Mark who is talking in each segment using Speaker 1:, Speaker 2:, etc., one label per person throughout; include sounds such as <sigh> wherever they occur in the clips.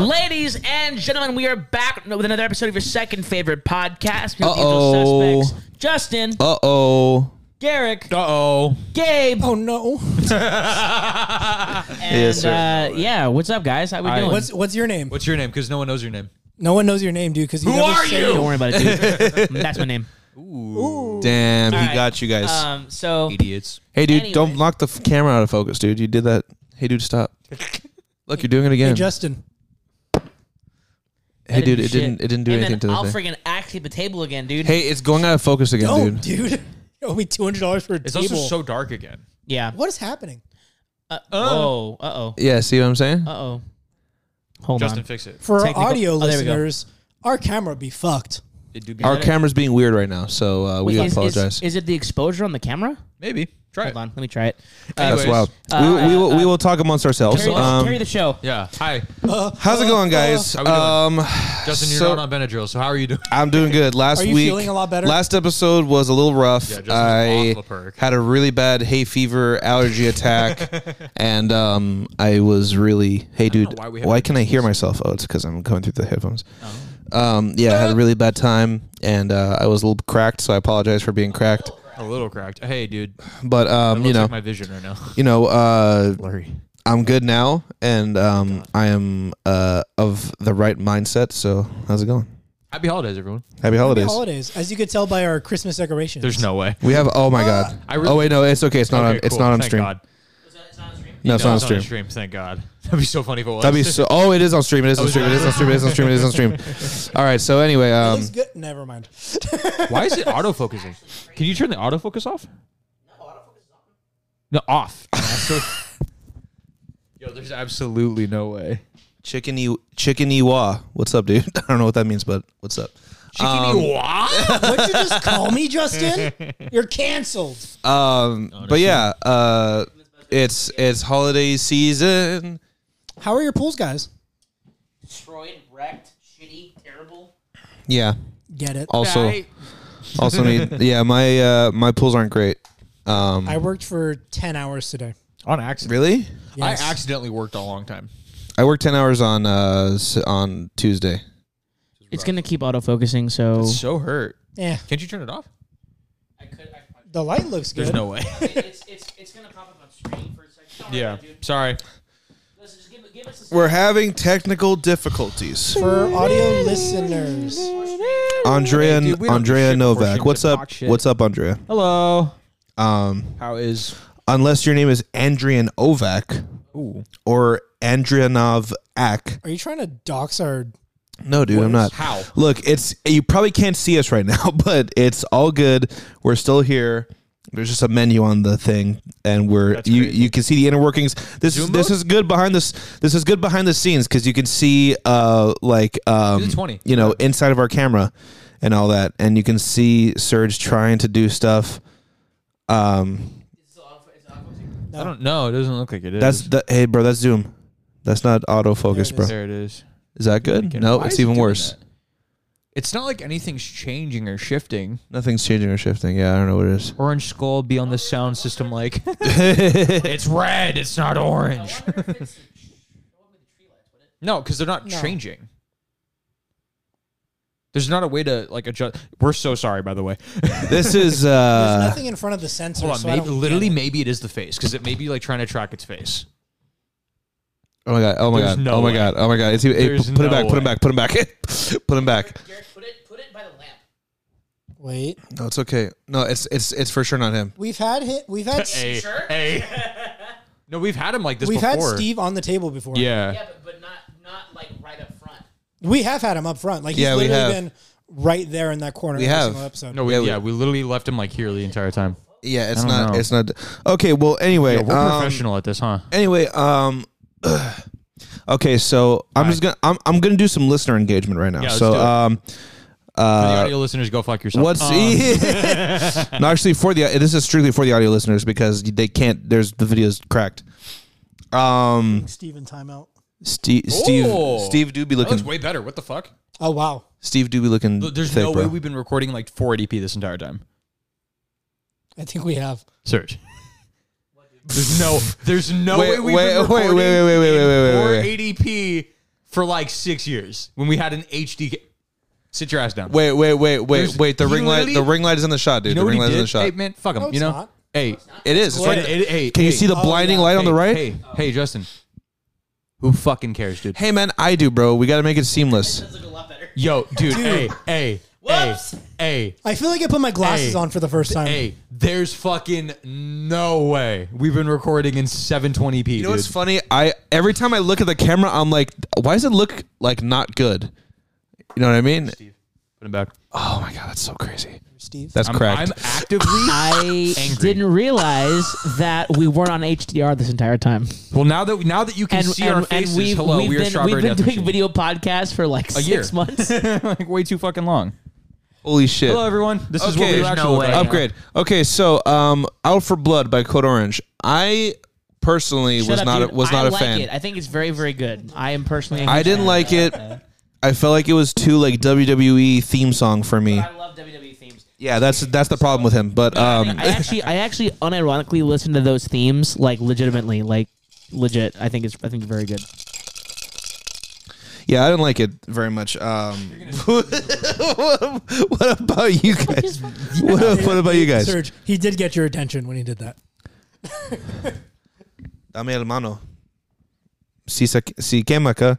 Speaker 1: Ladies and gentlemen, we are back with another episode of your second favorite podcast. We're the
Speaker 2: Uh-oh.
Speaker 1: Usual Suspects. Justin,
Speaker 2: Uh oh.
Speaker 1: Garrick,
Speaker 3: Uh oh.
Speaker 1: Gabe,
Speaker 4: Oh no!
Speaker 1: and
Speaker 2: Yes, sir.
Speaker 1: uh, yeah, what's up, guys? How we doing?
Speaker 4: What's what's your name?
Speaker 3: What's your name? Because no one knows your name.
Speaker 4: No one knows your name, dude. Because
Speaker 3: Who are you?
Speaker 1: Don't worry about it, dude. That's my name.
Speaker 2: Damn,
Speaker 1: All
Speaker 2: he
Speaker 1: right.
Speaker 2: got you guys.
Speaker 1: Um, so
Speaker 3: Idiots.
Speaker 2: hey, dude,
Speaker 1: anyway.
Speaker 2: don't knock the f- camera out of focus, dude. You did that. Hey,
Speaker 1: <laughs>
Speaker 2: dude, stop. Look, you're doing it again. Hey,
Speaker 4: Justin.
Speaker 1: that
Speaker 2: dude, it
Speaker 1: shit.
Speaker 2: didn't. It didn't do
Speaker 1: and
Speaker 2: anything to
Speaker 1: then
Speaker 2: the
Speaker 1: I'll
Speaker 2: thing.
Speaker 1: freaking act at the table again, dude.
Speaker 2: Hey, it's going out of focus again,
Speaker 4: Oh,
Speaker 2: dude.
Speaker 4: dude. <laughs> You owe me two hundred dollars for a
Speaker 3: It's
Speaker 4: table.
Speaker 3: also so dark again.
Speaker 1: Yeah.
Speaker 4: what is happening?
Speaker 1: Uh, oh. Uh oh.
Speaker 2: Yeah, see what I'm saying?
Speaker 1: Uh oh. Hold
Speaker 3: Justin,
Speaker 1: on.
Speaker 3: fix it.
Speaker 4: For
Speaker 1: Technical-
Speaker 4: our audio
Speaker 1: Oh, there we go.
Speaker 4: listeners, our camera be fucked.
Speaker 3: It do be
Speaker 2: Our camera's being weird right now, so uh, we
Speaker 1: is,
Speaker 2: apologize.
Speaker 1: Is, is it the exposure on the camera?
Speaker 3: Maybe. Try
Speaker 1: Hold
Speaker 3: it.
Speaker 1: on. Let me try it.
Speaker 2: That's
Speaker 3: Anyways.
Speaker 2: wild.
Speaker 1: Uh,
Speaker 2: we, we, will,
Speaker 1: uh,
Speaker 2: we will talk amongst ourselves.
Speaker 1: Carry, the-
Speaker 2: Um,
Speaker 1: carry the show.
Speaker 3: Yeah. Hi,
Speaker 2: how's it going, guys?
Speaker 3: How we doing?
Speaker 2: Um,
Speaker 3: Justin. You're
Speaker 2: so-
Speaker 3: not on Benadryl, so how are you doing?
Speaker 2: I'm doing good. Last
Speaker 4: Are you
Speaker 2: week,
Speaker 4: feeling a lot better?
Speaker 2: Last episode was a little rough.
Speaker 3: Yeah, Justin's
Speaker 2: I
Speaker 3: off the perk.
Speaker 2: had a really bad hay fever allergy
Speaker 3: <laughs>
Speaker 2: attack, and um, I was really hey dude.
Speaker 3: why
Speaker 2: Why,
Speaker 3: we have
Speaker 2: can I hear myself? Oh, it's because I'm going through the headphones. Um, yeah, I had a really bad time, and uh, I was a little cracked, so I apologize for being cracked.
Speaker 3: A little cracked. Hey, dude.
Speaker 2: But um, you
Speaker 3: Looks
Speaker 2: know,
Speaker 3: like my vision right now.
Speaker 2: you know, uh, I'm good now, and um, I am uh, of the right mindset. So how's it going?
Speaker 3: <laughs> Happy holidays, everyone.
Speaker 2: Happy holidays.
Speaker 4: Holidays, as you could tell by our Christmas decorations.
Speaker 3: There's no way.
Speaker 2: We have. Oh my god.
Speaker 3: Ah, I really-
Speaker 2: oh wait, no, it's okay. It's not.
Speaker 3: Okay,
Speaker 2: on, It's
Speaker 3: cool.
Speaker 2: not on
Speaker 3: Thank
Speaker 2: stream.
Speaker 3: God.
Speaker 2: No, it's not
Speaker 3: No,
Speaker 2: on
Speaker 3: it's not
Speaker 2: stream.
Speaker 3: on stream. Thank God. <laughs> That'd be so funny if it was.
Speaker 2: That'd be so. Oh, it is on stream. It is on stream. It is on stream. It is on stream. It is on stream.
Speaker 3: <laughs>
Speaker 2: All right. So anyway,
Speaker 4: It
Speaker 2: um,
Speaker 4: looks good. Never mind. <laughs>
Speaker 3: Why is it autofocusing? Can you turn the autofocus off? No,
Speaker 2: <laughs>
Speaker 3: autofocus is on. No, off. Yo, there's absolutely no way.
Speaker 2: chicken e chicken e wah. What's up, dude? <laughs> I don't know what that means, but what's up? Um, <laughs>
Speaker 4: What'd you just call me,
Speaker 3: <laughs>
Speaker 4: Justin? You're canceled.
Speaker 2: Um, but yeah, uh, it's it's holiday season.
Speaker 4: How are your pools, guys?
Speaker 1: Destroyed, wrecked, shitty, terrible.
Speaker 2: Yeah.
Speaker 4: Get it?
Speaker 1: Um,
Speaker 2: Also, <laughs> also need. Yeah, my uh, my pools aren't great. Um,
Speaker 4: I worked for ten hours today.
Speaker 3: on accident.
Speaker 2: really?
Speaker 4: Yes.
Speaker 3: I accidentally worked a long time.
Speaker 2: I worked ten hours on uh s- on Tuesday.
Speaker 1: It's gonna keep autofocusing, so
Speaker 3: So hurt.
Speaker 4: Yeah,
Speaker 3: Can't you turn it off?
Speaker 1: I could, I,
Speaker 4: Eh, the light looks good.
Speaker 3: There's no way.
Speaker 1: it's, it's, it's gonna pop up on screen for a second. Don't worry
Speaker 3: <laughs> yeah.
Speaker 1: about it, dude.
Speaker 3: Sorry.
Speaker 1: Listen, just give, give us a
Speaker 2: We're having technical difficulties.
Speaker 4: for audio listeners.
Speaker 2: Andrea
Speaker 3: Hey, dude, we don't
Speaker 2: Andrea
Speaker 3: give a shit for
Speaker 2: Novak.
Speaker 3: shit
Speaker 2: What's
Speaker 3: to
Speaker 2: up?
Speaker 3: talk shit.
Speaker 2: What's up, Andrea?
Speaker 3: Hello.
Speaker 2: Um,
Speaker 3: How is?
Speaker 2: unless your name is Andrian Ovak
Speaker 3: Ooh.
Speaker 2: or Andrianov Ak.
Speaker 4: Are you trying to dox our?
Speaker 2: No, dude, I'm not.
Speaker 3: How?
Speaker 2: Look, it's you probably can't see us right <laughs> now, but it's all good. We're still here. There's just a menu on the thing, and we're you,
Speaker 3: crazy.
Speaker 2: you can see the inner workings. This is this is good behind this this is good behind the scenes because you can see uh like um
Speaker 3: It's 20.
Speaker 2: you know inside of our camera and all that, and you can see Serge trying to do stuff. Um,
Speaker 3: I don't know. It doesn't look like it is.
Speaker 2: That's the hey, bro. That's Zoom. That's not autofocus,
Speaker 4: There
Speaker 2: bro.
Speaker 4: it
Speaker 2: Is.
Speaker 4: is.
Speaker 3: there. It is.
Speaker 2: that good?
Speaker 3: Can-
Speaker 2: No,
Speaker 3: Why
Speaker 2: it's
Speaker 3: is it
Speaker 2: even
Speaker 3: doing
Speaker 2: worse.
Speaker 3: that? It's not like anything's changing or shifting.
Speaker 2: Nothing's changing or shifting. Yeah, I don't know what it is.
Speaker 3: Orange skull be on the sound system like <laughs> it's red. It's not orange. <laughs> no, because they're not
Speaker 4: No.
Speaker 3: changing. There's not a way to like adjust. We're so sorry, by the way.
Speaker 2: This is
Speaker 4: There's
Speaker 2: uh,
Speaker 4: nothing in front of the sensor.
Speaker 3: Hold on,
Speaker 4: so I
Speaker 3: maybe,
Speaker 4: don't get
Speaker 3: literally,
Speaker 4: it.
Speaker 3: maybe it is the face because it may be like trying to track its face.
Speaker 2: oh my god, oh my
Speaker 3: There's
Speaker 2: god,
Speaker 3: no
Speaker 2: oh my
Speaker 3: way.
Speaker 2: god, oh my god. It's, hey,
Speaker 3: There's
Speaker 2: put it back,
Speaker 3: no
Speaker 2: put him
Speaker 3: way.
Speaker 2: back, put him back, <laughs> put him back.
Speaker 1: put it, put it by the lamp.
Speaker 4: Wait,
Speaker 2: No, it's okay. No, it's it's it's for sure not him.
Speaker 4: we've had hit. We've
Speaker 3: <laughs>
Speaker 4: had.
Speaker 3: Hey, hey. no, we've had him like this
Speaker 4: We've
Speaker 3: before.
Speaker 4: had Steve on the table before.
Speaker 3: Yeah.
Speaker 1: but, but not, not like right up front.
Speaker 4: We have had him up front. Like he's
Speaker 2: Yeah, we
Speaker 4: literally
Speaker 2: have.
Speaker 4: been right there in that corner
Speaker 2: We
Speaker 4: every
Speaker 2: have.
Speaker 4: single episode.
Speaker 3: No, Oh, we,
Speaker 2: Yeah,
Speaker 3: yeah,
Speaker 2: we-
Speaker 3: we, literally left him like here the entire time.
Speaker 2: Yeah, it's
Speaker 3: don't
Speaker 2: not.
Speaker 3: know.
Speaker 2: It's not. Okay. Well, anyway,
Speaker 3: Yeah, we're
Speaker 2: um,
Speaker 3: professional at this, huh?
Speaker 2: anyway, um. <sighs> Okay, so I'm just gonna I'm, I'm gonna do some listener engagement right now.
Speaker 3: Yeah, let's
Speaker 2: so
Speaker 3: do it.
Speaker 2: um,
Speaker 3: For the audio listeners, go fuck yourself.
Speaker 2: What's e- <laughs>
Speaker 3: Um,
Speaker 2: no, actually for the this is strictly for the audio listeners because they can't. There's the video's cracked. Um,
Speaker 4: Steven timeout.
Speaker 2: Steve Steve
Speaker 3: Oh.
Speaker 2: Steve do be
Speaker 3: that looks
Speaker 2: looking
Speaker 3: way better. What the fuck?
Speaker 4: Oh wow.
Speaker 2: Steve do be looking.
Speaker 3: Th- There's
Speaker 2: thick,
Speaker 3: no
Speaker 2: bro.
Speaker 3: way we've been recording like 480p this entire time.
Speaker 4: I think we have.
Speaker 3: Serge. <laughs> There's no, there's no
Speaker 2: Wait,
Speaker 3: way we've
Speaker 2: wait, wait,
Speaker 3: been
Speaker 2: wait,
Speaker 3: recording
Speaker 2: wait, wait, wait, wait, wait, wait.
Speaker 3: in 480p for like six years when we had an HD. ca- Sit your ass down.
Speaker 2: Wait, wait, wait, wait,
Speaker 3: There's-
Speaker 2: wait. The
Speaker 3: he
Speaker 2: ring light, the
Speaker 3: literally-
Speaker 2: ring light is in the shot, dude.
Speaker 3: you know
Speaker 2: the
Speaker 3: what
Speaker 2: ring
Speaker 3: he
Speaker 2: light is in
Speaker 3: did?
Speaker 2: the shot.
Speaker 3: Hey man, fuck him.
Speaker 4: No, it's
Speaker 3: you know.
Speaker 4: not.
Speaker 3: Hey,
Speaker 2: it is. It's
Speaker 3: Hey,
Speaker 2: right-
Speaker 3: hey, hey,
Speaker 2: Can you
Speaker 3: hey. Oh,
Speaker 2: see the blinding light on the
Speaker 3: Hey,
Speaker 2: right?
Speaker 3: Hey, hey, Justin. Who fucking cares, dude?
Speaker 2: Hey man, I do, bro. We got to make it seamless.
Speaker 1: Does look a lot better.
Speaker 3: Yo, dude. hey, hey, hey,
Speaker 1: Whoops.
Speaker 3: hey,
Speaker 4: I feel like I put my glasses
Speaker 3: Hey.
Speaker 4: on for the first time.
Speaker 3: hey. There's fucking no way. We've been recording in 720p.
Speaker 2: You know what's funny? I every time I look at the camera, I'm like, why does it look like not good? You know what I mean?
Speaker 3: Put him back.
Speaker 2: Oh my god, that's so crazy.
Speaker 4: Steve.
Speaker 2: That's correct.
Speaker 3: I'm actively.
Speaker 1: I
Speaker 3: Angry.
Speaker 1: didn't realize that we weren't on HDR this entire time.
Speaker 3: well, now that now that you can see our faces, hello, we are
Speaker 1: been,
Speaker 3: strawberry
Speaker 1: we've been
Speaker 3: Death
Speaker 1: doing
Speaker 3: Machine.
Speaker 1: video podcasts for like six
Speaker 3: year. <laughs>
Speaker 1: months.
Speaker 3: like way too fucking long.
Speaker 2: Holy shit.
Speaker 3: Hello, everyone. This is what
Speaker 2: Okay.
Speaker 3: we
Speaker 2: There's
Speaker 3: actually
Speaker 1: no
Speaker 3: look
Speaker 1: way.
Speaker 3: like.
Speaker 2: Upgrade. Okay, so um, Out for Blood by Code Orange. I personally was
Speaker 1: Shut up,
Speaker 2: not
Speaker 1: dude.
Speaker 2: a, was not
Speaker 1: I
Speaker 2: a
Speaker 1: like
Speaker 2: fan.
Speaker 1: It. I think it's very very good. I am personally. I
Speaker 2: I didn't like it. I felt like it was too like WWE theme song for me.
Speaker 1: I love WWE themes.
Speaker 2: Yeah, that's that's the problem with him. But um,
Speaker 1: I actually, I actually, unironically listen to those themes like legitimately, like legit. I think it's, I think it's very good.
Speaker 2: yeah, I didn't like it very much. Um, <laughs> what about you guys? What, what about you guys?
Speaker 4: Serge, he did get your attention when he did that.
Speaker 2: Dame el mano. Si se si quema acá.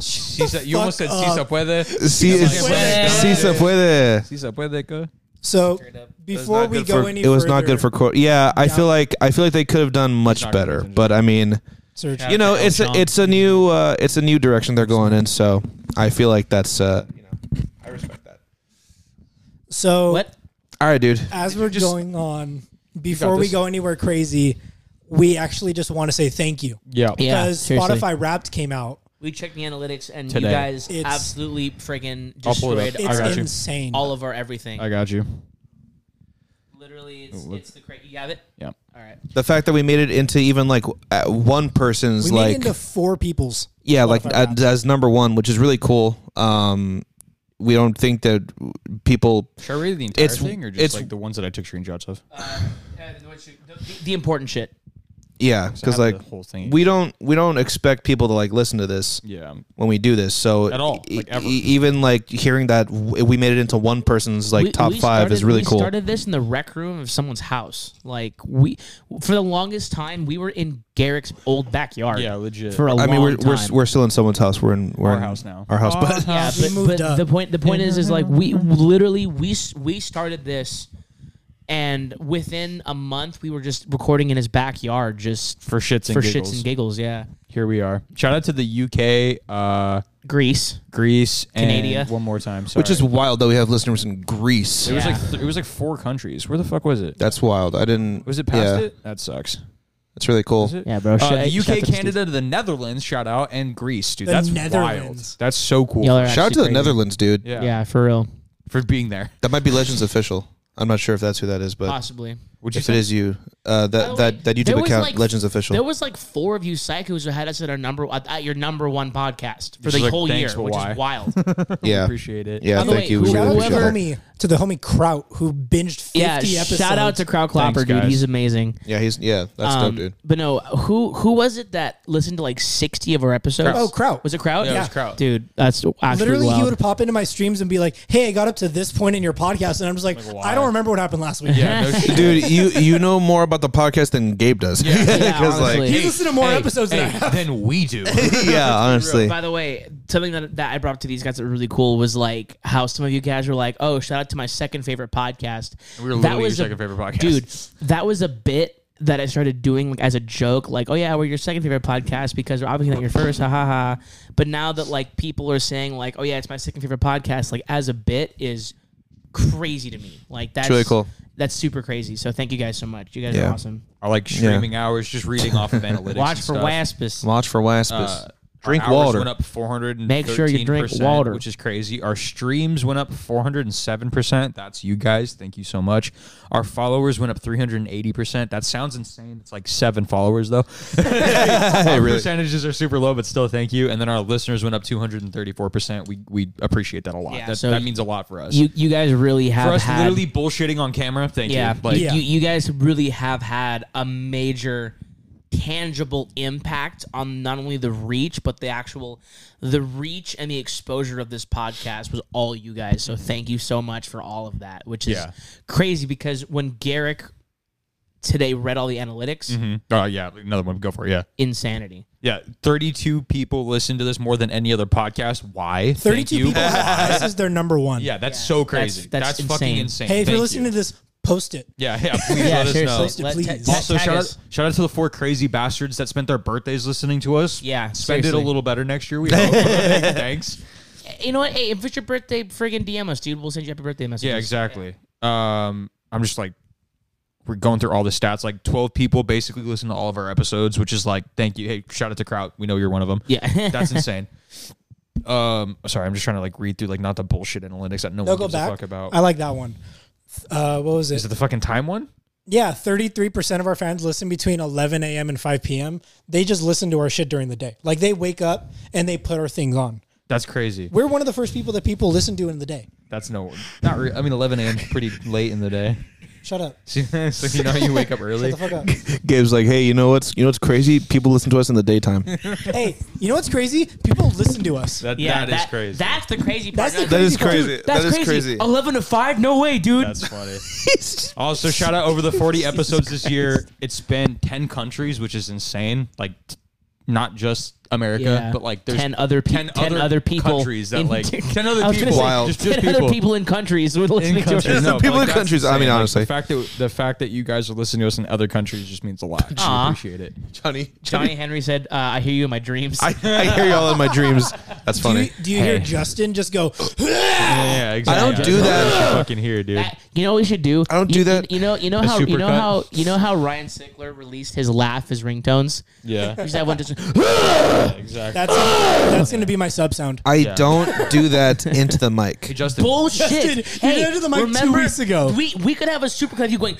Speaker 3: She said, you almost said,
Speaker 4: fuck
Speaker 3: si se puede.
Speaker 2: Si
Speaker 4: puede.
Speaker 2: si se puede.
Speaker 3: Si se puede. co.
Speaker 4: So before
Speaker 2: not
Speaker 4: we
Speaker 2: good
Speaker 4: go
Speaker 2: for-
Speaker 4: any
Speaker 2: it was not
Speaker 4: further,
Speaker 2: good for court. Yeah, I feel like I feel like they could have done much
Speaker 3: not
Speaker 2: better.
Speaker 3: good for-
Speaker 2: But I mean,
Speaker 4: Serge.
Speaker 2: you know, it's a, it's a new uh, it's a new direction they're going in. So I feel like that's uh, you know, I respect that.
Speaker 4: So
Speaker 1: What?
Speaker 2: All right, dude.
Speaker 4: as we're
Speaker 2: just-
Speaker 4: going on, before we
Speaker 2: this.
Speaker 4: go anywhere crazy, we actually just want to say thank you
Speaker 3: Yeah.
Speaker 1: Yeah,
Speaker 4: because
Speaker 1: seriously.
Speaker 4: Spotify Wrapped came out.
Speaker 1: We checked the analytics, and
Speaker 3: Today.
Speaker 1: you guys
Speaker 4: It's-
Speaker 1: absolutely friggin'
Speaker 3: I'll pull it up.
Speaker 1: destroyed
Speaker 3: I
Speaker 4: It's
Speaker 3: got you.
Speaker 4: insane.
Speaker 1: all of our everything.
Speaker 3: I got you.
Speaker 1: Literally,
Speaker 2: oh,
Speaker 1: it's, it's the crazy. You have it.
Speaker 3: Yeah.
Speaker 1: All right.
Speaker 2: The fact that we made it into even like uh, one person's
Speaker 4: we made
Speaker 2: like
Speaker 4: it into four people's.
Speaker 2: yeah, like
Speaker 4: Spotify Wrapped.
Speaker 2: uh, as number one, which is really cool. Um, we don't think that people.
Speaker 3: Should I read the entire
Speaker 2: It's-
Speaker 3: thing or just
Speaker 2: it's-
Speaker 3: like the ones that I took screenshots of?
Speaker 1: the, the important shit.
Speaker 2: Yeah, because
Speaker 3: I have
Speaker 2: like
Speaker 3: the whole thing.
Speaker 2: we don't we don't expect people to like listen to this.
Speaker 3: yeah.
Speaker 2: when we do this. So
Speaker 3: At all,
Speaker 2: e-
Speaker 3: like, ever.
Speaker 2: e- even like hearing that w- we made it into one person's like
Speaker 1: We-
Speaker 2: top
Speaker 1: we
Speaker 2: five
Speaker 1: started-
Speaker 2: is really
Speaker 1: we
Speaker 2: cool.
Speaker 1: started this in the rec room of someone's house. Like we, for the longest time, we were in Garrick's old backyard.
Speaker 3: Yeah, legit.
Speaker 1: For a
Speaker 2: I
Speaker 1: long
Speaker 2: mean, we're,
Speaker 1: time.
Speaker 2: we're we're still in someone's house. We're in we're
Speaker 3: Our
Speaker 2: in
Speaker 3: house now.
Speaker 2: Our house, but
Speaker 1: yeah,
Speaker 4: We
Speaker 1: but,
Speaker 4: moved
Speaker 1: but
Speaker 4: up.
Speaker 1: the point the point is is like we literally we s- we started this, and within a month we were just recording in his backyard just
Speaker 3: <laughs> For shits and
Speaker 1: for
Speaker 3: giggles.
Speaker 1: shits and giggles. Yeah,
Speaker 3: Here we are. Shout out to the UK, uh,
Speaker 1: Greece.
Speaker 3: Greece, and
Speaker 1: Canada.
Speaker 3: one more time. Sorry.
Speaker 2: which is wild that we have listeners in Greece.
Speaker 3: it was
Speaker 1: Yeah.
Speaker 3: like th- it was like four countries. Where the fuck was it?
Speaker 2: That's wild. I didn't.
Speaker 3: Was it past
Speaker 2: yeah,
Speaker 3: it? That sucks.
Speaker 2: It's really cool.
Speaker 3: Is it?
Speaker 1: Yeah, bro.
Speaker 3: Uh,
Speaker 1: Shout-
Speaker 3: the
Speaker 1: shout
Speaker 3: UK,
Speaker 1: out to
Speaker 3: Canada, the Netherlands, shout out, and Greece, dude.
Speaker 4: The
Speaker 3: that's
Speaker 4: Netherlands.
Speaker 3: wild. That's so cool.
Speaker 1: Y'all are
Speaker 2: Shout out
Speaker 1: actually
Speaker 2: to the
Speaker 1: crazy.
Speaker 2: Netherlands, dude.
Speaker 3: yeah.
Speaker 1: Yeah, for real.
Speaker 3: for being there.
Speaker 2: That might be Legends official. I'm not sure if that's who that is, but
Speaker 1: Possibly.
Speaker 3: Would you
Speaker 2: if it is you, uh, that that that
Speaker 1: There
Speaker 2: YouTube
Speaker 1: was,
Speaker 2: account,
Speaker 1: like,
Speaker 2: Legends official.
Speaker 1: There was like four of you psychos who had us at our number at at your number one podcast for
Speaker 3: Which
Speaker 1: the
Speaker 3: is like,
Speaker 1: whole year,
Speaker 3: thanks, but
Speaker 1: which
Speaker 3: why?
Speaker 1: is wild.
Speaker 2: yeah,
Speaker 3: appreciate it?
Speaker 2: yeah.
Speaker 1: By the
Speaker 2: Thank
Speaker 1: way,
Speaker 2: you. We
Speaker 1: whoever-
Speaker 4: Shout
Speaker 2: really
Speaker 4: out to the
Speaker 2: appreciate that.
Speaker 4: homie to the homie Kraut who binged fifty
Speaker 1: yeah,
Speaker 4: episodes.
Speaker 1: shout out to Crowd Clopper,
Speaker 3: Thanks,
Speaker 1: dude.
Speaker 3: guys.
Speaker 1: He's amazing.
Speaker 2: Yeah, he's yeah. That's
Speaker 1: Um,
Speaker 2: dope,
Speaker 1: <laughs>
Speaker 2: Oh, dude.
Speaker 1: But no, who who was it that listened to like sixty of our episodes?
Speaker 4: Oh, Kraut.
Speaker 1: Was it Kraut?
Speaker 3: Yeah, it was Yeah. Kraut.
Speaker 1: Dude, that's actually
Speaker 4: Literally,
Speaker 1: wild.
Speaker 4: he would pop into my streams and be like, "Hey, I got up to this point in your podcast," and I'm just like,
Speaker 3: why?
Speaker 4: "I don't remember what happened last
Speaker 1: <laughs>
Speaker 4: week."
Speaker 3: Yeah, no shit.
Speaker 2: Dude, you you know more about the podcast than Gabe does. <laughs> Yeah,
Speaker 1: Yeah, honestly.
Speaker 4: <laughs> He's listened to more episodes than I
Speaker 3: hey,
Speaker 4: have.
Speaker 3: than
Speaker 1: <laughs>
Speaker 3: we do.
Speaker 2: yeah, honestly.
Speaker 1: By the way, something that, that I brought up to these guys that was really cool was like how some of you guys were like, "Oh, shout out to my second favorite podcast."
Speaker 3: We were
Speaker 1: that
Speaker 3: literally
Speaker 1: was
Speaker 3: your
Speaker 1: a-
Speaker 3: second favorite podcast.
Speaker 1: dude. That was a bit that I started doing like as a joke, like, "Oh yeah, we're your second favorite podcast because we're obviously not your first, ha ha ha." But now that like people are saying like, "Oh yeah, it's my second favorite podcast," like as a bit is crazy to me. Like that's
Speaker 2: really cool.
Speaker 1: That's super crazy. So thank you guys so much. You guys
Speaker 2: Yeah.
Speaker 1: are awesome.
Speaker 3: Our like streaming hours, just reading off of analytics.
Speaker 1: Watch
Speaker 3: and
Speaker 1: for
Speaker 3: stuff.
Speaker 1: Waspus.
Speaker 2: Watch for Waspus.
Speaker 3: Uh,
Speaker 2: Drink
Speaker 3: our hours
Speaker 2: water.
Speaker 3: Went up 413
Speaker 1: Make sure you drink water.
Speaker 3: which is crazy. Our streams went up 407 percent. That's you guys. Thank you so much. Our followers went up 380 percent. That sounds insane. It's like seven
Speaker 2: <laughs>
Speaker 3: followers though. <laughs> Our Percentages are super low, but still, thank you. And then our listeners went up 234 percent. We we appreciate that a lot.
Speaker 1: Yeah,
Speaker 3: that,
Speaker 1: so
Speaker 3: that means a lot for us.
Speaker 1: You you guys really have
Speaker 3: for us,
Speaker 1: had
Speaker 3: literally bullshitting on camera. Thank
Speaker 1: Yeah,
Speaker 3: you.
Speaker 1: like
Speaker 3: Like
Speaker 4: Yeah.
Speaker 1: You, you guys really have had a major tangible impact on not only the reach but the actual the reach and the exposure of this podcast was all you guys. So thank you so much for all of that, which is
Speaker 3: Yeah.
Speaker 1: crazy because when Garrick today read all the analytics,
Speaker 3: Oh yeah, another one. Go for it. Yeah,
Speaker 1: insanity.
Speaker 3: yeah. Thirty-two people listen to this more than any other podcast. Why? Thank
Speaker 4: 32
Speaker 3: you.
Speaker 4: people.
Speaker 3: <laughs>
Speaker 4: this is their number one.
Speaker 3: Yeah, that's so crazy.
Speaker 1: that's
Speaker 3: That's, fucking
Speaker 1: insane.
Speaker 3: insane.
Speaker 4: Hey, if
Speaker 3: Thank
Speaker 4: you're listening
Speaker 3: you.
Speaker 4: to this, post it.
Speaker 3: yeah, yeah, <laughs> please let us know.
Speaker 4: Post it,
Speaker 1: Let-
Speaker 4: please.
Speaker 1: tag-
Speaker 3: Also,
Speaker 1: tag
Speaker 3: shout
Speaker 1: us.
Speaker 3: out, shout out to the four crazy bastards that spent their birthdays listening to us.
Speaker 1: Yeah,
Speaker 3: spend
Speaker 1: seriously.
Speaker 3: it a little better
Speaker 1: <laughs>
Speaker 3: next year. We hope. <laughs> thanks.
Speaker 1: You know what? Hey, if it's your birthday, friggin' DM us, dude. We'll send you happy birthday messages.
Speaker 3: Yeah, exactly. Um, I'm just like we're going through all the stats. Like 12 people basically listen to all of our episodes, which is like, thank you. Hey, shout out to Kraut. We know you're one of them.
Speaker 1: Yeah. <laughs>
Speaker 3: <laughs> that's insane. Um, sorry, I'm just trying to like read through like not the bullshit analytics that no
Speaker 4: They'll
Speaker 3: one
Speaker 4: go
Speaker 3: gives a
Speaker 4: back.
Speaker 3: fuck about.
Speaker 4: I like that one. Uh, what was
Speaker 3: is
Speaker 4: it?
Speaker 3: it the fucking time one?
Speaker 4: Yeah, 33% of our fans listen between 11 a.m. and 5 p.m. They just listen to our shit during the day. Like they wake up and they put our things on.
Speaker 3: That's crazy.
Speaker 4: We're one of the first people that people listen to in the day.
Speaker 3: That's no, not. Re- I mean, 11 a.m. is pretty late in the day. <laughs>
Speaker 4: Shut up.
Speaker 3: so you know you wake up early.
Speaker 4: Shut the fuck up.
Speaker 2: Gabe's like, hey, you know what's you know what's crazy? People listen to us in the <laughs> daytime.
Speaker 4: hey, you know what's crazy? People listen to us.
Speaker 3: That,
Speaker 1: Yeah,
Speaker 3: that is crazy.
Speaker 1: That's the crazy part.
Speaker 4: That's the
Speaker 2: that is
Speaker 4: Crazy part.
Speaker 2: crazy. Oh.
Speaker 1: That's crazy. Eleven to five? No way, dude. <laughs>
Speaker 3: That's funny. also, shout out over the 40 episodes this year. <laughs> It's been 10 countries, which is insane. Like, t- not just America,
Speaker 1: Yeah.
Speaker 3: but like there's
Speaker 1: 10 other peop- 10 other people
Speaker 3: countries that
Speaker 1: in-
Speaker 3: like 10
Speaker 1: I
Speaker 3: other
Speaker 1: was gonna
Speaker 3: people.
Speaker 1: say,
Speaker 2: Wild.
Speaker 3: Just, just
Speaker 1: Ten
Speaker 3: people.
Speaker 1: other people <laughs> in countries were
Speaker 3: In
Speaker 1: listening to us.
Speaker 3: countries,
Speaker 2: No, people in
Speaker 3: that's
Speaker 2: countries, I mean,
Speaker 3: insane. Like,
Speaker 2: honestly.
Speaker 3: the fact that the fact that you guys are listening to us in other countries just means a lot. We
Speaker 1: Aw.
Speaker 3: appreciate it.
Speaker 2: Johnny,
Speaker 1: Johnny Henry said, uh, "I hear you in my dreams."
Speaker 2: I, I hear y'all in my dreams. That's
Speaker 4: Do
Speaker 2: funny.
Speaker 4: you, do you hear Justin just go,
Speaker 3: Yeah, exactly.
Speaker 2: don't do that.
Speaker 3: <laughs> Fucking here,
Speaker 1: <laughs>
Speaker 3: dude.
Speaker 1: That- you know what we should do?
Speaker 2: I don't
Speaker 1: You-
Speaker 2: do
Speaker 1: you-
Speaker 2: that.
Speaker 1: You, know, you know how you know
Speaker 3: supercut?
Speaker 1: how you know how Ryan Sickler released his laugh as ringtones.
Speaker 3: Yeah,
Speaker 1: You just have one
Speaker 3: <laughs>
Speaker 1: just <laughs>
Speaker 3: exactly.
Speaker 4: that's, that's going to be my sub sound.
Speaker 2: I don't do
Speaker 3: <laughs>
Speaker 2: that into the mic.
Speaker 3: Justin,
Speaker 1: bullshit.
Speaker 4: Justin, you
Speaker 1: hey,
Speaker 4: did it to the mic two
Speaker 1: remember,
Speaker 4: weeks ago.
Speaker 1: We we could have a supercut of you going.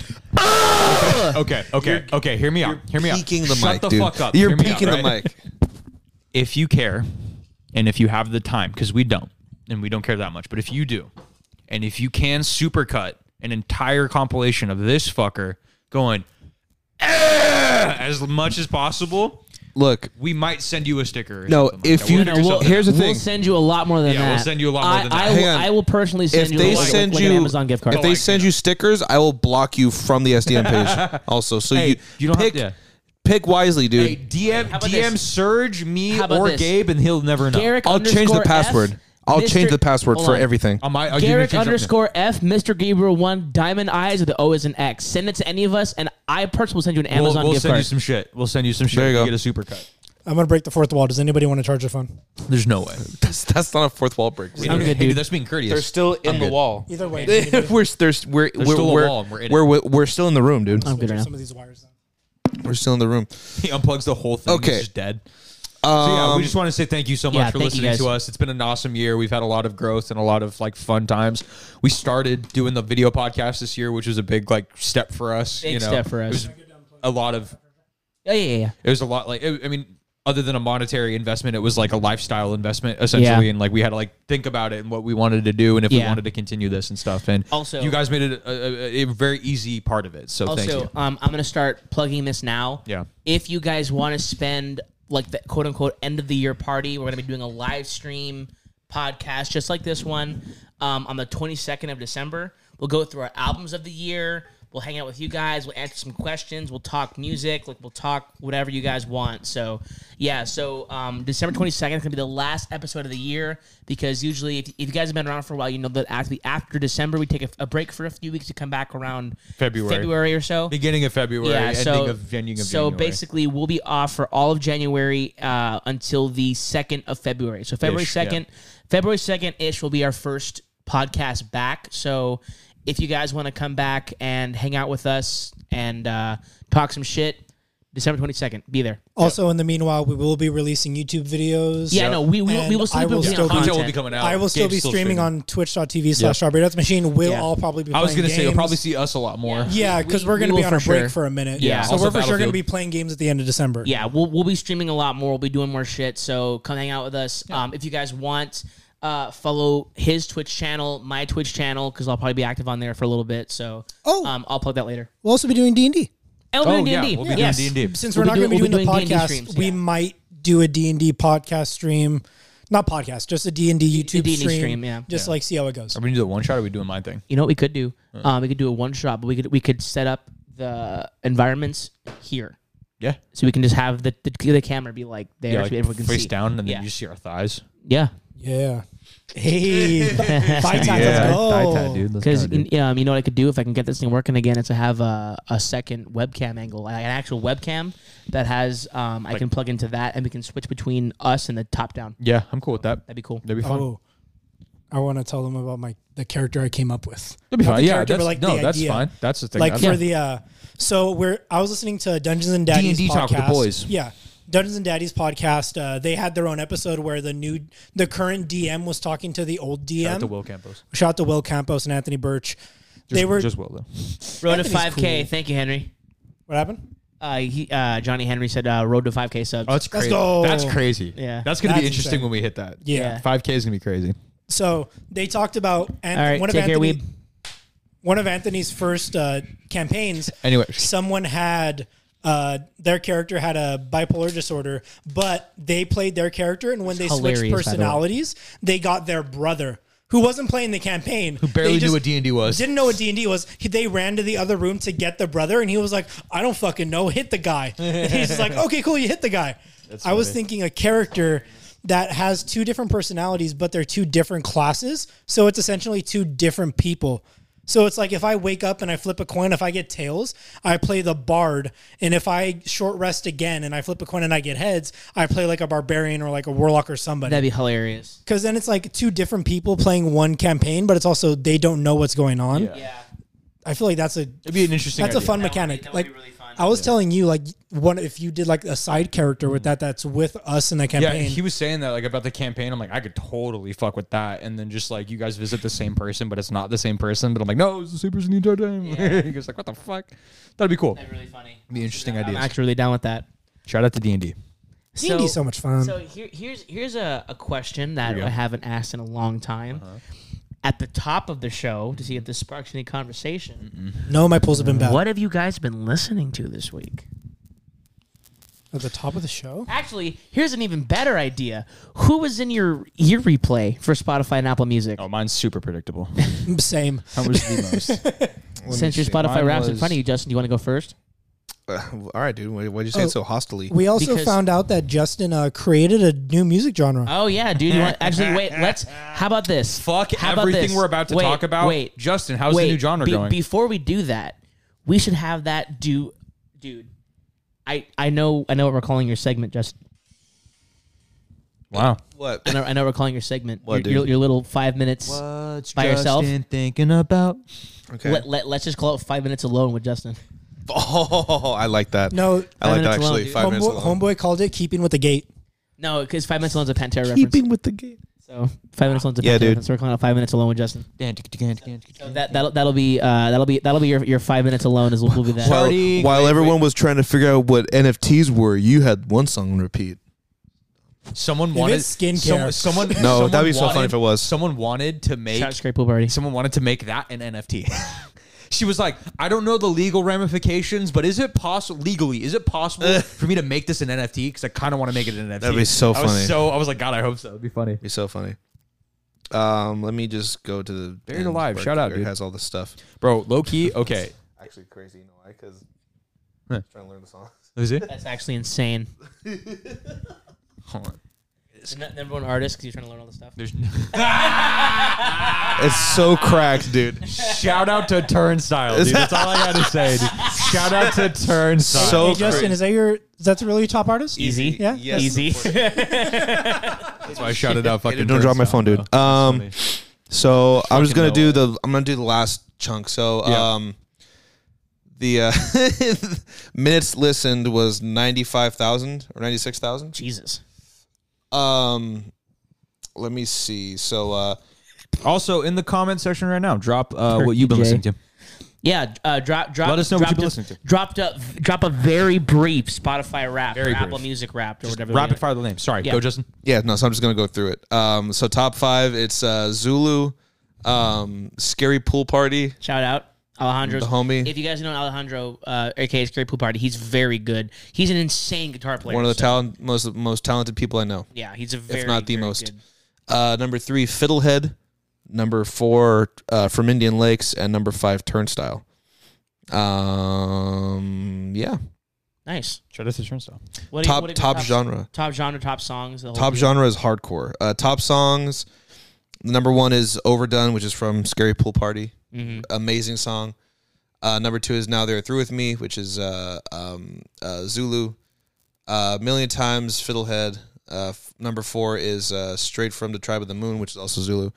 Speaker 3: Okay, okay, okay. Hear me out. Hear me out.
Speaker 2: Peeking the
Speaker 3: Shut
Speaker 2: mic,
Speaker 3: the
Speaker 2: dude.
Speaker 3: fuck up.
Speaker 2: You're
Speaker 3: Hear me out,
Speaker 2: peeking the
Speaker 3: right? <laughs>
Speaker 2: mic.
Speaker 3: If you care, and if you have the time, because we don't, and we don't care that much, but if you do, and if you can supercut an entire compilation of this fucker going "Ah," as much as possible,
Speaker 2: Look,
Speaker 3: we might send you a sticker. or
Speaker 2: No,
Speaker 3: something like
Speaker 2: if
Speaker 3: that.
Speaker 2: you-
Speaker 3: We'll
Speaker 2: No,
Speaker 3: figure
Speaker 2: we'll-
Speaker 3: something
Speaker 2: here's the
Speaker 3: out.
Speaker 1: We'll
Speaker 2: thing.
Speaker 1: send you a lot more than
Speaker 3: Yeah,
Speaker 1: that.
Speaker 3: we'll send you a lot more
Speaker 1: I-
Speaker 3: than
Speaker 1: I,
Speaker 3: that.
Speaker 1: will,
Speaker 2: Hang on.
Speaker 1: I will personally send
Speaker 2: if
Speaker 1: you
Speaker 2: they
Speaker 1: like,
Speaker 2: send
Speaker 1: like
Speaker 2: you
Speaker 1: an Amazon gift card.
Speaker 2: if they
Speaker 3: like,
Speaker 2: send
Speaker 3: you know.
Speaker 2: you stickers, I will block you from the SDM
Speaker 3: <laughs>
Speaker 2: page. Also, so
Speaker 3: Hey,
Speaker 2: you
Speaker 3: you don't have
Speaker 2: pick
Speaker 3: to- yeah.
Speaker 2: pick wisely, dude.
Speaker 3: Hey, DM
Speaker 1: about
Speaker 3: DM
Speaker 1: this?
Speaker 3: Surge me
Speaker 1: How about
Speaker 3: or
Speaker 1: this?
Speaker 3: Gabe, and he'll never know.
Speaker 1: Garrick
Speaker 2: I'll change the
Speaker 1: underscore F,
Speaker 2: password. I'll change
Speaker 1: Mr.
Speaker 2: the password
Speaker 1: Hold
Speaker 2: for
Speaker 1: on.
Speaker 2: everything.
Speaker 3: On my- oh, you
Speaker 1: Garrick
Speaker 3: can change it up now.
Speaker 1: underscore F, Mr. Gabriel one, Diamond Eyes with the O is an X. Send it to any of us, and I personally will send you an
Speaker 3: We'll,
Speaker 1: Amazon
Speaker 3: we'll
Speaker 1: gift
Speaker 3: send you
Speaker 1: card.
Speaker 3: some shit. We'll send you some shit.
Speaker 2: There you
Speaker 3: if
Speaker 2: go.
Speaker 3: Get a super cut.
Speaker 4: I'm going to break the fourth wall. Does anybody want to charge their phone?
Speaker 3: There's no way.
Speaker 2: That's, <laughs> that's not a fourth wall break.
Speaker 1: I'm
Speaker 3: hey,
Speaker 1: good,
Speaker 3: dude,
Speaker 1: dude.
Speaker 3: that's being courteous.
Speaker 2: They're still in the
Speaker 3: good.
Speaker 2: wall.
Speaker 4: Either way.
Speaker 2: we're
Speaker 1: <laughs>
Speaker 2: <laughs> we're we're we're,
Speaker 3: still a
Speaker 2: we're,
Speaker 3: wall and we're in it.
Speaker 2: we're, we're still in the room, dude.
Speaker 1: I'm good right now.
Speaker 4: Some of these wires.
Speaker 2: We're still in the room.
Speaker 3: He <laughs> unplugs the whole thing.
Speaker 2: Okay.
Speaker 3: He's just dead.
Speaker 2: Um,
Speaker 3: So yeah, we just want to say thank you so much
Speaker 1: yeah,
Speaker 3: for
Speaker 1: thank you
Speaker 3: listening to
Speaker 1: guys.
Speaker 3: us. It's been an awesome year. We've had a lot of growth and a lot of like fun times. We started doing the video podcast this year, which was a big like step for us.
Speaker 1: Big
Speaker 3: you know,
Speaker 1: step for us.
Speaker 3: It was a lot of.
Speaker 1: Yeah, yeah, yeah.
Speaker 3: It was a lot like it- I mean, other than a monetary investment, it was like a lifestyle investment essentially,
Speaker 1: Yeah.
Speaker 3: and like we had to like think about it and what we wanted to do and if we
Speaker 1: Yeah.
Speaker 3: wanted to continue this and stuff. And
Speaker 1: Also-
Speaker 3: you guys made it a, a, a very easy part of it. So thank
Speaker 1: Also,
Speaker 3: you.
Speaker 1: um, I'm gonna start plugging this now.
Speaker 3: Yeah.
Speaker 1: If you guys want to spend like the quote unquote end of the year party, we're gonna be doing a live stream podcast just like this one um, on the 22nd of December. We'll go through our albums of the year. We'll hang out with you guys. We'll answer some questions. We'll talk music. Like we'll talk whatever you guys want. So yeah. So um, December 22nd is gonna be the last episode of the year because usually if, if you guys have been around for a while, you know that after, after December we take a, a break for a few weeks to come back around
Speaker 3: February.
Speaker 1: February or so.
Speaker 3: Beginning of February,
Speaker 1: Yeah,
Speaker 3: ending
Speaker 1: so,
Speaker 3: of ending of
Speaker 1: so
Speaker 3: January.
Speaker 1: basically, we'll be off for all of January uh, until the second of February. So February
Speaker 3: Ish, yeah.
Speaker 1: second, February second ish will be our first podcast back. So if you guys want to come back and hang out with us and uh, talk some shit, December twenty second, be there.
Speaker 4: Also, in the meanwhile, we will be releasing YouTube videos.
Speaker 1: Yeah, no, we we, we
Speaker 4: And
Speaker 1: will still
Speaker 4: I
Speaker 1: be
Speaker 4: will
Speaker 1: putting
Speaker 4: still
Speaker 1: out
Speaker 4: be-
Speaker 3: Until
Speaker 1: content.
Speaker 3: we'll be coming out.
Speaker 4: I will still
Speaker 3: Gabe's
Speaker 4: be streaming on twitch.tv slash strawberry death machine. We'll
Speaker 1: Yeah.
Speaker 4: all probably be
Speaker 3: I was
Speaker 4: playing
Speaker 3: gonna say you'll
Speaker 4: games.
Speaker 3: probably see us a lot more.
Speaker 4: Yeah,
Speaker 1: We-
Speaker 4: because we're
Speaker 1: we
Speaker 4: going to be
Speaker 1: will
Speaker 4: on a
Speaker 1: for
Speaker 4: break
Speaker 1: sure.
Speaker 4: for a minute.
Speaker 3: Yeah,
Speaker 4: So
Speaker 3: also
Speaker 4: we're for sure going to
Speaker 3: Battlefield.
Speaker 4: be playing games at the end of December.
Speaker 1: yeah, we'll we'll be streaming a lot more. We'll be doing more shit. So come hang out with us. Um, if you guys want, uh, follow his Twitch channel, my Twitch channel, because I'll probably be active on there for a little bit. So
Speaker 4: Oh.
Speaker 1: um, I'll plug that later.
Speaker 4: We'll also be doing D&D.
Speaker 1: Elden
Speaker 3: Oh, yeah,
Speaker 1: Ring D&D.
Speaker 3: we'll be
Speaker 1: Yeah.
Speaker 3: doing
Speaker 1: yes.
Speaker 3: D&D.
Speaker 4: Since
Speaker 1: We'll
Speaker 4: we're
Speaker 1: be
Speaker 4: not
Speaker 1: doing-
Speaker 4: going to be
Speaker 1: we'll
Speaker 4: doing,
Speaker 1: be
Speaker 4: the
Speaker 1: doing D&D
Speaker 4: podcast,
Speaker 1: streams,
Speaker 4: we
Speaker 1: yeah.
Speaker 4: might do a D&D podcast stream. Not podcast, just a D&D YouTube
Speaker 1: D&D
Speaker 4: stream.
Speaker 1: stream, yeah.
Speaker 4: Just like see how it goes.
Speaker 3: Are we gonna do the one shot? Or are we doing my thing?
Speaker 1: You know what we could do? Um, we could do a one shot, but we could we could set up the environments here,
Speaker 3: Yeah,
Speaker 1: so we can just have the the, the camera be like there,
Speaker 3: yeah.
Speaker 1: so
Speaker 3: Like
Speaker 1: everyone can
Speaker 3: face
Speaker 1: see.
Speaker 3: down, and then
Speaker 1: Yeah.
Speaker 3: you see our thighs.
Speaker 1: Yeah,
Speaker 4: <laughs> Yeah. Hey. Five times.
Speaker 2: Yeah.
Speaker 4: Let's go.
Speaker 3: dude. Let's
Speaker 1: because
Speaker 3: go, dude.
Speaker 1: um, you know what I could do if I can get this thing working again is to have a, a second webcam angle, like an actual webcam that has um, I can plug into that, and we can switch between us and the top down.
Speaker 3: Yeah, I'm cool with that.
Speaker 1: That'd be cool.
Speaker 3: That'd be fun.
Speaker 4: Oh. I want to tell them about my the character I came up with.
Speaker 3: That'd be
Speaker 4: Not
Speaker 3: fun.
Speaker 4: the
Speaker 3: Yeah,
Speaker 4: character,
Speaker 3: that's,
Speaker 4: but, like,
Speaker 3: no,
Speaker 4: the
Speaker 3: that's
Speaker 4: idea.
Speaker 3: fine. That's the thing.
Speaker 4: like
Speaker 3: that's
Speaker 4: for the uh so we're I was listening to Dungeons and Daddies
Speaker 3: D&D
Speaker 4: podcast.
Speaker 3: Talk with the Boys.
Speaker 4: Yeah. Dungeons and Daddies podcast, uh, they had their own episode where the new the current DM was talking to the old DM.
Speaker 3: Shout out to Will Campos.
Speaker 4: Shout out to Will Campos and Anthony Birch. um, they
Speaker 3: Just-
Speaker 4: were
Speaker 3: just Will though.
Speaker 1: Road to
Speaker 4: Anthony's
Speaker 1: five k.
Speaker 4: cool.
Speaker 1: Thank you, Henry.
Speaker 4: what happened?
Speaker 1: Uh, he, uh, Johnny Henry said uh, road to five k subs.
Speaker 3: Oh, that's
Speaker 4: crazy. go.
Speaker 3: That's crazy.
Speaker 1: Yeah.
Speaker 3: that's gonna be
Speaker 4: That's
Speaker 3: interesting
Speaker 4: insane.
Speaker 3: when we hit that.
Speaker 4: Yeah.
Speaker 3: five K is gonna be crazy.
Speaker 4: So they talked about and
Speaker 1: All right,
Speaker 4: one of
Speaker 1: take care,
Speaker 4: Anthony
Speaker 1: Weeb.
Speaker 4: one of Anthony's first uh, campaigns.
Speaker 3: Anyway.
Speaker 4: someone had uh, their character had a bipolar disorder, but they played their character, and when they switched
Speaker 1: hilarious, by the way.
Speaker 4: personalities, they got their brother who wasn't playing the campaign, who
Speaker 3: barely knew what D&D was.
Speaker 4: didn't know what D and D was. He, they ran to the other room to get the brother, and he was like, "I don't fucking know. Hit the guy." And he's just like, "Okay, cool. You hit the guy." I was thinking a character that has two different personalities, but they're two different classes, so it's essentially two different people. So it's like if I wake up and I flip a coin, if I get tails, I play the bard, and if I short rest again and I flip a coin and I get heads, I play like a barbarian or like a warlock or somebody.
Speaker 1: That'd be hilarious.
Speaker 4: Because then it's like two different people playing one campaign, but it's also they don't know what's going on.
Speaker 1: Yeah.
Speaker 4: I feel like that's a
Speaker 3: It'd be an interesting.
Speaker 4: that's a
Speaker 3: idea.
Speaker 4: fun
Speaker 1: That would be-
Speaker 4: mechanic.
Speaker 1: that would
Speaker 4: like
Speaker 1: be really fun.
Speaker 4: I was telling you, like one if you did like a side character with that, that's with us in the
Speaker 3: Mm-hmm. Yeah,
Speaker 4: campaign.
Speaker 3: he was saying that like about the campaign. I'm like, I could totally fuck with that. And then just like you guys visit the same person, but it's not the same person. But I'm like, no, it's the same person the entire time. <laughs> he goes like, what the fuck? That'd be cool.
Speaker 1: That'd be really funny.
Speaker 3: Be interesting
Speaker 1: I'm
Speaker 3: ideas.
Speaker 1: actually really down with that.
Speaker 3: Shout out to D and D.
Speaker 4: D&D is so much fun.
Speaker 1: So here, here's here's a, a question that
Speaker 3: we go. Uh-huh.
Speaker 1: I haven't asked in a long time. At the top of the show, to see if this sparks any conversation.
Speaker 4: no, my polls have been bad
Speaker 1: What have you guys been listening to this week?
Speaker 4: at the top of the show.
Speaker 1: Actually, here's an even better idea. Who was in your ear replay for Spotify and Apple Music?
Speaker 3: Oh, mine's super predictable.
Speaker 4: Same.
Speaker 3: How much the most?
Speaker 1: Since your Spotify
Speaker 3: Mine
Speaker 1: wraps in
Speaker 3: was-
Speaker 1: front of you, Justin, do you want to go first?
Speaker 2: Uh, <sighs> all right, dude. Why, why'd you say it so hostily?
Speaker 4: We also
Speaker 1: Because-
Speaker 4: found out that Justin uh, created a new music genre.
Speaker 3: Ah,
Speaker 1: Oh yeah, dude. You want, actually, wait. Let's. How about this?
Speaker 3: <laughs> Fuck
Speaker 1: how
Speaker 3: everything
Speaker 1: this?
Speaker 3: we're about to
Speaker 1: Wait,
Speaker 3: talk about.
Speaker 1: Wait,
Speaker 3: Justin, how's the new genre
Speaker 1: be-
Speaker 3: going?
Speaker 1: Before we do that, we should have that do, dude. I I know I know what we're calling your segment, Justin.
Speaker 3: wow.
Speaker 2: What?
Speaker 1: I know, I know we're calling your segment.
Speaker 2: What,
Speaker 1: your, your,
Speaker 2: dude?
Speaker 1: your little five minutes.
Speaker 3: What's
Speaker 1: By yourself?
Speaker 3: thinking about?
Speaker 2: Okay.
Speaker 1: Let, let, us just call it five minutes alone with Justin.
Speaker 2: <laughs> Oh, I like that.
Speaker 4: No,
Speaker 2: I like that
Speaker 1: minutes alone,
Speaker 2: actually.
Speaker 1: dude.
Speaker 2: Five minutes.
Speaker 4: homeboy,
Speaker 2: alone.
Speaker 4: homeboy called it "Keeping with the Gate."
Speaker 1: No, because five minutes alone is a Pantera reference.
Speaker 2: Keeping with the game.
Speaker 1: So five minutes alone is a
Speaker 2: Yeah,
Speaker 1: Pantera
Speaker 2: dude.
Speaker 1: reference. So we're calling it five minutes alone with Justin. So that that'll, that'll be uh, that'll be that'll be your, your five minutes alone is will be that.
Speaker 2: While,
Speaker 3: Party,
Speaker 2: while
Speaker 3: wait,
Speaker 2: everyone was trying to figure out what NFTs were, you had one song on repeat.
Speaker 3: Someone
Speaker 4: it's
Speaker 3: wanted
Speaker 4: skincare.
Speaker 3: Some, someone
Speaker 2: No,
Speaker 3: someone
Speaker 2: that'd be so funny
Speaker 3: wanted-
Speaker 2: if it was.
Speaker 3: Someone wanted to make
Speaker 1: Shout out to Scrape Barty.
Speaker 3: someone wanted to make that an NFT. <laughs> she was like, I don't know the legal ramifications, but is it possible legally? Is it possible for me to make this an NFT? Because I kind of want to make it an NFT.
Speaker 2: Eh. That'd be so
Speaker 3: I was
Speaker 2: funny.
Speaker 3: so I was like, God, I hope so. It'd be funny.
Speaker 2: Be so funny. Um, let me just go to the
Speaker 3: Buried
Speaker 2: end
Speaker 3: Alive,
Speaker 2: where
Speaker 3: shout out,
Speaker 2: Twitter
Speaker 3: dude.
Speaker 2: Has all this stuff.
Speaker 3: Bro, low key, okay.
Speaker 2: Actually, crazy. You know why? Because
Speaker 3: Huh.
Speaker 2: trying to learn the songs. <laughs>
Speaker 3: Is it?
Speaker 1: That's actually insane.
Speaker 3: Hold on.
Speaker 1: number one artist because you're trying to learn all this stuff.
Speaker 3: There's
Speaker 2: It's so cracked,
Speaker 3: <laughs>
Speaker 2: dude.
Speaker 3: shout out to Turnstile, dude. That's all I gotta say. dude. Shout out to Turnstile.
Speaker 2: So
Speaker 4: hey, Justin,
Speaker 2: crazy.
Speaker 4: is that your? Is that really your top artist?
Speaker 1: Easy.
Speaker 4: Yeah.
Speaker 2: Yes,
Speaker 1: Easy.
Speaker 2: of course.
Speaker 3: That's why I shouted
Speaker 2: <laughs>
Speaker 3: out fucking.
Speaker 2: don't drop my
Speaker 3: Turnstile,
Speaker 2: phone, dude.
Speaker 3: bro.
Speaker 2: Um,
Speaker 3: That's funny.
Speaker 2: So I'm just gonna
Speaker 3: know
Speaker 2: do
Speaker 3: it.
Speaker 2: the I'm gonna do the last chunk. So
Speaker 3: Yeah.
Speaker 2: um the uh, <laughs> minutes listened was ninety five thousand or ninety six
Speaker 1: <laughs>
Speaker 2: thousand.
Speaker 1: Jesus.
Speaker 2: Um let me see. So uh
Speaker 3: also in the comment section right now, drop uh, what you've been
Speaker 1: Turkey J.
Speaker 3: listening to.
Speaker 1: Yeah. Uh, drop. Drop.
Speaker 3: Let us know what
Speaker 1: dropped
Speaker 3: you've been
Speaker 1: a-
Speaker 3: listening to.
Speaker 1: Dropped a drop a very brief Spotify rap
Speaker 3: Very
Speaker 1: or Apple
Speaker 3: brief.
Speaker 1: Music rap or whatever.
Speaker 3: Rapid fire the name. Sorry,
Speaker 1: Yeah.
Speaker 3: go Justin.
Speaker 2: yeah, no, so I'm just gonna go through it. Um so top five, it's uh Zulu, um Scary Pool Party,
Speaker 1: Shout out. Alejandro's
Speaker 2: The homie.
Speaker 1: If you guys know Alejandro, uh, aka Scary Pool Party, he's very good. He's an insane guitar player.
Speaker 2: One of the
Speaker 1: so-
Speaker 2: talent, most most talented people I know,
Speaker 1: Yeah, he's a very
Speaker 2: if not the
Speaker 1: very
Speaker 2: most.
Speaker 1: good-
Speaker 2: Uh, number three, Fiddlehead. Number four, uh, from Indian Lakes, and number five, Turnstile. Um, yeah,
Speaker 1: nice.
Speaker 3: Try to turnstile.
Speaker 1: What do you-
Speaker 2: top
Speaker 1: what do you-
Speaker 2: top genre.
Speaker 1: Top genre, top songs. The whole
Speaker 2: Top
Speaker 1: deal.
Speaker 2: genre is hardcore. Uh, top songs. Number one is Overdone, which is from Scary Pool Party.
Speaker 1: Mhm.
Speaker 2: Amazing song. Uh, number two is Now They're Through With Me, which is uh, um, uh, Zulu. Uh, Million Times, Fiddlehead. Uh, f- number four is uh, Straight from the Tribe of the Moon, which is also Zulu.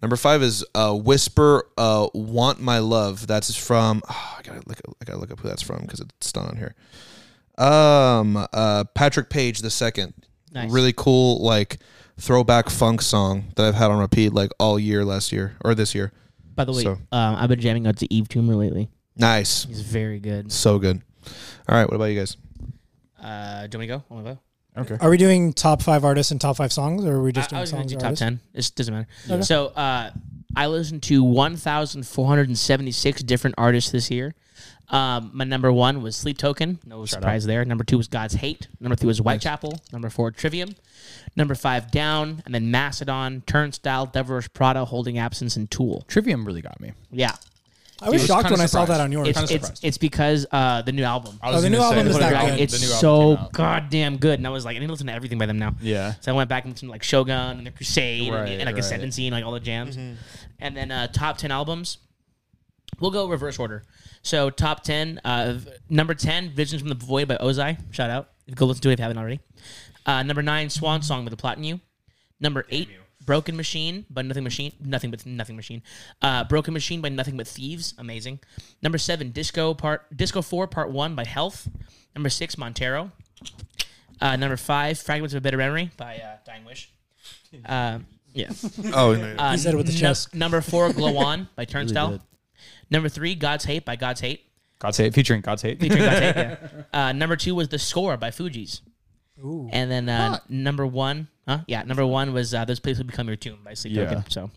Speaker 2: Number five is uh, Whisper, uh, Want My Love. That's from. ah, I gotta look. I gotta look up who that's from because it's not on here. Um, uh, Patrick Page the second.
Speaker 1: Nice.
Speaker 2: Really cool, like throwback funk song that I've had on repeat like all year last year or this year.
Speaker 1: By the way,
Speaker 2: so-
Speaker 1: um, I've been jamming out to Eve Tumor lately.
Speaker 2: Nice,
Speaker 1: He's very good.
Speaker 2: so good. All right, what about you guys?
Speaker 1: Uh, do you want me to go? Want me to go?
Speaker 4: Are we doing top five artists and top five songs, or are we
Speaker 1: I-
Speaker 4: just
Speaker 1: I,
Speaker 4: doing
Speaker 1: was going
Speaker 4: songs?
Speaker 1: to do
Speaker 4: and
Speaker 1: top
Speaker 4: artists?
Speaker 1: ten. It doesn't matter.
Speaker 4: Okay.
Speaker 1: So uh, I listened to 1,476 different artists this year. Um, my number one was Sleep Token. No surprise there. Number two was God's Hate. Number three was Whitechapel. Number four, Trivium. Number five, Down. And then Macedon, Turnstile, Devilish Prada, Holding Absence, and Tool.
Speaker 3: Trivium really got me.
Speaker 1: Yeah.
Speaker 4: I was
Speaker 3: Dude,
Speaker 4: shocked
Speaker 3: kinda
Speaker 4: when I saw that
Speaker 3: surprised.
Speaker 4: on yours.
Speaker 1: It's,
Speaker 3: kinda
Speaker 1: it's,
Speaker 3: surprised.
Speaker 1: it's because uh, the new album.
Speaker 3: I
Speaker 4: Oh, the new
Speaker 3: gonna say,
Speaker 4: album is
Speaker 3: the
Speaker 4: not
Speaker 3: new
Speaker 4: good.
Speaker 3: album- the
Speaker 1: It's
Speaker 3: new album
Speaker 1: so
Speaker 3: came out.
Speaker 1: goddamn good. And I was like, I need to listen to everything by them now.
Speaker 3: Yeah.
Speaker 1: So I went back and listened to like Shogun and the Crusade and-
Speaker 3: Right,
Speaker 1: and, like
Speaker 3: right.
Speaker 1: Ascendancy and like all the jams. And then uh, top 10 albums. We'll go reverse order. So top 10, uh, v- number 10, Visions from the Void by Ozai. Shout out. Go listen to it if you haven't already. Uh, number 9, Swan Song by The Plot in You. Number 8, Broken Machine by Nothing Machine. Nothing but Nothing Machine. Uh, Broken Machine by Nothing But Thieves. Amazing. Number 7, Disco Part Disco 4 Part 1 by Health. Number 6, Montero. Uh, number 5, Fragments of a Bitter Memory by uh, Dying Wish. Uh, yeah.
Speaker 2: Oh,
Speaker 1: Uh,
Speaker 4: He said it with the
Speaker 1: nu-
Speaker 4: chest.
Speaker 1: number four,
Speaker 2: <laughs>
Speaker 1: Glow On by Turnstile.
Speaker 3: did.
Speaker 1: number three, God's Hate by God's Hate.
Speaker 3: God's hate featuring God's hate.
Speaker 1: Featuring God's Hate, yeah.
Speaker 2: <laughs>
Speaker 1: Uh, number two was The Score by Fuji's.
Speaker 4: Ooh.
Speaker 1: And then uh, number one, huh? Yeah, number one was uh, This Place Will Become Your Tomb by Sleep
Speaker 3: Yeah.
Speaker 1: Token. So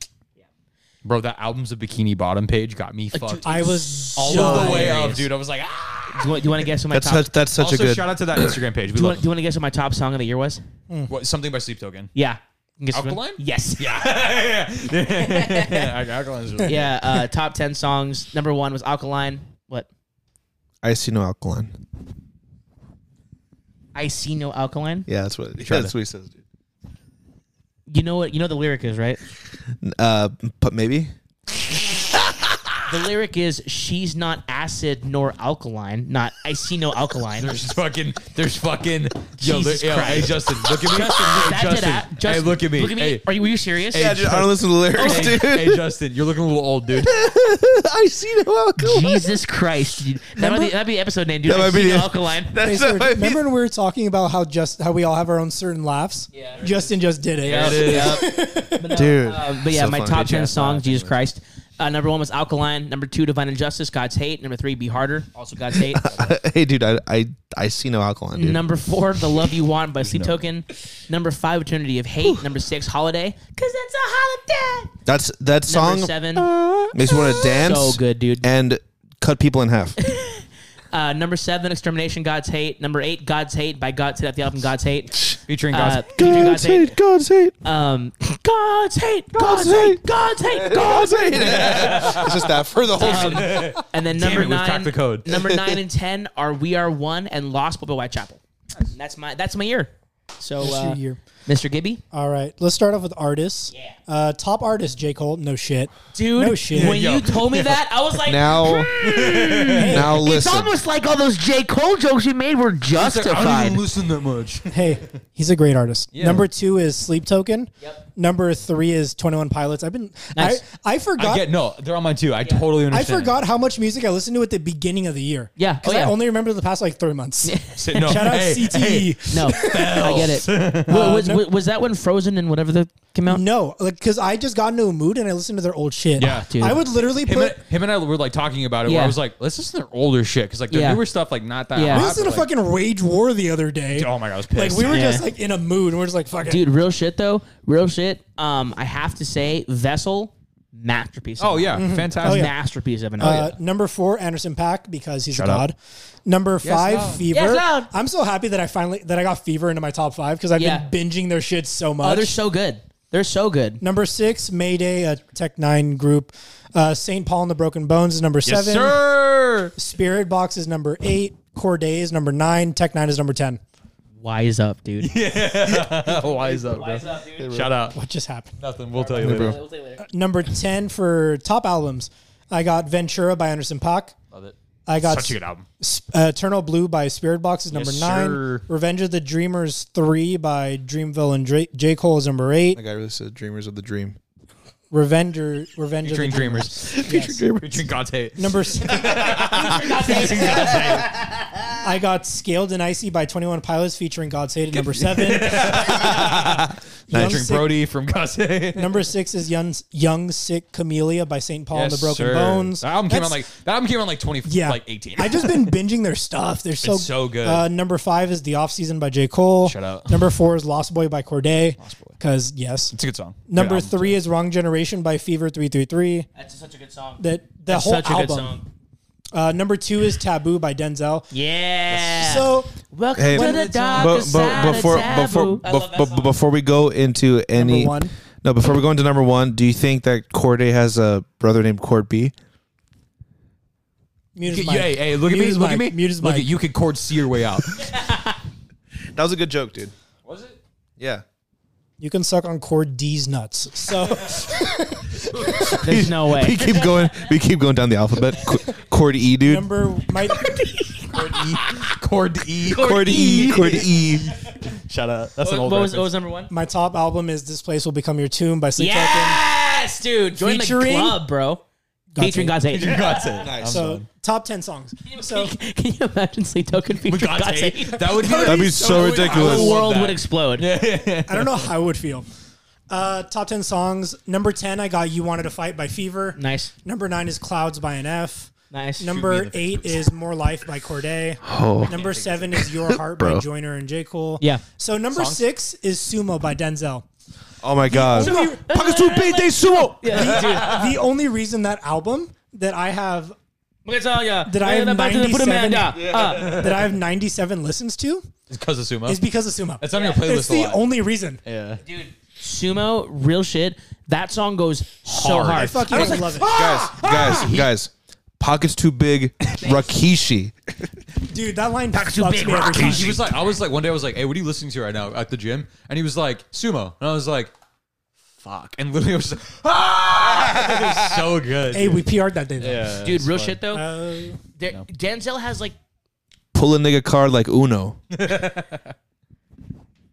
Speaker 3: Bro, that album's a bikini bottom page got me fucked
Speaker 4: I was
Speaker 3: all
Speaker 4: so
Speaker 3: the way
Speaker 1: hilarious.
Speaker 3: up, dude. I was like, ah.
Speaker 1: do you, want- do you want to guess what my
Speaker 2: that's
Speaker 1: top?
Speaker 2: such, that's such
Speaker 3: also,
Speaker 2: a good.
Speaker 3: shout out to that Instagram page. We
Speaker 1: do you want
Speaker 3: love
Speaker 1: do you want to guess what my top song of the year was?
Speaker 3: them. What, something by Sleep Token.
Speaker 1: Yeah. You can guess which one?
Speaker 3: Alkaline?
Speaker 1: Yes. <laughs>
Speaker 3: <laughs>
Speaker 1: Yeah. <laughs>
Speaker 3: Yeah, Alkaline's really
Speaker 1: yeah. Uh, top ten songs. Number one was Alkaline. What?
Speaker 2: I see no alkaline.
Speaker 1: I see no alkaline.
Speaker 2: Yeah, that's what
Speaker 3: Try
Speaker 2: that's what he says, dude.
Speaker 1: You know what? You know the lyric is right.
Speaker 2: Uh, but maybe
Speaker 1: The lyric is she's not acid nor alkaline. Not I see no alkaline.
Speaker 3: There's fucking, there's fucking, yo,
Speaker 1: Jesus
Speaker 3: there- yo, hey
Speaker 1: Christ.
Speaker 3: Justin, look at me, hey,
Speaker 1: That's
Speaker 3: Justin,
Speaker 1: it. uh,
Speaker 3: hey, look at me,
Speaker 1: Look at me.
Speaker 3: hey,
Speaker 1: Are you? Were you serious?
Speaker 3: Hey,
Speaker 2: dude, I don't listen to the lyrics,
Speaker 3: hey,
Speaker 2: dude. <laughs>
Speaker 3: hey, Justin, you're looking a little old,
Speaker 1: <laughs>
Speaker 3: dude.
Speaker 2: I see no alkaline.
Speaker 1: Jesus Christ! dude. That might be,
Speaker 4: Remember-
Speaker 1: that'd be the episode name, dude.
Speaker 2: That
Speaker 1: I
Speaker 2: might
Speaker 1: see
Speaker 2: be
Speaker 1: no
Speaker 2: the-
Speaker 1: alkaline. <laughs>
Speaker 2: That's
Speaker 4: Basically,
Speaker 2: what I mean.
Speaker 4: remember when we were talking about how just how we all have our own certain laughs?
Speaker 1: Yeah.
Speaker 4: Justin just did it.
Speaker 3: That is-
Speaker 2: dude.
Speaker 1: Uh, but yeah,
Speaker 2: So
Speaker 1: my
Speaker 2: funny.
Speaker 1: top
Speaker 2: Bitch
Speaker 1: ten
Speaker 3: ass
Speaker 1: songs.
Speaker 3: laugh,
Speaker 1: Jesus
Speaker 3: anyways.
Speaker 1: Christ. Uh, number one was Alkaline. Number two, Divine Injustice. God's Hate. Number three, Be Harder. Also God's Hate.
Speaker 2: <laughs> hey, dude, I, I I see no alkaline, dude.
Speaker 1: number four, The Love You Want by Sleep Token. Number five, Eternity of Hate. number six, Holiday. Cause it's a holiday.
Speaker 2: That's that song
Speaker 1: number seven,
Speaker 2: makes me want to dance.
Speaker 1: so good, dude.
Speaker 2: and cut people in
Speaker 1: <laughs>
Speaker 2: half.
Speaker 1: Uh, number seven, Extermination, God's Hate. Number eight, God's Hate by God's Hate. The album God's Hate.
Speaker 3: featuring
Speaker 1: Uh,
Speaker 3: God's,
Speaker 1: featuring God's Hate.
Speaker 2: God's hate,
Speaker 1: Um, God's Hate. God's Hate. God's Hate.
Speaker 3: <laughs>
Speaker 1: God's
Speaker 2: God's
Speaker 1: <laughs>
Speaker 2: hate. it's just that for the whole.
Speaker 1: Hate. Um, And then
Speaker 3: damn
Speaker 1: number
Speaker 3: it, we've
Speaker 1: nine,
Speaker 3: cracked the code.
Speaker 1: number nine and ten are We Are One and Lost Boy by Whitechapel. That's my that's my year. So
Speaker 4: That's
Speaker 1: uh,
Speaker 4: your year.
Speaker 1: Mr. Gibby,
Speaker 4: All right, let's start off with artists.
Speaker 1: Yeah.
Speaker 4: Uh, top artist J Cole. No shit.
Speaker 1: dude,
Speaker 4: No shit.
Speaker 1: when you told me that, I was like,
Speaker 2: <laughs> Now, now
Speaker 1: it's
Speaker 2: listen.
Speaker 1: almost like all those J Cole jokes you made were justified.
Speaker 3: listen that much.
Speaker 4: Hey, he's a great artist. Number two is Sleep Token. Yep. Number three is Twenty One Pilots. I've been.
Speaker 1: Nice.
Speaker 4: I I
Speaker 3: I
Speaker 4: forgot.
Speaker 3: get no, they're on mine too. I totally
Speaker 4: I
Speaker 3: understand.
Speaker 4: forgot how much music I listened to at the beginning of the year.
Speaker 1: Yeah.
Speaker 4: Because
Speaker 1: Oh, yeah.
Speaker 4: I only remember the past like three months.
Speaker 3: Say- no,
Speaker 4: Shout out E.
Speaker 3: hey,
Speaker 1: E.
Speaker 4: CTE.
Speaker 3: hey,
Speaker 1: No, I get
Speaker 3: <laughs>
Speaker 1: it. Wa- was, wa- was that when Frozen and whatever the came out?
Speaker 4: No, like because I just got into a mood and I listened to their old shit.
Speaker 3: Yeah.
Speaker 1: Dude.
Speaker 4: I would literally
Speaker 3: him,
Speaker 4: put.
Speaker 3: and, him and I were like talking about it.
Speaker 1: Yeah.
Speaker 3: Where I was like, let's listen to their older shit because like their
Speaker 1: Yeah.
Speaker 3: newer stuff like not that.
Speaker 1: Yeah.
Speaker 3: hot,
Speaker 4: we listened
Speaker 3: but,
Speaker 4: to
Speaker 3: like,
Speaker 4: fucking Rage War the other day.
Speaker 3: Oh my god, I was
Speaker 4: Like
Speaker 3: pissed.
Speaker 4: we were
Speaker 1: Yeah.
Speaker 4: just like in a mood and we're just like fucking.
Speaker 1: dude real shit though real shit um i have to say vessel masterpiece. of
Speaker 3: Oh
Speaker 1: an
Speaker 3: yeah,
Speaker 1: album.
Speaker 3: fantastic.
Speaker 4: yeah.
Speaker 1: masterpiece of an album.
Speaker 4: Uh, number four, Anderson Pack, because he's
Speaker 3: Shut
Speaker 4: a
Speaker 3: up.
Speaker 4: god. Number five,
Speaker 3: loud.
Speaker 4: Fever.
Speaker 1: Yes, loud.
Speaker 4: I'm so happy that I finally that I got Fever into my top five because I've
Speaker 1: Yeah.
Speaker 4: been binging their shit so much.
Speaker 1: Oh, they're so good. They're so good.
Speaker 4: number six, Mayday, a Tech Nine group. Uh, Saint Paul and the Broken Bones is number
Speaker 3: Yes,
Speaker 4: seven.
Speaker 3: sir.
Speaker 4: Spirit Box is number eight. Corday is number nine. Tech Nine is number ten.
Speaker 1: Wise up, dude.
Speaker 3: Wise up, bro.
Speaker 1: up, dude.
Speaker 3: Shout out.
Speaker 4: What just happened?
Speaker 3: Nothing. We'll tell you later.
Speaker 2: bro.
Speaker 4: Number ten for top albums, I got Ventura by Anderson Pack.
Speaker 3: Love it.
Speaker 4: I got
Speaker 3: Such a good album.
Speaker 4: Sp- uh, Eternal Blue by Spirit Box is number
Speaker 3: Yes,
Speaker 4: nine.
Speaker 3: sir.
Speaker 4: Revenge of the Dreamers 3 by Dreamville and Drake, J. Cole is number eight.
Speaker 2: That guy really said "Dreamers of the Dream."
Speaker 4: Revenger, Revenge of the
Speaker 3: Featuring
Speaker 4: Dreamers.
Speaker 3: Dreamers.
Speaker 4: Yes.
Speaker 3: Featuring Gante.
Speaker 4: Number
Speaker 3: <laughs>
Speaker 4: six. I got Scaled and Icy by 21 Pilots featuring God's Hate at number
Speaker 3: <laughs>
Speaker 4: seven. Young
Speaker 3: Featuring
Speaker 4: Sick-
Speaker 3: Brody from Gante.
Speaker 4: Number six is Young, Young Sick Camellia by St. Paul and the Broken Bones.
Speaker 3: That album came out
Speaker 4: That's-
Speaker 3: like that album came out like twenty
Speaker 4: yeah,
Speaker 3: like eighteen.
Speaker 4: I just
Speaker 3: <laughs>
Speaker 4: been binging their stuff. They're so
Speaker 3: so good.
Speaker 4: Uh, number five is the off season by J Cole.
Speaker 3: Shut up.
Speaker 4: Number four is Lost Boy by Corday. Lost
Speaker 3: Boy.
Speaker 4: Because yes.
Speaker 3: it's a good song.
Speaker 4: Number
Speaker 3: Good album.
Speaker 4: three is Wrong Generation by Fever Three Three Three.
Speaker 1: That's such a good song.
Speaker 4: That the whole
Speaker 1: such a
Speaker 4: album.
Speaker 1: good song.
Speaker 4: Uh, number two is Taboo by Denzel.
Speaker 1: Yeah.
Speaker 4: So
Speaker 1: welcome
Speaker 2: Hey,
Speaker 1: to the
Speaker 2: but-
Speaker 1: dark
Speaker 2: but,
Speaker 1: side
Speaker 2: but
Speaker 1: of
Speaker 2: before
Speaker 1: taboo.
Speaker 2: before bef- bef- before we go into any
Speaker 4: one.
Speaker 2: no before we go into number one, do you think that Corday has a brother named Cord B?
Speaker 4: mute his
Speaker 3: You-
Speaker 4: mic.
Speaker 3: Hey, hey, look
Speaker 4: Mute
Speaker 3: at me,
Speaker 4: his
Speaker 3: look
Speaker 4: mic.
Speaker 3: at me,
Speaker 4: Mute his
Speaker 3: look
Speaker 4: mic.
Speaker 3: at you. Could chord C your way out.
Speaker 2: That was a good joke, dude.
Speaker 3: Was it?
Speaker 2: Yeah.
Speaker 4: You can suck on Cord D's nuts.
Speaker 3: <laughs>
Speaker 4: So
Speaker 1: There's
Speaker 2: <laughs>
Speaker 1: no
Speaker 2: We
Speaker 1: way.
Speaker 2: keep going. We keep going down the alphabet. Qu- Cord E, dude.
Speaker 4: number my
Speaker 3: Chord E.
Speaker 2: Cord E. Cord E.
Speaker 3: Shut up. That's
Speaker 1: What,
Speaker 3: an old
Speaker 1: what was, what
Speaker 3: reference.
Speaker 1: was number one?
Speaker 4: my top album is This Place Will Become Your Tomb by Sleep Token.
Speaker 1: Yes, dude. Join
Speaker 4: Featuring-
Speaker 1: the club, bro. Featuring God's Hate.
Speaker 3: God's Hate.
Speaker 2: Nice.
Speaker 3: I'm
Speaker 4: So
Speaker 3: done.
Speaker 4: top ten songs.
Speaker 1: <laughs>
Speaker 4: So
Speaker 1: Can you imagine Sleep Token
Speaker 3: With
Speaker 1: featuring
Speaker 3: God's
Speaker 1: God's
Speaker 3: Hate.
Speaker 1: Hate?
Speaker 3: That would be,
Speaker 2: That'd be so ridiculous.
Speaker 1: The
Speaker 2: I love
Speaker 1: world would explode.
Speaker 4: I don't know how I would feel. Uh, top ten songs. Number ten, I got You Wanted to Fight by Fever.
Speaker 1: Nice.
Speaker 4: Number nine is Clouds by NF.
Speaker 1: Nice.
Speaker 4: Number eight is More Life by Corday. Number seven is Your Heart by
Speaker 2: Bro.
Speaker 4: Joyner and J. Cole.
Speaker 1: Yeah.
Speaker 4: So number six is Sumo
Speaker 1: <laughs>
Speaker 4: by Denzel.
Speaker 2: Oh my god.
Speaker 4: Sumo.
Speaker 2: Pakistan beat they sumo.
Speaker 1: Yeah, dude.
Speaker 4: the only reason that album that I have
Speaker 1: Look at all ya.
Speaker 4: Did I have
Speaker 1: Yeah, back to the Buddha man,
Speaker 4: 97?
Speaker 1: yeah. Uh,
Speaker 4: that I have 97 listens to
Speaker 3: It's because of Sumo.
Speaker 4: is because of Sumo.
Speaker 3: It's on your playlist
Speaker 4: It's the
Speaker 3: a lot.
Speaker 4: only reason.
Speaker 3: yeah.
Speaker 1: <laughs> dude, Sumo, real shit. That song goes so
Speaker 3: Hard.
Speaker 1: hard.
Speaker 3: I
Speaker 4: Fuck you, I love it,
Speaker 2: Guys, guys, guys. Pockets too big. Rakishi.
Speaker 4: dude. That line
Speaker 1: you,
Speaker 4: fucks
Speaker 1: Big
Speaker 4: me every
Speaker 1: Rocky.
Speaker 4: time.
Speaker 3: He was like, I was like, one day I was like, hey, what are you listening to right now at the gym? And he was like, Sumo. And I was like, fuck. And literally I was just like, ah! <laughs> It was so good.
Speaker 4: Hey, we PR'd that day. Though. Uh,
Speaker 3: Yeah,
Speaker 1: dude,
Speaker 3: it's
Speaker 1: real
Speaker 3: fun.
Speaker 1: shit though. There- Denzel has like
Speaker 2: Pull a nigga card like Uno.
Speaker 3: All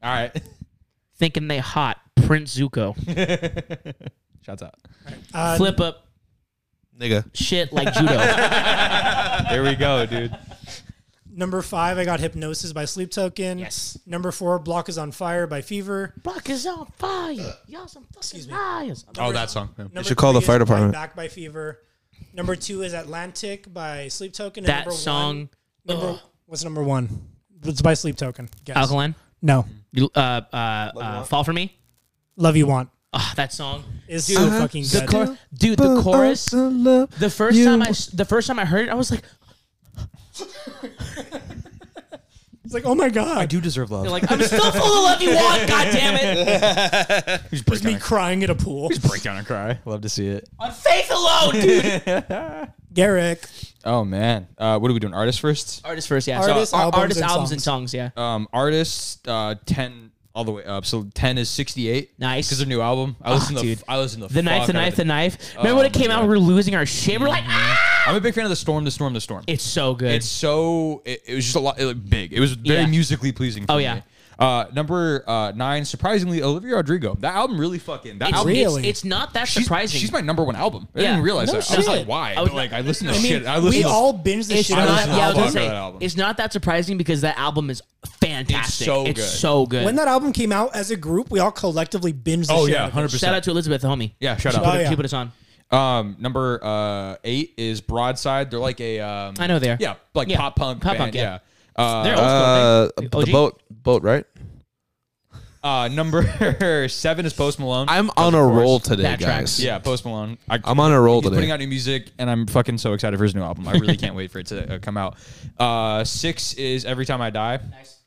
Speaker 3: right.
Speaker 1: thinking they hot. Prince Zuko.
Speaker 3: Shouts out.
Speaker 4: Uh,
Speaker 1: Flip up
Speaker 2: Nigga.
Speaker 1: shit like
Speaker 3: <laughs>
Speaker 1: judo.
Speaker 3: There we go, dude.
Speaker 4: Number five, I got Hypnosis by Sleep Token.
Speaker 1: Yes.
Speaker 4: Number four, Block is on Fire by Fever.
Speaker 1: <laughs> Rock is on fire. Y'all some fucking liars.
Speaker 3: Oh, that song. Yeah.
Speaker 4: Number
Speaker 2: should call
Speaker 4: three
Speaker 2: the fire
Speaker 4: is Right
Speaker 2: department.
Speaker 4: Back by Fever. Number two is Atlantic by Sleep Token. and
Speaker 1: That
Speaker 4: number
Speaker 1: song,
Speaker 4: One, number what's number one? It's by Sleep Token. Guess.
Speaker 1: Alkaline.
Speaker 4: No,
Speaker 1: You, uh, uh, uh, fall for me.
Speaker 4: Love You Want
Speaker 1: Ah, that song.
Speaker 4: is so fucking
Speaker 1: Uh-huh. The
Speaker 4: good.
Speaker 1: chor- dude, the chorus. The first
Speaker 2: You-
Speaker 1: time I, s- the first time I heard it, I was like,
Speaker 4: it's like, oh my
Speaker 3: I
Speaker 4: god,
Speaker 3: do deserve love.
Speaker 1: like I'm still full of love you want. God damn
Speaker 3: <laughs>
Speaker 1: it.
Speaker 3: Just
Speaker 4: it's
Speaker 3: break
Speaker 4: me
Speaker 3: down,
Speaker 4: crying at a pool.
Speaker 3: and, break down and cry. Love to see it.
Speaker 1: On faith alone, dude.
Speaker 4: Garrick,
Speaker 3: Oh man. Uh, what are we doing? Artists first?
Speaker 1: Artist first, yeah.
Speaker 4: Artist,
Speaker 1: so, ar-
Speaker 4: albums,
Speaker 1: artist
Speaker 4: and
Speaker 1: albums and
Speaker 4: songs.
Speaker 1: songs, yeah.
Speaker 3: Um artists uh 10 all the way up. So 10 is 68.
Speaker 1: Nice.
Speaker 3: Cuz their new album. I listen to
Speaker 1: dude.
Speaker 3: I Oh, listen to
Speaker 1: The knife,
Speaker 3: fuck
Speaker 1: the
Speaker 3: out of
Speaker 1: knife,
Speaker 3: it.
Speaker 1: the knife. Remember when it
Speaker 3: my
Speaker 1: came out, we
Speaker 3: God.
Speaker 1: were losing our shit. We're like, ah!
Speaker 3: I'm a big fan of the storm, the storm, the storm.
Speaker 1: It's so good.
Speaker 3: It's so it, it was just a lot it, like, big. It was very
Speaker 1: Yeah.
Speaker 3: musically pleasing. For
Speaker 1: Oh, yeah.
Speaker 3: me. Uh, number uh, nine, surprisingly, Olivia Rodrigo. That album really fucking. That
Speaker 1: It's-
Speaker 3: album,
Speaker 4: really-
Speaker 1: It's, it's not that
Speaker 3: she's,
Speaker 1: surprising.
Speaker 3: She's my number one album. I
Speaker 1: Yeah.
Speaker 3: didn't realize
Speaker 4: No
Speaker 3: that. I was
Speaker 1: shit.
Speaker 3: like, why?
Speaker 1: I was
Speaker 3: But, like,
Speaker 1: not-
Speaker 3: I listened to
Speaker 4: I mean,
Speaker 3: shit. I listened
Speaker 4: we
Speaker 3: to
Speaker 4: all binge the
Speaker 1: it's
Speaker 4: shit
Speaker 1: not,
Speaker 4: out
Speaker 3: I
Speaker 4: of
Speaker 3: listen to
Speaker 1: yeah, I
Speaker 4: that
Speaker 1: was gonna
Speaker 4: album.
Speaker 3: fuck out of
Speaker 1: say,
Speaker 3: that album.
Speaker 1: it's not that surprising because that album is fantastic.
Speaker 3: It's so good.
Speaker 1: so good.
Speaker 4: When that album came out as a group, we all collectively binged the
Speaker 3: Oh
Speaker 4: shit
Speaker 3: yeah,
Speaker 4: out of it.
Speaker 3: hundred
Speaker 1: Shout out
Speaker 3: percent.
Speaker 1: to Elizabeth, the homie.
Speaker 3: Yeah, shout
Speaker 1: She put,
Speaker 3: out.
Speaker 4: Oh,
Speaker 1: it-
Speaker 4: yeah.
Speaker 1: she put us on.
Speaker 3: Um, number uh eight is Broadside. They're like a um,
Speaker 1: I know they are.
Speaker 3: Yeah, like
Speaker 1: Yeah.
Speaker 3: pop punk.
Speaker 1: Pop
Speaker 3: band,
Speaker 1: punk, yeah.
Speaker 3: yeah. Uh,
Speaker 1: They're old school,
Speaker 2: Uh,
Speaker 1: right?
Speaker 2: the
Speaker 1: OG?
Speaker 2: boat, boat, right?
Speaker 3: Uh, number <laughs> seven is Post Malone.
Speaker 2: I'm on a roll today,
Speaker 1: That tracks.
Speaker 2: guys.
Speaker 3: yeah, Post Malone. I,
Speaker 2: I'm on a roll
Speaker 3: he's
Speaker 2: today.
Speaker 3: Putting out new music, and I'm fucking so excited for his new album. I really can't wait for it to uh, come out. Uh, six is Every Time I Die.
Speaker 1: Nice.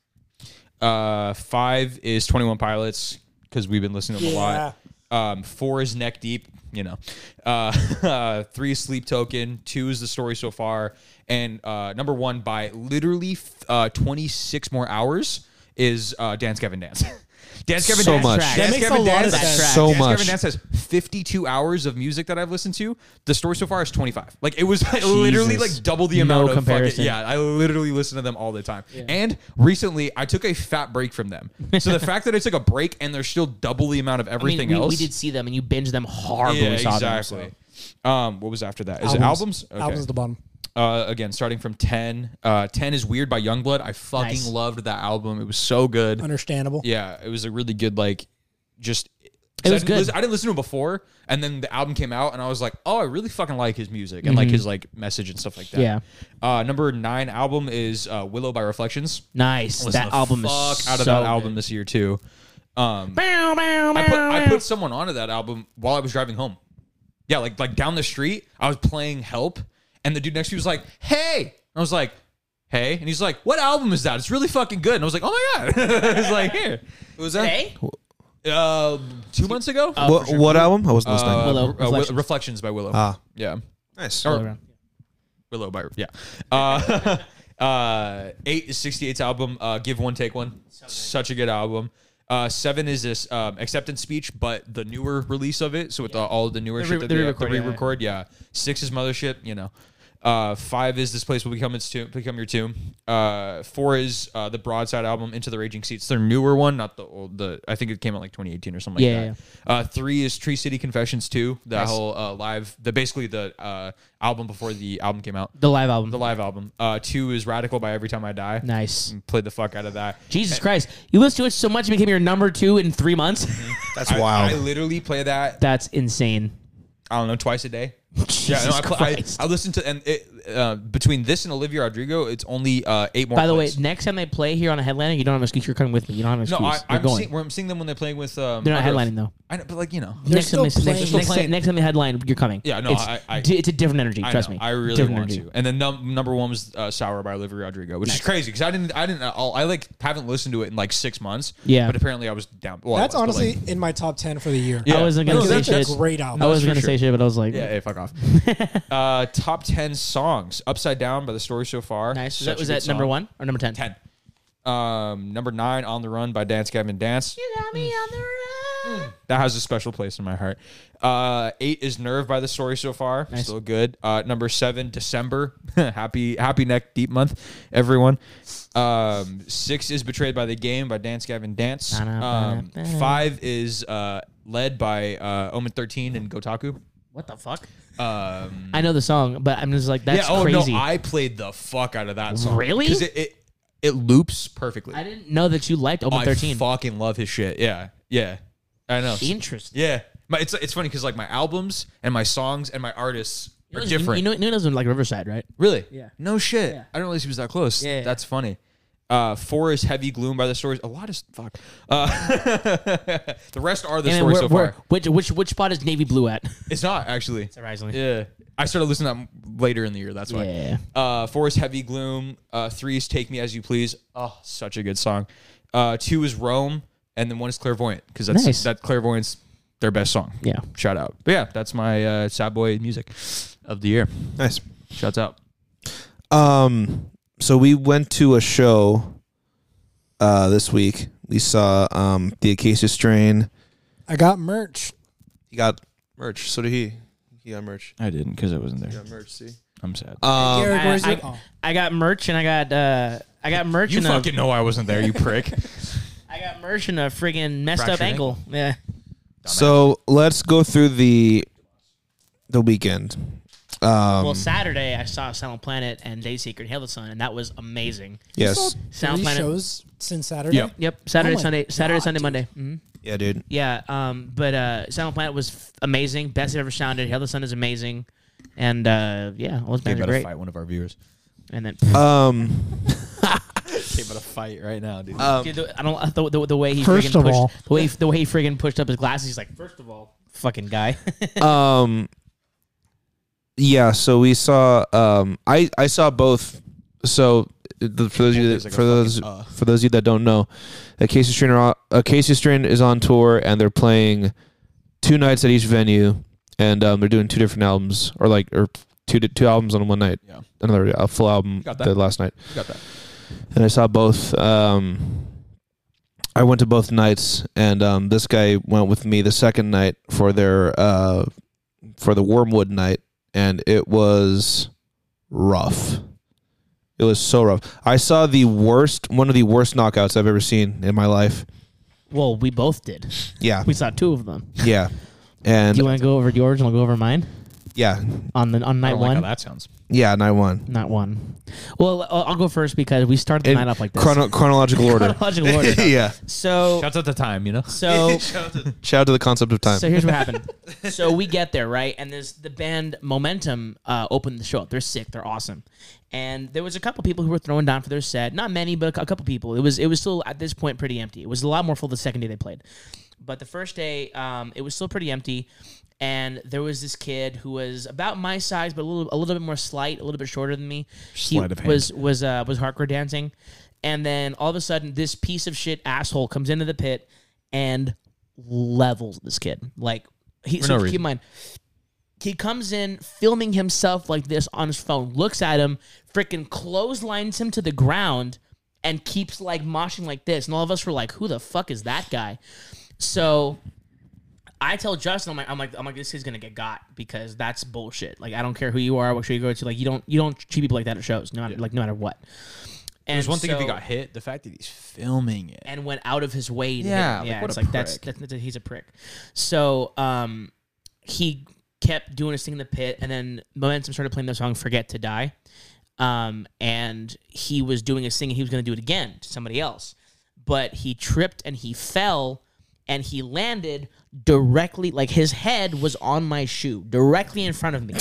Speaker 3: Uh, five is Twenty One Pilots because we've been listening to them a lot. Um, four is Neck Deep. You know, uh, <laughs> uh, three is Sleep Token. Two is the story so far, and uh, number one by literally f- uh, 26 more hours is uh, Dance Kevin Dance. <laughs> Dance Kevin
Speaker 2: So
Speaker 3: Dance.
Speaker 2: much.
Speaker 3: Dance
Speaker 1: That
Speaker 4: makes
Speaker 3: Gavin
Speaker 4: a lot of
Speaker 3: Dance.
Speaker 1: sense.
Speaker 2: So
Speaker 3: Dance
Speaker 2: much.
Speaker 3: Gavin Dance has 52 hours of music that I've listened to. The story so far is 25. Like it was like, literally
Speaker 1: Jesus.
Speaker 3: like double the
Speaker 1: No
Speaker 3: amount of
Speaker 1: comparison.
Speaker 3: fucking, yeah. I literally listen to them all the time. And recently, I took a fat break from them. So the fact that I took a break and there's still double the amount of
Speaker 1: I mean,
Speaker 3: everything
Speaker 1: we,
Speaker 3: else.
Speaker 1: we did see them, and you binged them hard
Speaker 3: yeah,
Speaker 1: when we saw
Speaker 3: exactly.
Speaker 1: them. so.
Speaker 3: Um, what was after that? Is it albums? Okay.
Speaker 4: Albums at the bottom.
Speaker 3: uh, again, starting from ten. Uh, ten is weird by Youngblood. I fucking
Speaker 1: Nice.
Speaker 3: loved that album. It was so good.
Speaker 4: Understandable.
Speaker 3: Yeah, it was a really good like just.
Speaker 1: It was
Speaker 3: I didn't,
Speaker 1: good.
Speaker 3: lis- I didn't listen to him before, and then the album came out, and I was like, "Oh, I really fucking like his music and like his like message and stuff like that."
Speaker 1: Mm-hmm. Yeah.
Speaker 3: Uh, number nine album is uh, Willow by Reflections.
Speaker 1: Nice.
Speaker 3: Listen
Speaker 1: that
Speaker 3: the
Speaker 1: album is
Speaker 3: fuck out
Speaker 1: so
Speaker 3: of that
Speaker 1: good.
Speaker 3: album this year too. Um,
Speaker 1: Bow, bow,
Speaker 3: I put
Speaker 1: bow,
Speaker 3: I
Speaker 1: bow.
Speaker 3: put someone onto that album while I was driving home. Yeah, like like down the street, I was playing Help, and the dude next to me was like, "Hey," and I was like, "Hey," and he's like, "What album is that? It's really fucking good." And I was like, "Oh my god!" <laughs> He's like, "Here."
Speaker 2: Who was that?
Speaker 1: Hey?
Speaker 3: Uh, two months ago.
Speaker 2: What, what album? I wasn't listening.
Speaker 3: Uh,
Speaker 1: Willow,
Speaker 3: uh, Wi-
Speaker 1: Reflections.
Speaker 3: reflections. by Willow.
Speaker 2: Ah.
Speaker 3: yeah,
Speaker 2: nice.
Speaker 3: or Willow by yeah. Uh, <laughs> uh, eight is 68's album. Uh, Give one, take one. Such a good album. Uh, seven is this um, acceptance speech, but the newer release of it. So with the, all the newer
Speaker 1: The
Speaker 3: shit
Speaker 1: re-
Speaker 3: that
Speaker 1: the
Speaker 3: they
Speaker 1: re-record,
Speaker 3: the
Speaker 1: yeah, yeah.
Speaker 3: re-record, yeah. Six is mothership. You know. Uh, five is this place will become its tomb, become your tomb. Uh, four is uh, the broadside album into the raging sea. It's their newer one, not the old. The I think it came out like 2018 or something like
Speaker 1: Yeah,
Speaker 3: that.
Speaker 1: yeah, yeah.
Speaker 3: Uh, three is Tree City Confessions two, the
Speaker 1: Nice.
Speaker 3: whole uh, live, the basically the uh, album before the album came out,
Speaker 1: The live album.
Speaker 3: the live album. Uh, two is Radical by Every Time I Die.
Speaker 1: nice.
Speaker 3: Played the fuck out of that.
Speaker 1: Jesus Christ. You listened to it so much, it became your number two in three months?
Speaker 3: Mm-hmm.
Speaker 2: That's
Speaker 3: I,
Speaker 2: wild.
Speaker 3: I literally play that.
Speaker 1: That's insane.
Speaker 3: I don't know twice
Speaker 1: <laughs>
Speaker 3: a day.
Speaker 1: Jesus
Speaker 3: I, pl- I,
Speaker 1: Christ.
Speaker 3: I listen to and it, uh, between this and Olivia Rodrigo, it's only uh, eight more.
Speaker 1: By the way,
Speaker 3: plays.
Speaker 1: next time they play here on a headliner, you don't have an excuse. You're coming with me. You don't have an
Speaker 3: no,
Speaker 1: excuse.
Speaker 3: I,
Speaker 1: You're
Speaker 3: I'm,
Speaker 1: going.
Speaker 3: seeing, we're- I'm seeing them when they're playing with. Um,
Speaker 1: They're not
Speaker 3: Underoath.
Speaker 1: headlining though.
Speaker 3: I know, but like you know,
Speaker 4: They're
Speaker 1: Next time, they,
Speaker 4: still
Speaker 1: next,
Speaker 4: playing.
Speaker 1: next,
Speaker 3: playing.
Speaker 1: time, next time they headline, you're coming.
Speaker 3: Yeah, no,
Speaker 1: it's,
Speaker 3: I- I-
Speaker 1: di- it's a different energy.
Speaker 3: I
Speaker 1: trust
Speaker 3: know,
Speaker 1: me.
Speaker 3: I really
Speaker 1: different
Speaker 3: want
Speaker 1: energy.
Speaker 3: to. And then num- number one was uh, "Sour" by Olivia Rodrigo, which is crazy because I didn't, I didn't, i I like haven't listened to it in like six months.
Speaker 1: Yeah.
Speaker 3: but apparently I was down. well, I
Speaker 4: That's
Speaker 3: was, but, like,
Speaker 4: honestly in my top ten for the year.
Speaker 3: Yeah.
Speaker 1: I wasn't gonna
Speaker 4: No,
Speaker 1: say
Speaker 4: that's a
Speaker 1: shit.
Speaker 4: great album.
Speaker 1: I
Speaker 4: That's
Speaker 1: wasn't
Speaker 3: for
Speaker 1: gonna
Speaker 3: sure.
Speaker 1: say shit, but I was like,
Speaker 3: yeah, hey,
Speaker 1: <laughs>
Speaker 3: fuck off. uh, top ten songs: "Upside Down" by The Story So Far.
Speaker 1: nice. Was
Speaker 3: Such
Speaker 1: that,
Speaker 3: a
Speaker 1: was
Speaker 3: good
Speaker 1: that number
Speaker 3: song.
Speaker 1: one or number ten?
Speaker 3: Ten. Um, number nine, "On the Run" by Dance Gavin Dance. Mm.
Speaker 1: You got me on the run.
Speaker 3: That has a special place in my heart. Uh, eight is Nerve by the story so far. Still good. Uh, number seven, December. <laughs> happy Happy Neck Deep Month, everyone. Um, six is Betrayed by the Game by Dance Gavin Dance. Um, five is uh, Led by uh, Omen 13 and Gotaku.
Speaker 1: What the fuck?
Speaker 3: Um,
Speaker 1: I know the song, but I'm just like, that's
Speaker 3: yeah, oh
Speaker 1: crazy.
Speaker 3: no,
Speaker 1: I,
Speaker 3: I played the fuck out of that song.
Speaker 1: Really?
Speaker 3: Because it, it, it loops perfectly.
Speaker 1: didn't know that you liked Open
Speaker 3: I
Speaker 1: 13.
Speaker 3: fucking love his shit. Yeah. Yeah. I know.
Speaker 1: Interesting.
Speaker 3: Yeah, my, it's it's funny because like my albums and my songs and my artists are
Speaker 1: You-
Speaker 3: different.
Speaker 1: You know, you know, doesn't like Riverside, right?
Speaker 3: really?
Speaker 1: Yeah.
Speaker 3: No shit. I didn't realize he was that close.
Speaker 1: Yeah, yeah.
Speaker 3: That's funny. Uh, four is heavy gloom by the stories. A lot of fuck. Uh, <laughs> the rest are the
Speaker 1: And
Speaker 3: stories
Speaker 1: where-
Speaker 3: so
Speaker 1: where-
Speaker 3: far.
Speaker 1: which which which spot is Navy Blue at?
Speaker 3: It's not actually.
Speaker 1: Surprisingly,
Speaker 3: Yeah, I started listening to that later in the year. That's why.
Speaker 1: Yeah.
Speaker 3: Uh, four is heavy gloom. Uh, three is take me as you please. Oh, such a good song. Uh, two is Rome, and then one is clairvoyant because that's
Speaker 1: Nice.
Speaker 3: that clairvoyant's their best song
Speaker 1: yeah.
Speaker 3: shout out. But yeah, that's my uh, sad boy music of the year.
Speaker 2: nice.
Speaker 3: Shouts out.
Speaker 2: Um, so we went to a show uh, this week. We saw um, the Acacia Strain.
Speaker 4: I got merch.
Speaker 2: He got merch. So did he. He got merch.
Speaker 3: I didn't because I wasn't there.
Speaker 2: merch. See.
Speaker 3: I'm sad.
Speaker 2: Um,
Speaker 4: Garrick, where's
Speaker 1: I,
Speaker 4: your-
Speaker 1: I,
Speaker 4: oh.
Speaker 1: I got merch and I got uh, I got merch
Speaker 3: you
Speaker 1: and a,
Speaker 3: fucking know I wasn't there, you prick.
Speaker 1: I got merch and a friggin' messed up
Speaker 3: Fractured
Speaker 1: ankle. Yeah,
Speaker 2: so let's go through the the weekend. Um,
Speaker 1: Well,
Speaker 3: Mm.
Speaker 1: Saturday I saw Silent Planet and Day Secret Hail the Sun, and that was amazing.
Speaker 4: Saw
Speaker 2: yes.
Speaker 1: Sound
Speaker 4: three
Speaker 1: Planet.
Speaker 4: shows since Saturday.
Speaker 3: Yep.
Speaker 1: Yep, Saturday,
Speaker 4: Oh my
Speaker 1: Sunday, Saturday,
Speaker 4: God,
Speaker 1: Sunday,
Speaker 4: dude.
Speaker 1: Monday. hmm
Speaker 2: Yeah, dude.
Speaker 1: Yeah, um, but uh, Silent Planet was f- amazing, best it ever sounded. Hail the Sun is amazing, and uh, yeah, all those
Speaker 3: They
Speaker 1: bands are
Speaker 3: better
Speaker 1: great.
Speaker 3: fight one of our viewers.
Speaker 1: And then
Speaker 2: Um,
Speaker 3: <laughs> Came in a fight right now, dude.
Speaker 1: Dude, the- I don't the, the, the way he
Speaker 4: First
Speaker 1: friggin'
Speaker 4: of
Speaker 1: pushed,
Speaker 4: all.
Speaker 1: the way the way he friggin' pushed up his glasses. He's like, first of all, fucking guy. <laughs>
Speaker 2: um yeah so we saw um i i saw both so the, for those of you that,
Speaker 3: There's like a
Speaker 2: for those
Speaker 3: fucking, uh.
Speaker 2: for those of you that don't know acacia strain are, on- acacia strain is on tour and they're playing two nights at each venue and um they're doing two different albums or like or two di- two albums on one night
Speaker 3: Yeah.
Speaker 2: another a full album
Speaker 3: Got that.
Speaker 2: the last night
Speaker 3: You got that.
Speaker 2: and I saw both. Um, I went to both nights, and um, this guy went with me the second night for their uh, for the Wormwood night, and it was rough. It was so rough. I saw the worst, one of the worst knockouts I've ever seen in my life.
Speaker 1: well, we both did.
Speaker 2: Yeah,
Speaker 1: We saw two of them.
Speaker 2: yeah,
Speaker 1: Do
Speaker 2: and
Speaker 1: you want to go over yours and I'll go over mine
Speaker 2: yeah,
Speaker 1: on the on
Speaker 3: I
Speaker 1: night
Speaker 3: don't
Speaker 1: one?
Speaker 3: like how that sounds.
Speaker 2: yeah. And I won.
Speaker 1: Not one. Well, I'll I'll go first because we started the
Speaker 2: In
Speaker 1: night up like this. <laughs>
Speaker 2: chrono- chronological order.
Speaker 1: Chronological
Speaker 3: <laughs>
Speaker 1: order.
Speaker 2: <laughs> yeah.
Speaker 1: So
Speaker 3: Shouts out the time, you know. <laughs>
Speaker 1: so
Speaker 2: Shout out to the concept of time.
Speaker 1: So here's what happened. so we get there, right? And there's the band Momentum uh, opened the show up. They're sick. They're awesome. And there was a couple people who were throwing down for their set. Not many, but a cou- a couple people. It was it was still at this point pretty empty. It was a lot more full the second day they played, but the first day um, it was still pretty empty. And there was this kid who was about my size, but a little a little bit more slight, a little bit shorter than me.
Speaker 3: Sleight of hand.
Speaker 1: was was uh, was hardcore dancing, and then all of a sudden this piece of shit asshole comes into the pit and levels this kid. Like he
Speaker 3: For
Speaker 1: so
Speaker 3: no
Speaker 1: keep in
Speaker 3: reason.
Speaker 1: mind, he comes in filming himself like this on his phone, looks at him, freaking clotheslines him to the ground, and keeps like moshing like this. And all of us were like, "Who the fuck is that guy?" So I tell Justin, I'm like, I'm like, I'm like, this kid's gonna get got because that's bullshit. Like, I don't care who you are, what show you go to, like, you don't, you don't treat people like that at shows, no matter, like, no matter what. And
Speaker 3: There's one thing if he
Speaker 1: so-
Speaker 3: got hit. The fact that he's filming it.
Speaker 1: and went out of his way. To
Speaker 3: Yeah,
Speaker 1: hit him.
Speaker 3: like,
Speaker 1: yeah.
Speaker 3: what
Speaker 1: it's
Speaker 3: a
Speaker 1: like that's,
Speaker 3: prick.
Speaker 1: that's that's- he's a prick. So um, he kept doing his thing in the pit, and then Momentum started playing their song "Forget to Die," um, and he was doing his thing, and he was going to do it again to somebody else, but he tripped and he fell. And he landed directly, like his head was on my shoe, directly in front
Speaker 3: <laughs>
Speaker 1: of me.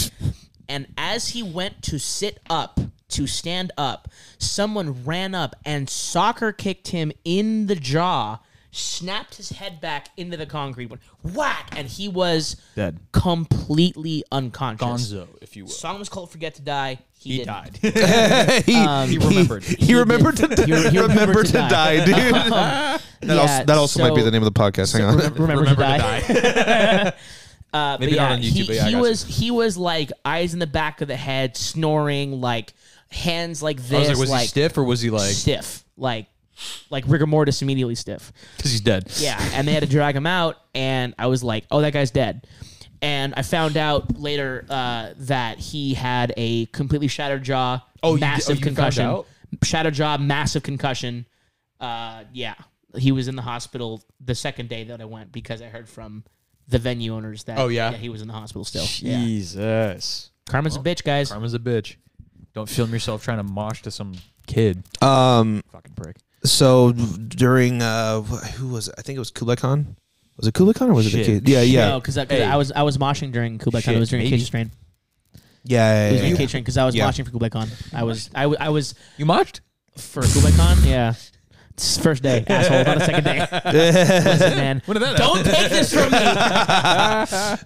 Speaker 1: And as he went to sit up, to stand up, someone ran up and soccer kicked him in the jaw, snapped his head back into the concrete, went whack, and he was
Speaker 3: Dead.
Speaker 1: completely unconscious.
Speaker 3: Gonzo, if you will.
Speaker 1: Song was called "Forget to Die." He, Um,
Speaker 3: He
Speaker 1: didn't.
Speaker 3: died. <laughs>
Speaker 2: he,
Speaker 3: he remembered.
Speaker 2: He, remembered to,
Speaker 1: He
Speaker 3: <laughs>
Speaker 1: re- he remembered
Speaker 2: remembered
Speaker 1: to
Speaker 2: to
Speaker 1: die. <laughs>
Speaker 2: die, dude. <laughs> That
Speaker 1: Yeah,
Speaker 2: also, that also might be
Speaker 1: so-
Speaker 2: the name of the podcast. Hang on.
Speaker 1: Remember, remember to die. <laughs> Uh,
Speaker 3: Maybe
Speaker 1: but
Speaker 3: not
Speaker 1: yeah,
Speaker 3: on YouTube,
Speaker 1: He,
Speaker 3: but yeah, I
Speaker 1: he
Speaker 3: got you.
Speaker 1: was he was like eyes in the back of the head, snoring, like hands like this,
Speaker 3: I was like, was he
Speaker 1: like
Speaker 3: stiff or was he like?
Speaker 1: stiff, like like rigor mortis immediately stiff.
Speaker 3: Because he's dead.
Speaker 1: Yeah, and they had to drag him out, and I was like, "Oh, that guy's dead." And I found out later uh, that he had a completely shattered jaw,
Speaker 3: Oh, you di- oh,
Speaker 1: massive
Speaker 3: you found
Speaker 1: concussion,
Speaker 3: out?
Speaker 1: shattered jaw, massive concussion. Uh, yeah, he was in the hospital the second day that I went because I heard from the venue owners that
Speaker 3: Oh, yeah?
Speaker 1: he was in the hospital still. Yeah,
Speaker 3: Jesus.
Speaker 1: karma's a bitch, guys.
Speaker 3: Karma's a bitch. Don't film yourself trying to mosh to some kid.
Speaker 2: <laughs> Um,
Speaker 3: Fucking prick.
Speaker 2: so during uh, wh- who was it? I think it was Kublai Khan. Was it Kublai Khan or was it
Speaker 3: Shit.
Speaker 2: the kid? Yeah, yeah,
Speaker 1: No, because
Speaker 3: Hey.
Speaker 1: I was I was moshing during Kublai Khan. I
Speaker 3: Shit,
Speaker 1: was during
Speaker 3: maybe.
Speaker 1: Cage Train.
Speaker 2: yeah.
Speaker 1: I
Speaker 2: yeah,
Speaker 1: was
Speaker 2: yeah,
Speaker 1: during
Speaker 2: yeah.
Speaker 1: Cage Train because I was
Speaker 2: Yeah.
Speaker 1: moshing for Kublai Khan. I was I, w- I was
Speaker 3: You moshed?
Speaker 1: for KubeCon? yeah. It's first day, asshole. Not a second day. Listen, man.
Speaker 3: <laughs> When did
Speaker 1: <laughs>
Speaker 3: that
Speaker 1: Don't take this from me.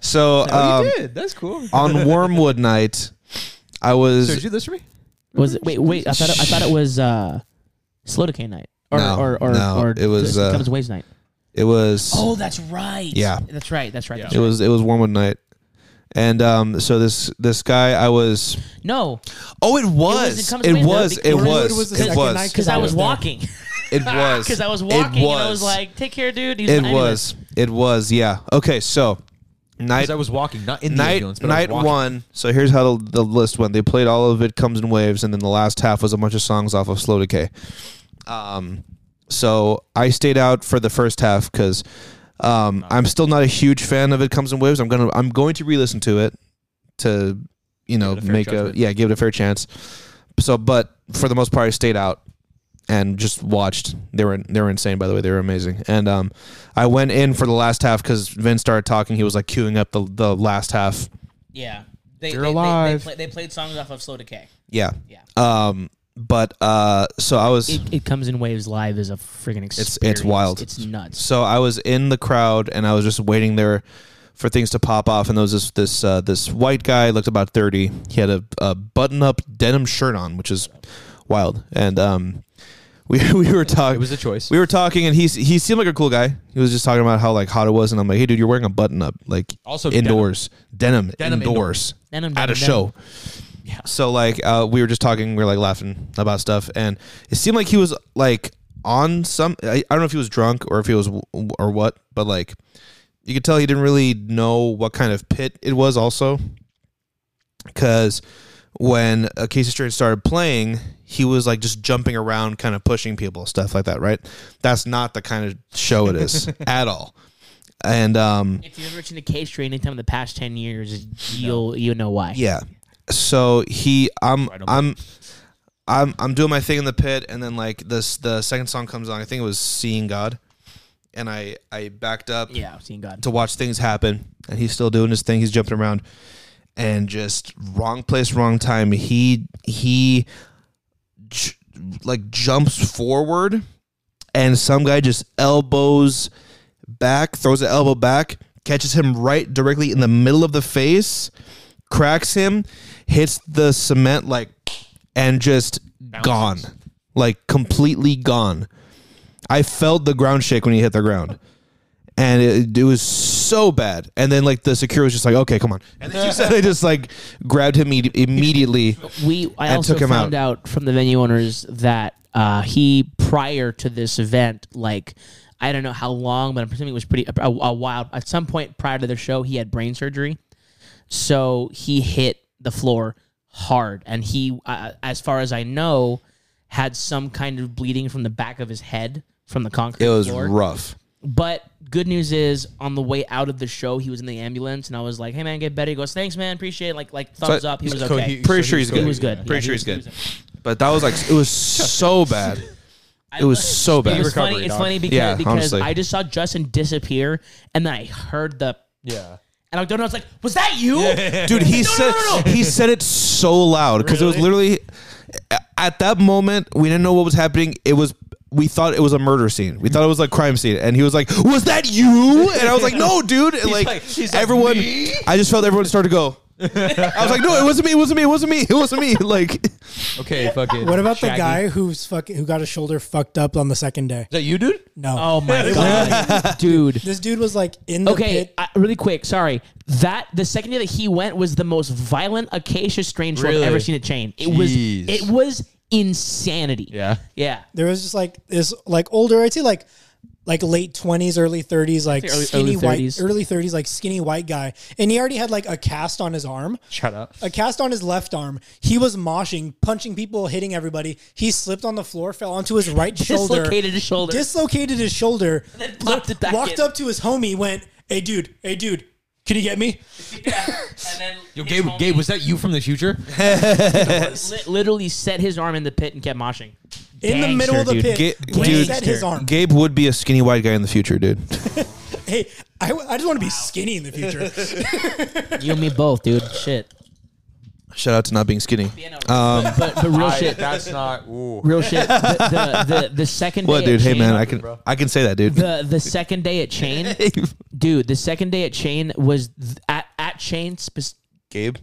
Speaker 2: So
Speaker 1: Oh,
Speaker 2: um,
Speaker 3: Oh, did. That's cool.
Speaker 2: on Wormwood night, I
Speaker 3: Sir, did
Speaker 2: was
Speaker 3: you do this for me?
Speaker 1: Was it? Wait, wait. I thought it, I thought it was uh, slow decay night, or
Speaker 2: No,
Speaker 1: or or,
Speaker 2: no,
Speaker 1: or
Speaker 2: it was,
Speaker 1: the-
Speaker 2: uh,
Speaker 1: Comes waves night.
Speaker 2: it was
Speaker 1: Oh, that's right.
Speaker 2: Yeah.
Speaker 1: that's right. That's right. That's
Speaker 2: it
Speaker 1: right.
Speaker 2: was it was Wormwood night, and um, so this this guy I was
Speaker 1: No,
Speaker 2: oh it
Speaker 1: it
Speaker 2: was
Speaker 1: comes
Speaker 2: it
Speaker 1: with-
Speaker 2: was
Speaker 1: the-
Speaker 2: it
Speaker 4: Wormwood was
Speaker 2: was
Speaker 4: the
Speaker 2: it
Speaker 4: second
Speaker 2: was
Speaker 1: <laughs>
Speaker 4: night
Speaker 1: because I was
Speaker 4: there.
Speaker 1: walking.
Speaker 2: it
Speaker 1: <laughs>
Speaker 2: was
Speaker 1: Because I was
Speaker 2: It
Speaker 1: walking, and I was
Speaker 2: was.
Speaker 1: like, "Take care, dude." He
Speaker 2: It
Speaker 1: anyways.
Speaker 2: was. It was. Yeah. Okay. So night
Speaker 3: Because I was walking, not in the
Speaker 2: night
Speaker 3: ambulance, but I
Speaker 2: night
Speaker 3: was walking.
Speaker 2: one. So here's how the, the list went. They played all of it comes in waves, and then the last half was a bunch of songs off of Slow Decay. Um, so I stayed out for the first half because um, I'm still not a huge fan of it comes in waves. I'm gonna I'm going to re-listen to it to you know
Speaker 3: Give it a fair
Speaker 2: make
Speaker 3: judgment.
Speaker 2: a yeah give it a fair chance. So, but for the most part, I stayed out and just watched. They were they were insane. By the way, they were amazing. And um, I went in for the last half because Vin started talking. He was like queuing up the the last half.
Speaker 1: Yeah, they they, they-
Speaker 3: You're
Speaker 1: They,
Speaker 3: alive.
Speaker 1: play, they played songs off of Slow Decay.
Speaker 2: Yeah.
Speaker 1: Yeah.
Speaker 2: Um, But uh, so I was
Speaker 1: It, it comes in waves live as a friggin' experience.
Speaker 2: it's wild.
Speaker 1: It's nuts.
Speaker 2: So I was in the crowd and I was just waiting there for things to pop off. And there was this this uh, this white guy looked about thirty. He had a, a button up denim shirt on, which is wild. And um, <laughs> we we were talking.
Speaker 3: It was a choice.
Speaker 2: We were talking, and he he seemed like a cool guy. He was just talking about how like hot it was, and I'm like, hey, dude, you're wearing a button up, like
Speaker 3: Also denim.
Speaker 2: indoors, denim,
Speaker 3: Denim
Speaker 2: indoors,
Speaker 1: Denim,
Speaker 2: at a
Speaker 1: denim,
Speaker 2: show. Yeah. So like uh, we were just talking, we were like laughing about stuff, and it seemed like he was like on some. I, I don't know if he was drunk or if he was w- w- or what, but like you could tell he didn't really know what kind of pit it was. Also, because when uh, Casey Strait started playing, he was like just jumping around, kind of pushing people, stuff like that. Right? That's not the kind of show it is at all. And um,
Speaker 1: If you've ever seen a case tree anytime in the past ten years, you'll you know why.
Speaker 2: Yeah. So he, I'm, I'm, I'm, I'm doing my thing in the pit, and then like this, the second song comes on. I think it was "Seeing God," and I, I backed up
Speaker 1: Yeah, I've seen God.
Speaker 2: to watch things happen, and he's still doing his thing. He's jumping around, and just wrong place, wrong time. He, he, j- like jumps forward, and some guy just elbows back, throws the elbow back, catches him right directly in the middle of the face, cracks him, hits the cement like, and just gone, like completely gone. I felt the ground shake when he hit the ground. And it, it was so bad. And then, like, the secure was just like, okay, come on. And then you said they just, like, grabbed him e- immediately.
Speaker 1: We I
Speaker 2: And
Speaker 1: also
Speaker 2: took him
Speaker 1: found out. from the venue owners that uh, he prior to this event, like I don't know how long, but I'm presuming it was pretty a, a while. At some point prior to the show, he had brain surgery, so he hit the floor hard, and he, uh, as far as I know, had some kind of bleeding from the back of his head from the concrete.
Speaker 2: It was
Speaker 1: floor.
Speaker 2: rough.
Speaker 1: But good news is, on the way out of the show, he was in the ambulance, and I was like, "Hey man, get better." He goes, "Thanks man, appreciate it." Like like thumbs up. He was
Speaker 3: So
Speaker 1: okay.
Speaker 3: he-
Speaker 2: Pretty
Speaker 3: so
Speaker 2: sure he's good.
Speaker 1: He was good.
Speaker 2: Pretty
Speaker 1: Yeah, he
Speaker 2: sure
Speaker 1: was-
Speaker 2: he's good. But that was like it was so bad. It was so
Speaker 1: It
Speaker 2: bad.
Speaker 1: was funny.
Speaker 3: recovery,
Speaker 1: It's
Speaker 3: dog.
Speaker 1: funny because,
Speaker 2: Yeah,
Speaker 1: because
Speaker 2: honestly.
Speaker 1: I just saw Justin disappear, and then I heard the
Speaker 3: Yeah.
Speaker 1: and I don't know. I was like, "Was that you?"
Speaker 2: Dude,
Speaker 3: <laughs>
Speaker 2: he said he said it so loud because it was literally at that moment we didn't know what was happening. It was we thought it was a murder scene. We thought it was like crime scene, and he was like, "Was that you?" And I was like, "No, dude." And like,
Speaker 3: like- he's like,
Speaker 2: everyone, I just felt everyone start to go. I was like, "No, it wasn't me. It wasn't me. It wasn't me. It wasn't me." <laughs> Like,
Speaker 3: <laughs> Okay, fucking.
Speaker 4: What about the
Speaker 3: Shaggy.
Speaker 4: guy who's fucking who got his shoulder fucked up on the second day?
Speaker 3: Is that you, dude?
Speaker 4: No.
Speaker 1: <laughs> Oh
Speaker 3: <laughs>
Speaker 1: my god, dude.
Speaker 4: This dude was like in the
Speaker 1: Okay,
Speaker 4: pit.
Speaker 1: I, really quick. Sorry, that the second day that he went was the most violent acacia strain show
Speaker 3: Really?
Speaker 1: I've ever seen at chain. It
Speaker 3: Jeez.
Speaker 1: was it was insanity.
Speaker 3: Yeah.
Speaker 1: yeah.
Speaker 4: There was just like this like older, I'd say like like late twenties, early thirties, like
Speaker 1: early-
Speaker 4: skinny
Speaker 1: early
Speaker 4: white
Speaker 1: 30s.
Speaker 4: early thirties, like skinny white guy. And he already had like a cast on his arm.
Speaker 3: Shut up.
Speaker 4: A cast on his left arm. He was moshing, punching people, hitting everybody. He slipped on the floor, fell onto
Speaker 1: <laughs>
Speaker 4: his right shoulder.
Speaker 1: Dislocated his shoulder.
Speaker 4: dislocated his
Speaker 1: <laughs>
Speaker 4: shoulder,
Speaker 1: then popped it back
Speaker 4: walked
Speaker 1: in.
Speaker 4: up to his homie, went, "Hey, dude, hey, dude, can you get me?"
Speaker 1: and then
Speaker 3: Yo, Gabe, Gabe, was that you from the future?
Speaker 1: li- literally set his arm in the pit and kept moshing.
Speaker 4: In the
Speaker 1: Gangster,
Speaker 4: middle of the
Speaker 1: dude.
Speaker 4: pit,
Speaker 2: Ga-
Speaker 4: Gabe
Speaker 2: dude.
Speaker 4: set his arm.
Speaker 2: Gabe would be a skinny white guy in the
Speaker 1: <laughs>
Speaker 2: future, dude.
Speaker 4: Hey, I, w- I just want to be skinny in
Speaker 1: <laughs>
Speaker 4: the future.
Speaker 1: You and me both, dude. Shit.
Speaker 2: Shout out to not being skinny. Um,
Speaker 1: but, but real shit.
Speaker 3: <laughs> That's not. Ooh.
Speaker 1: Real shit. The, the, the, the second
Speaker 2: What,
Speaker 1: day
Speaker 2: dude?
Speaker 1: At
Speaker 2: Hey,
Speaker 1: chain,
Speaker 2: man, I can I can say that,
Speaker 1: <laughs>
Speaker 2: dude.
Speaker 1: the the second day at
Speaker 2: <laughs>
Speaker 1: chain, dude. The second day at chain was th- at at chain spe-
Speaker 2: Gabe,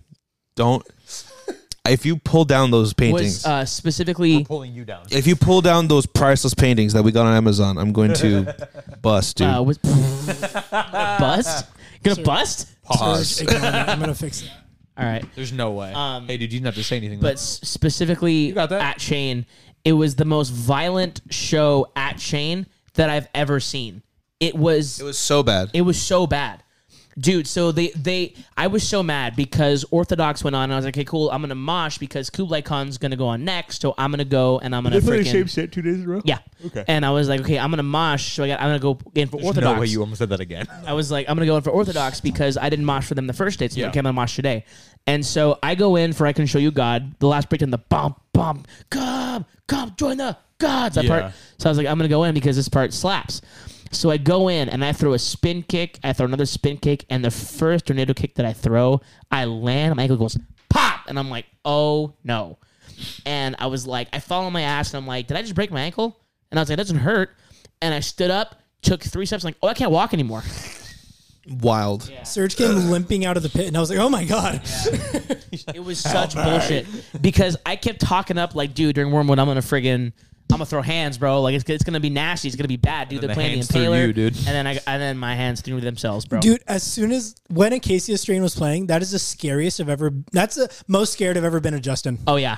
Speaker 2: don't. If you pull down those paintings,
Speaker 1: was uh, specifically
Speaker 3: Pulling you down.
Speaker 2: if you pull down those priceless paintings that we got on Amazon, I'm going to bust, dude.
Speaker 1: uh, <laughs> was bust. Gonna bust.
Speaker 4: Serge, ignore that. I'm gonna fix it.
Speaker 1: All right.
Speaker 3: There's no way. hey, dude, you didn't have to say anything.
Speaker 1: Um, but s- specifically
Speaker 3: got that?
Speaker 1: at Chain, it was the most violent show at Chain that I've ever seen. It was
Speaker 2: it was so bad.
Speaker 1: it was so bad. Dude, so they they I was so mad because Orthodox went on and I was like, "Okay, cool. I'm going to mosh because Kublai Khan's going to go on next, so I'm going to go and I'm going to freaking
Speaker 3: shit two days in a row.
Speaker 1: Yeah. Okay. And I was like, "Okay, I'm going to mosh, so I got I'm going to go in for Orthodox."
Speaker 3: No way you almost said that again. <laughs>
Speaker 1: I was like, I'm gonna go in for Orthodox because I didn't mosh for them the first day, so
Speaker 3: Yeah.
Speaker 1: I came and mosh today. And so I go in for I can show you God. The last breakdown, the bomb, bomb, come, come, join the gods. That
Speaker 3: Yeah.
Speaker 1: part. So I was like, I'm gonna go in because this part slaps. So I go in and I throw a spin kick. I throw another spin kick, and the first tornado kick that I throw, I land. My ankle goes pop, and I'm like, oh no. and I was like, I fall on my ass, and I'm like, did I just break my ankle? And I was like, it doesn't hurt. And I stood up, took three steps, like, oh, I can't walk anymore. <laughs>
Speaker 2: Wild.
Speaker 4: Serge came limping out of the pit, and I was like, "Oh my god!"
Speaker 1: It
Speaker 3: <laughs>
Speaker 1: was such bullshit because I kept talking up like, dude, during Wormwood, I'm gonna friggin', I'm gonna throw hands, bro. Like it's, it's gonna be nasty. It's gonna be bad, dude.
Speaker 3: then
Speaker 1: They're
Speaker 3: the
Speaker 1: playing the
Speaker 3: hands threw
Speaker 1: impaler,
Speaker 3: you, dude.
Speaker 1: And then I and then my hands threw themselves, bro.
Speaker 4: Dude, as soon as when Acacia Strain was playing, that is the scariest I've ever. That's the most scared I've ever been of Justin.
Speaker 1: Oh yeah,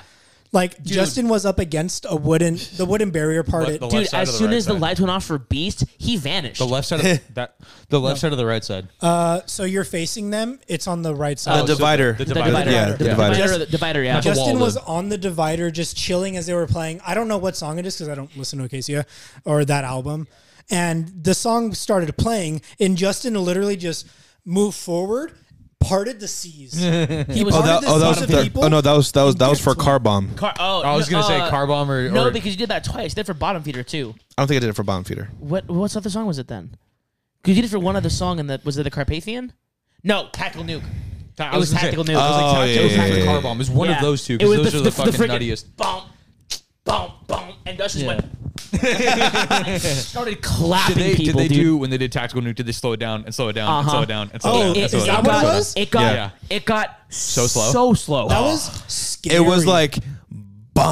Speaker 4: Like Justin was up against a wooden, the wooden barrier parted.
Speaker 3: the
Speaker 1: dude.
Speaker 3: side or
Speaker 1: As
Speaker 3: the
Speaker 1: soon
Speaker 3: right
Speaker 1: as the
Speaker 3: side?
Speaker 1: lights went off for Beast, he vanished.
Speaker 3: The left side of that, the left side of the right side.
Speaker 4: Uh, so you're facing them. It's on the right
Speaker 2: The
Speaker 4: side.
Speaker 3: so
Speaker 2: divider.
Speaker 3: the- the
Speaker 1: The
Speaker 3: divider.
Speaker 1: divider,
Speaker 2: Yeah,
Speaker 1: the
Speaker 2: yeah.
Speaker 1: divider,
Speaker 2: Just-
Speaker 1: or the divider, yeah.
Speaker 3: Just-
Speaker 4: Justin
Speaker 3: wall
Speaker 4: was
Speaker 3: then.
Speaker 4: on the divider, just chilling as they were playing. I don't know what song it is because I don't listen to Acacia or that album. And the song started playing, and Justin literally just moved forward, parted the seas.
Speaker 1: was-
Speaker 4: he
Speaker 2: Oh, that,
Speaker 1: Part of
Speaker 2: oh,
Speaker 1: this
Speaker 2: that was
Speaker 1: lot of
Speaker 2: the-
Speaker 4: people
Speaker 2: oh no, that was that was that was for
Speaker 4: Injectable.
Speaker 2: car bomb.
Speaker 1: Car- oh,
Speaker 3: I was
Speaker 1: no,
Speaker 3: gonna say
Speaker 1: uh,
Speaker 3: car bomb or,
Speaker 1: No,
Speaker 3: or-
Speaker 1: because you did that twice. Then for bottom feeder too.
Speaker 2: I don't think I did it for bomb feeder.
Speaker 1: What what other song was it then? Because you did it for one other song, and that was it the Carpathian? No, Tactical Nuke.
Speaker 3: I
Speaker 1: It was
Speaker 3: gonna say-
Speaker 1: tactical nuke.
Speaker 3: It was
Speaker 2: Oh,
Speaker 3: like tactical
Speaker 2: yeah,
Speaker 3: it was
Speaker 2: yeah,
Speaker 3: like
Speaker 2: yeah, yeah.
Speaker 3: car bomb. It was one
Speaker 1: Yeah.
Speaker 3: of those two
Speaker 1: It
Speaker 3: because
Speaker 1: was
Speaker 3: those are the, fucking
Speaker 1: friggin'
Speaker 3: nuttiest.
Speaker 1: Boom, boom, boom, and Dutch just
Speaker 3: Yeah.
Speaker 1: went. <laughs> started clapping
Speaker 3: Did they, did
Speaker 1: people,
Speaker 3: they
Speaker 1: dude.
Speaker 3: do when they did tactical nuke? Did they slow it down and slow it down and
Speaker 1: Uh-huh.
Speaker 3: slow it down and slow it
Speaker 4: Oh,
Speaker 3: down? and
Speaker 4: is
Speaker 3: slow
Speaker 4: that
Speaker 3: it down,
Speaker 4: what
Speaker 3: and
Speaker 4: it
Speaker 3: slow it
Speaker 4: was?
Speaker 1: It got
Speaker 3: Yeah.
Speaker 1: it got so
Speaker 3: slow? Oh,
Speaker 1: So slow.
Speaker 4: That was scary.
Speaker 2: It was like ba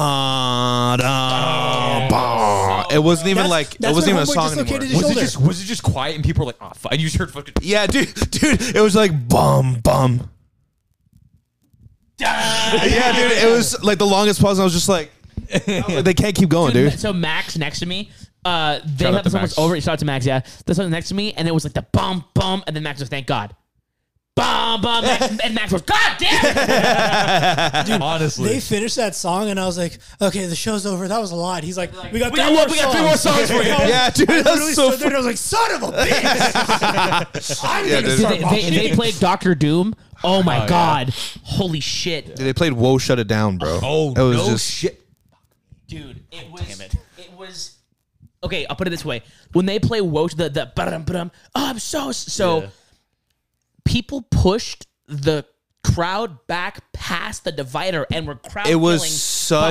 Speaker 2: da ba. It wasn't even
Speaker 4: That's-
Speaker 2: like it
Speaker 4: that's
Speaker 2: wasn't even
Speaker 4: when
Speaker 2: a
Speaker 4: Homeboy
Speaker 2: song anymore.
Speaker 4: dislocated his
Speaker 3: down? Was
Speaker 4: shoulder.
Speaker 3: it just was it just quiet and people were like, ah, fuck. And you just heard fucking.
Speaker 2: Yeah, dude, dude, it was like bum bum. yeah, dude, it was like the longest pause. And I was just like, I was like, they can't keep going, dude.
Speaker 1: So Max next to me, uh, they
Speaker 3: Shout out
Speaker 1: had the
Speaker 3: to
Speaker 1: song
Speaker 3: Max.
Speaker 1: was over. Shout out to Max, yeah. The song was next to me, and it was like the bum bum, and then Max was thank God, bum bum,
Speaker 3: <laughs>
Speaker 1: Max, and Max was God damn. It!
Speaker 3: Honestly,
Speaker 4: they finished that song, and I was like, "Okay, the show's over. That was a lot." He's like, "We got
Speaker 1: We
Speaker 4: three
Speaker 1: got one-
Speaker 4: more
Speaker 1: we got three more songs for you. <laughs>
Speaker 2: Yeah, dude,
Speaker 4: I
Speaker 2: that's
Speaker 4: literally
Speaker 2: so.
Speaker 4: stood there, and I was like, "Son
Speaker 3: <laughs>
Speaker 4: of a bitch!" I'm
Speaker 2: Yeah,
Speaker 4: gonna
Speaker 2: dude.
Speaker 4: start
Speaker 1: They, they,
Speaker 4: watching.
Speaker 1: they played Doctor Doom. Oh my
Speaker 3: yeah.
Speaker 1: God! Holy shit!
Speaker 2: Dude, they played "Whoa, Shut It Down," bro.
Speaker 3: oh
Speaker 2: it was
Speaker 3: no
Speaker 2: just
Speaker 3: shit.
Speaker 1: dude. It was. Damn it. was. Okay, I'll put it this way: when they play Woj, the the ba-dum, ba-dum, oh, I'm so so. People pushed the crowd back past the divider and were crowd.
Speaker 2: It was
Speaker 1: killing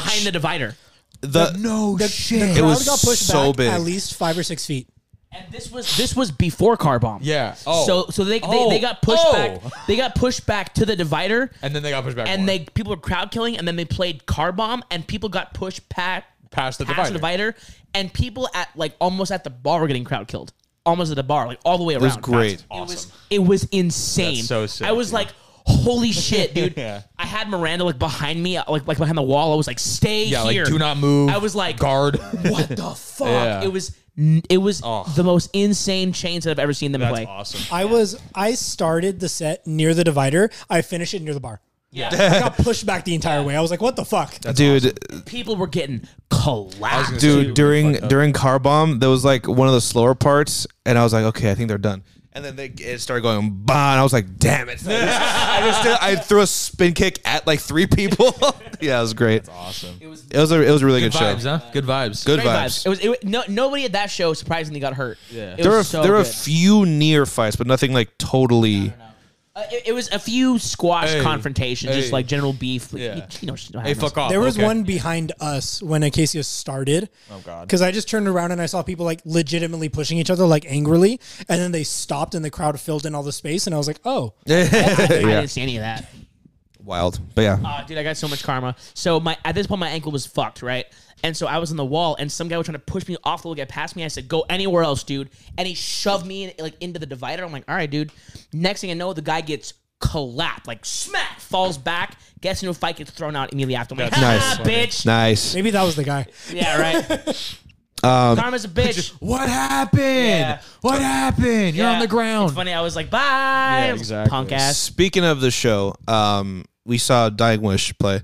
Speaker 2: such-
Speaker 1: behind the divider.
Speaker 2: the
Speaker 3: No
Speaker 4: The
Speaker 3: shit.
Speaker 4: crowd
Speaker 2: was
Speaker 4: got pushed
Speaker 2: so
Speaker 4: back
Speaker 2: big.
Speaker 4: at least five or six feet.
Speaker 1: And this was this was before car bomb.
Speaker 3: Yeah. Oh.
Speaker 1: So so they they, they
Speaker 3: Oh.
Speaker 1: got pushed
Speaker 3: Oh.
Speaker 1: back. They got pushed back to the divider,
Speaker 3: And then they got pushed back.
Speaker 1: and
Speaker 3: more.
Speaker 1: they people were crowd killing, and then they played car bomb, and people got pushed back
Speaker 3: Past the
Speaker 1: past the divider, and people at like almost at the bar were getting crowd killed, almost at the bar, like all the way around.
Speaker 2: was great.
Speaker 1: It was
Speaker 3: Awesome.
Speaker 1: it was insane.
Speaker 3: That's so sick,
Speaker 1: I was
Speaker 3: dude.
Speaker 1: like. Holy shit, dude!
Speaker 3: <laughs> Yeah.
Speaker 1: I had Miranda like behind me, like like behind the wall. I was like, "Stay
Speaker 3: yeah,
Speaker 1: here,
Speaker 3: like do not move.
Speaker 1: I was like,
Speaker 3: guard.
Speaker 1: what
Speaker 3: <laughs>
Speaker 1: the fuck?
Speaker 3: Yeah. Oh.
Speaker 1: It was it was the most insane chains that I've ever seen them
Speaker 3: That's
Speaker 1: play.
Speaker 3: awesome.
Speaker 4: I was I started the set near the divider. I finished it near the bar.
Speaker 3: <laughs>
Speaker 1: Yeah.
Speaker 4: I got pushed back the entire way. I was like, "What the fuck?"
Speaker 2: dude.
Speaker 1: People were getting collapsed.
Speaker 2: dude during during car bomb there was like one of the slower parts and i was like okay i think they're done and then they it started going bah and i was like damn it i just did, i threw a spin kick at like three people <laughs> yeah it was great
Speaker 3: Awesome.
Speaker 1: It was
Speaker 2: it was a it was a really good, show
Speaker 3: Vibes, huh? Good vibes.
Speaker 2: good
Speaker 1: great
Speaker 2: vibes,
Speaker 1: It was it, was- no, nobody at that show surprisingly got hurt.
Speaker 3: Yeah.
Speaker 1: It
Speaker 2: there were
Speaker 1: was so
Speaker 2: there were a
Speaker 1: good.
Speaker 2: few near fights but nothing like totally
Speaker 1: Uh, it, it was a few squash
Speaker 3: Hey.
Speaker 1: confrontations, just
Speaker 3: Hey.
Speaker 1: like general beef. Like,
Speaker 3: Yeah.
Speaker 1: you, you know, shit
Speaker 3: Hey,
Speaker 1: happens.
Speaker 3: fuck off.
Speaker 4: There was
Speaker 3: Oh, Okay.
Speaker 4: one behind us when Acacia started. Oh
Speaker 3: God.
Speaker 4: Because I just turned around and I saw people like legitimately pushing each other like angrily, and then they stopped and the crowd filled in all the space, and I was like, "Oh,
Speaker 1: I
Speaker 2: yeah.
Speaker 1: didn't see any of that.
Speaker 2: wild but yeah
Speaker 1: Oh, dude, I got so much karma. So my at this point, my ankle was fucked, right? And so I was on the wall, and some guy was trying to push me off the little guy past me. I said, "Go anywhere else, dude," and he shoved me in, like into the divider. I'm like, "All right, dude." Next thing I know, the guy gets collapsed, like smack, falls back, gets into a fight, gets thrown out immediately after. I'm like,
Speaker 2: That's
Speaker 1: "Ha, bitch!"
Speaker 2: nice
Speaker 4: maybe that was the guy."
Speaker 1: Yeah,
Speaker 3: <laughs>
Speaker 1: right. Karma's a bitch.
Speaker 3: <laughs> What happened?
Speaker 1: Yeah.
Speaker 3: What happened? You're
Speaker 1: Yeah.
Speaker 3: on the ground.
Speaker 1: It's funny. I was like, "Bye."
Speaker 3: exactly.
Speaker 1: Punk ass.
Speaker 2: speaking of the show um we saw dying wish play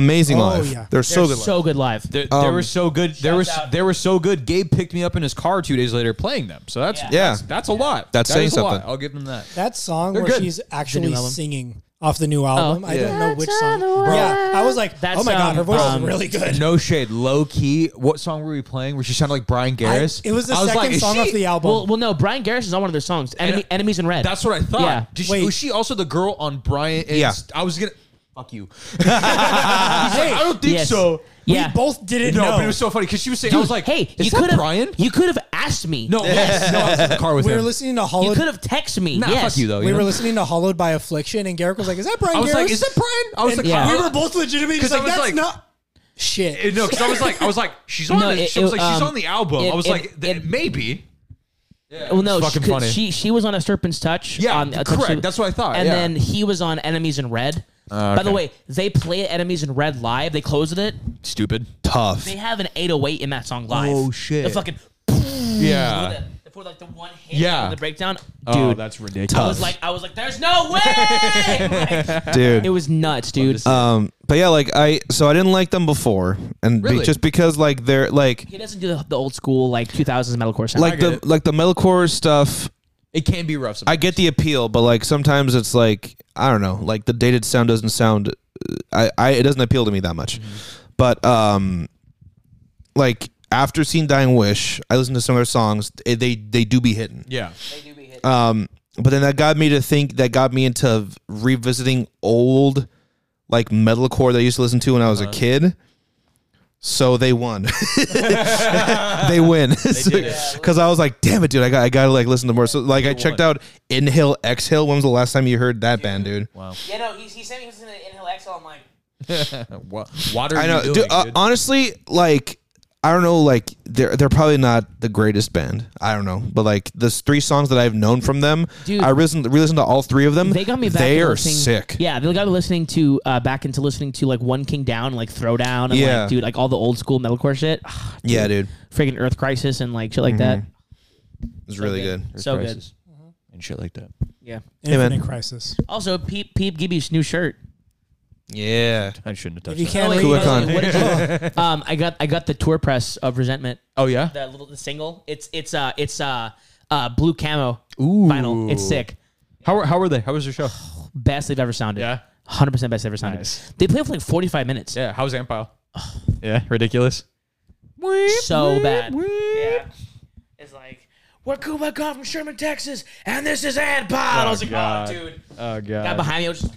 Speaker 2: amazing
Speaker 4: Oh,
Speaker 2: live
Speaker 4: yeah.
Speaker 2: they're so
Speaker 1: They're
Speaker 2: good live.
Speaker 1: so good live.
Speaker 3: They, they were so good. They were
Speaker 1: out.
Speaker 3: they were so good. Gabe picked me up in his car two days later playing them. So that's
Speaker 1: Yeah.
Speaker 2: yeah
Speaker 3: that's, that's a lot.
Speaker 2: That's
Speaker 3: That
Speaker 2: saying
Speaker 3: is a lot.
Speaker 2: something.
Speaker 3: I'll give them that.
Speaker 4: That song
Speaker 3: They're
Speaker 4: where
Speaker 3: good.
Speaker 4: she's
Speaker 1: new
Speaker 4: actually
Speaker 1: album.
Speaker 4: singing off the new album. I don't know which song.
Speaker 1: Bro.
Speaker 4: Yeah, I was like,
Speaker 1: That's,
Speaker 4: "Oh my god,
Speaker 1: um,
Speaker 4: her voice
Speaker 1: um,
Speaker 4: is really good."
Speaker 3: No shade. Low key. What song were we playing? Where she sounded like Brian
Speaker 4: I-
Speaker 3: Garris?
Speaker 4: it was the
Speaker 3: I
Speaker 4: second
Speaker 3: like, is
Speaker 4: song
Speaker 3: she-
Speaker 4: off the album.
Speaker 1: Well, well, no. Brian Garris is on one of their songs. Enemy,
Speaker 3: And-
Speaker 1: Enemies in Red.
Speaker 3: That's what I thought.
Speaker 1: Yeah.
Speaker 3: Did she,
Speaker 4: Wait.
Speaker 3: was she also the girl on Brian?
Speaker 2: Yeah.
Speaker 3: I was gonna. fuck
Speaker 4: <laughs>
Speaker 3: you. <laughs>
Speaker 4: Hey,
Speaker 3: I don't think
Speaker 1: Yes.
Speaker 3: so.
Speaker 1: Yeah.
Speaker 4: We both didn't
Speaker 3: No,
Speaker 4: know.
Speaker 3: but it was so funny because she was saying, I was like,
Speaker 1: hey,
Speaker 3: is
Speaker 1: you
Speaker 3: that
Speaker 1: could have
Speaker 3: Brian?
Speaker 1: You could have asked me.
Speaker 3: no, yes. no, I was in the car with
Speaker 4: we were
Speaker 3: him.
Speaker 4: listening to
Speaker 1: you
Speaker 4: Hollowed.
Speaker 1: could have texted me.
Speaker 3: Nah,
Speaker 1: yes.
Speaker 3: fuck you though.
Speaker 4: we
Speaker 3: you know?
Speaker 4: were listening to Hollowed by Affliction, and Garrick was like, "Is that Brian?"
Speaker 3: I was like,
Speaker 4: Garris?"
Speaker 3: is that Brian? I was like,
Speaker 4: And
Speaker 1: Yeah.
Speaker 4: we were both legitimately just
Speaker 3: 'Cause I
Speaker 4: like,
Speaker 3: was
Speaker 4: "That's
Speaker 3: like- eh,
Speaker 4: not shit."
Speaker 3: no, because I was like, I was like, she's on.
Speaker 1: No,
Speaker 3: the,
Speaker 1: it-
Speaker 3: she was
Speaker 1: it-
Speaker 3: like, she's
Speaker 1: um,
Speaker 3: on the album.
Speaker 1: it-
Speaker 3: I was
Speaker 1: it-
Speaker 3: like,
Speaker 1: it-
Speaker 3: maybe.
Speaker 1: Well, no, she,
Speaker 3: fucking
Speaker 1: could-
Speaker 3: funny.
Speaker 1: she she was on a Serpent's Touch.
Speaker 3: Yeah,
Speaker 1: on, a
Speaker 3: correct.
Speaker 1: Touch-
Speaker 3: That's what I thought,
Speaker 1: And
Speaker 3: yeah.
Speaker 1: then he was on Enemies in Red.
Speaker 3: Uh,
Speaker 1: By the
Speaker 3: okay.
Speaker 1: way, they play Enemies in Red live. They closed it.
Speaker 3: Stupid.
Speaker 2: Tough.
Speaker 1: They have an 808 in that song live.
Speaker 3: Oh, shit.
Speaker 1: The fucking
Speaker 3: Yeah.
Speaker 1: for like the one hand
Speaker 3: Yeah.
Speaker 1: on the breakdown. Dude,
Speaker 3: Oh, that's
Speaker 1: I
Speaker 3: ridiculous.
Speaker 1: was like, I was like, there's no way. Like,
Speaker 2: dude.
Speaker 1: <laughs> it was nuts, dude. Uh,
Speaker 2: Um, but yeah, like I, so I didn't like them before, and be,
Speaker 3: Really?
Speaker 2: just because like they're like
Speaker 1: he doesn't do the, the old school like 2000s metalcore sound.
Speaker 2: like
Speaker 3: get
Speaker 2: the
Speaker 3: it.
Speaker 2: like the metalcore stuff.
Speaker 3: it can be rough.
Speaker 2: I get the appeal, but like sometimes it's like I don't know, like the dated sound doesn't sound. uh, I, I it doesn't appeal to me that much, but um, like after seeing Dying Wish, I listen to some of their songs. They they, they do be hitting.
Speaker 3: Yeah.
Speaker 2: Um, but then that got me to think. That got me into revisiting old, like metalcore that I used to listen to when I was a kid. So they won. <laughs> they win. <laughs> Because I was like, damn it, dude, I got I gotta like listen to more. So like I checked out Inhale Exhale. When was the last time you heard that band, dude?
Speaker 1: yeah, no, he, he sent me listening to Inhale Exhale. I'm like,
Speaker 3: What, what are
Speaker 2: I know,
Speaker 3: you doing,
Speaker 2: dude. uh,
Speaker 3: dude?
Speaker 2: honestly, like I don't know, like they're they're probably not the greatest band. I don't know, but like the three songs that I've known from them,
Speaker 1: Dude.
Speaker 2: I listened re-listened to all three of them.
Speaker 1: They got me back.
Speaker 2: They
Speaker 1: into
Speaker 2: are
Speaker 1: listening-
Speaker 2: sick.
Speaker 1: Yeah, they got me listening to uh, back into listening to like One King Down, like Throwdown, and
Speaker 2: Yeah.
Speaker 1: like dude, like all the old school metalcore shit,
Speaker 2: Yeah, dude.
Speaker 1: freaking Earth Crisis and like shit like that.
Speaker 2: Mm-hmm. It's really good.
Speaker 1: So good.
Speaker 3: Mm-hmm. and shit like that.
Speaker 1: Yeah.
Speaker 4: Infinite
Speaker 2: Amen.
Speaker 4: Crisis.
Speaker 1: Also, Peep Peep Gibby's new shirt. Oh,
Speaker 2: Yeah.
Speaker 3: I shouldn't
Speaker 4: If
Speaker 3: have touched.
Speaker 4: you
Speaker 3: that.
Speaker 4: can't
Speaker 1: wait,
Speaker 4: read,
Speaker 2: Kublai Khan.
Speaker 1: what
Speaker 2: <laughs>
Speaker 1: did you- um, I got I got the tour press of Resentment,
Speaker 3: Oh yeah.
Speaker 1: that little the single. It's it's uh it's uh uh blue camo Ooh. vinyl. It's sick.
Speaker 3: How were how were they? How was
Speaker 1: <sighs>
Speaker 3: the show?
Speaker 1: Best they've ever sounded.
Speaker 3: Yeah.
Speaker 1: Hundred percent best they've ever sounded.
Speaker 3: Nice.
Speaker 1: They played for like forty five minutes.
Speaker 3: Yeah. How was Ampile? <sighs> yeah. Ridiculous.
Speaker 1: so bad. Yeah. It's like, we're Kuba Khan from Sherman, Texas, and this is Ant Pod. I was like,
Speaker 3: God.
Speaker 1: oh, dude.
Speaker 3: Oh god.
Speaker 1: Got behind me. I was just,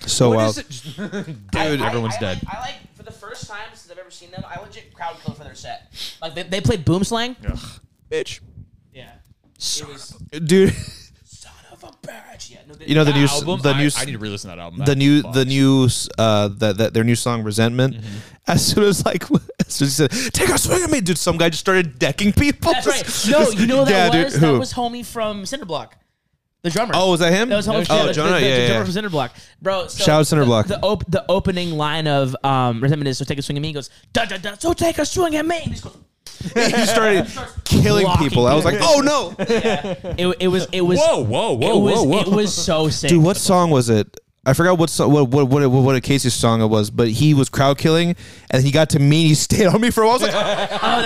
Speaker 2: So wild.
Speaker 3: Dude, everyone's
Speaker 1: I, I
Speaker 3: dead.
Speaker 1: Like, I like, for the first time since I've ever seen them, I legit crowd killed for their set. Like, they, they played Boom Slang.
Speaker 2: bitch.
Speaker 1: Yeah. It was,
Speaker 2: Dude, <laughs>
Speaker 1: son of a bitch. Yeah. No, they,
Speaker 2: you know the new s-
Speaker 3: album,
Speaker 2: the
Speaker 3: I,
Speaker 2: new
Speaker 3: I
Speaker 2: s-
Speaker 3: need to re-listen to that album.
Speaker 2: the new the
Speaker 3: new.
Speaker 2: new s- uh that that their new song Resentment. As soon as like <laughs> as soon as he said, "Take a swing at me," dude, some guy just started decking people.
Speaker 1: That's
Speaker 2: <laughs>
Speaker 1: right. No, you know what that
Speaker 2: Yeah,
Speaker 1: was?
Speaker 2: dude, who?
Speaker 1: that was homie from Cinderblock. The drummer.
Speaker 2: Oh, was that him?
Speaker 1: That was homie.
Speaker 2: oh,
Speaker 1: yeah,
Speaker 2: Jonah.
Speaker 1: the, the,
Speaker 2: yeah,
Speaker 1: the drummer
Speaker 2: yeah.
Speaker 1: from Cinder Block, bro. So
Speaker 2: Shout out Cinder
Speaker 1: the-
Speaker 2: Block.
Speaker 1: The, op- the opening line of um, Resentment is "So take a swing at me." He goes, "Da da da." So take a swing at me. And he just goes,
Speaker 2: <laughs> he started killing
Speaker 1: Blocking
Speaker 2: people. I was like, "Oh no,
Speaker 1: it, it was. It was.
Speaker 3: Whoa, whoa, whoa,
Speaker 1: it was,
Speaker 3: whoa, whoa.
Speaker 1: It was so sick.
Speaker 2: dude, what song was it?" I forgot what song, what what what what, what Casey's song it was, but he was crowd killing, and he got to me. and He <laughs> stayed on me for a while. I was like,
Speaker 1: Oh,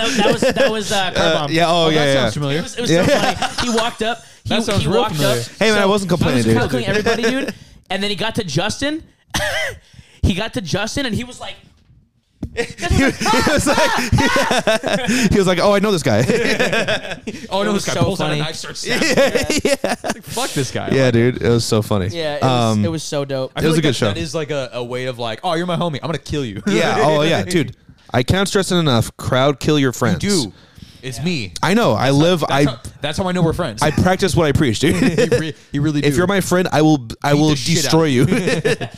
Speaker 1: that, that was that was uh, Car
Speaker 2: uh,
Speaker 1: Bomb.
Speaker 2: "Yeah, oh, yeah,
Speaker 3: That
Speaker 2: yeah." <laughs>
Speaker 3: sounds familiar.
Speaker 1: It was, it was so funny. He walked up. He,
Speaker 3: That sounds
Speaker 1: he
Speaker 3: real
Speaker 1: walked
Speaker 3: familiar.
Speaker 1: up.
Speaker 2: Hey, man, I wasn't complaining, dude.
Speaker 1: Calculating everybody, dude. And then he got to Justin. <laughs> he got to Justin, and he was like,
Speaker 2: he, was like, <laughs> he was like, "Oh, I know this guy."
Speaker 3: oh no,
Speaker 1: was
Speaker 3: this guy
Speaker 1: so
Speaker 3: pulls out a
Speaker 1: funny.
Speaker 3: knife, starts <laughs> stabbing. Like, fuck this guy.
Speaker 2: Yeah, dude, it was so funny.
Speaker 1: "Yeah, it was,
Speaker 2: Um,
Speaker 1: it was so dope."
Speaker 3: I feel
Speaker 2: was a
Speaker 3: like
Speaker 2: good
Speaker 3: that-
Speaker 2: show.
Speaker 3: That is like a, a way of like, oh, you're my homie. I'm gonna kill you. <laughs>
Speaker 2: yeah. Oh, yeah, dude. I cannot stress it enough. Crowd kill your friends.
Speaker 3: do. It's me.
Speaker 2: I know. I live.
Speaker 3: That's,
Speaker 2: I
Speaker 3: how, that's how I know we're friends. <laughs>
Speaker 2: I practice what I preach,
Speaker 3: you,
Speaker 2: dude.
Speaker 3: re- you really do.
Speaker 2: <laughs> if you're my friend, I will. I will
Speaker 3: the shit
Speaker 2: destroy you.
Speaker 3: <laughs>
Speaker 2: <laughs>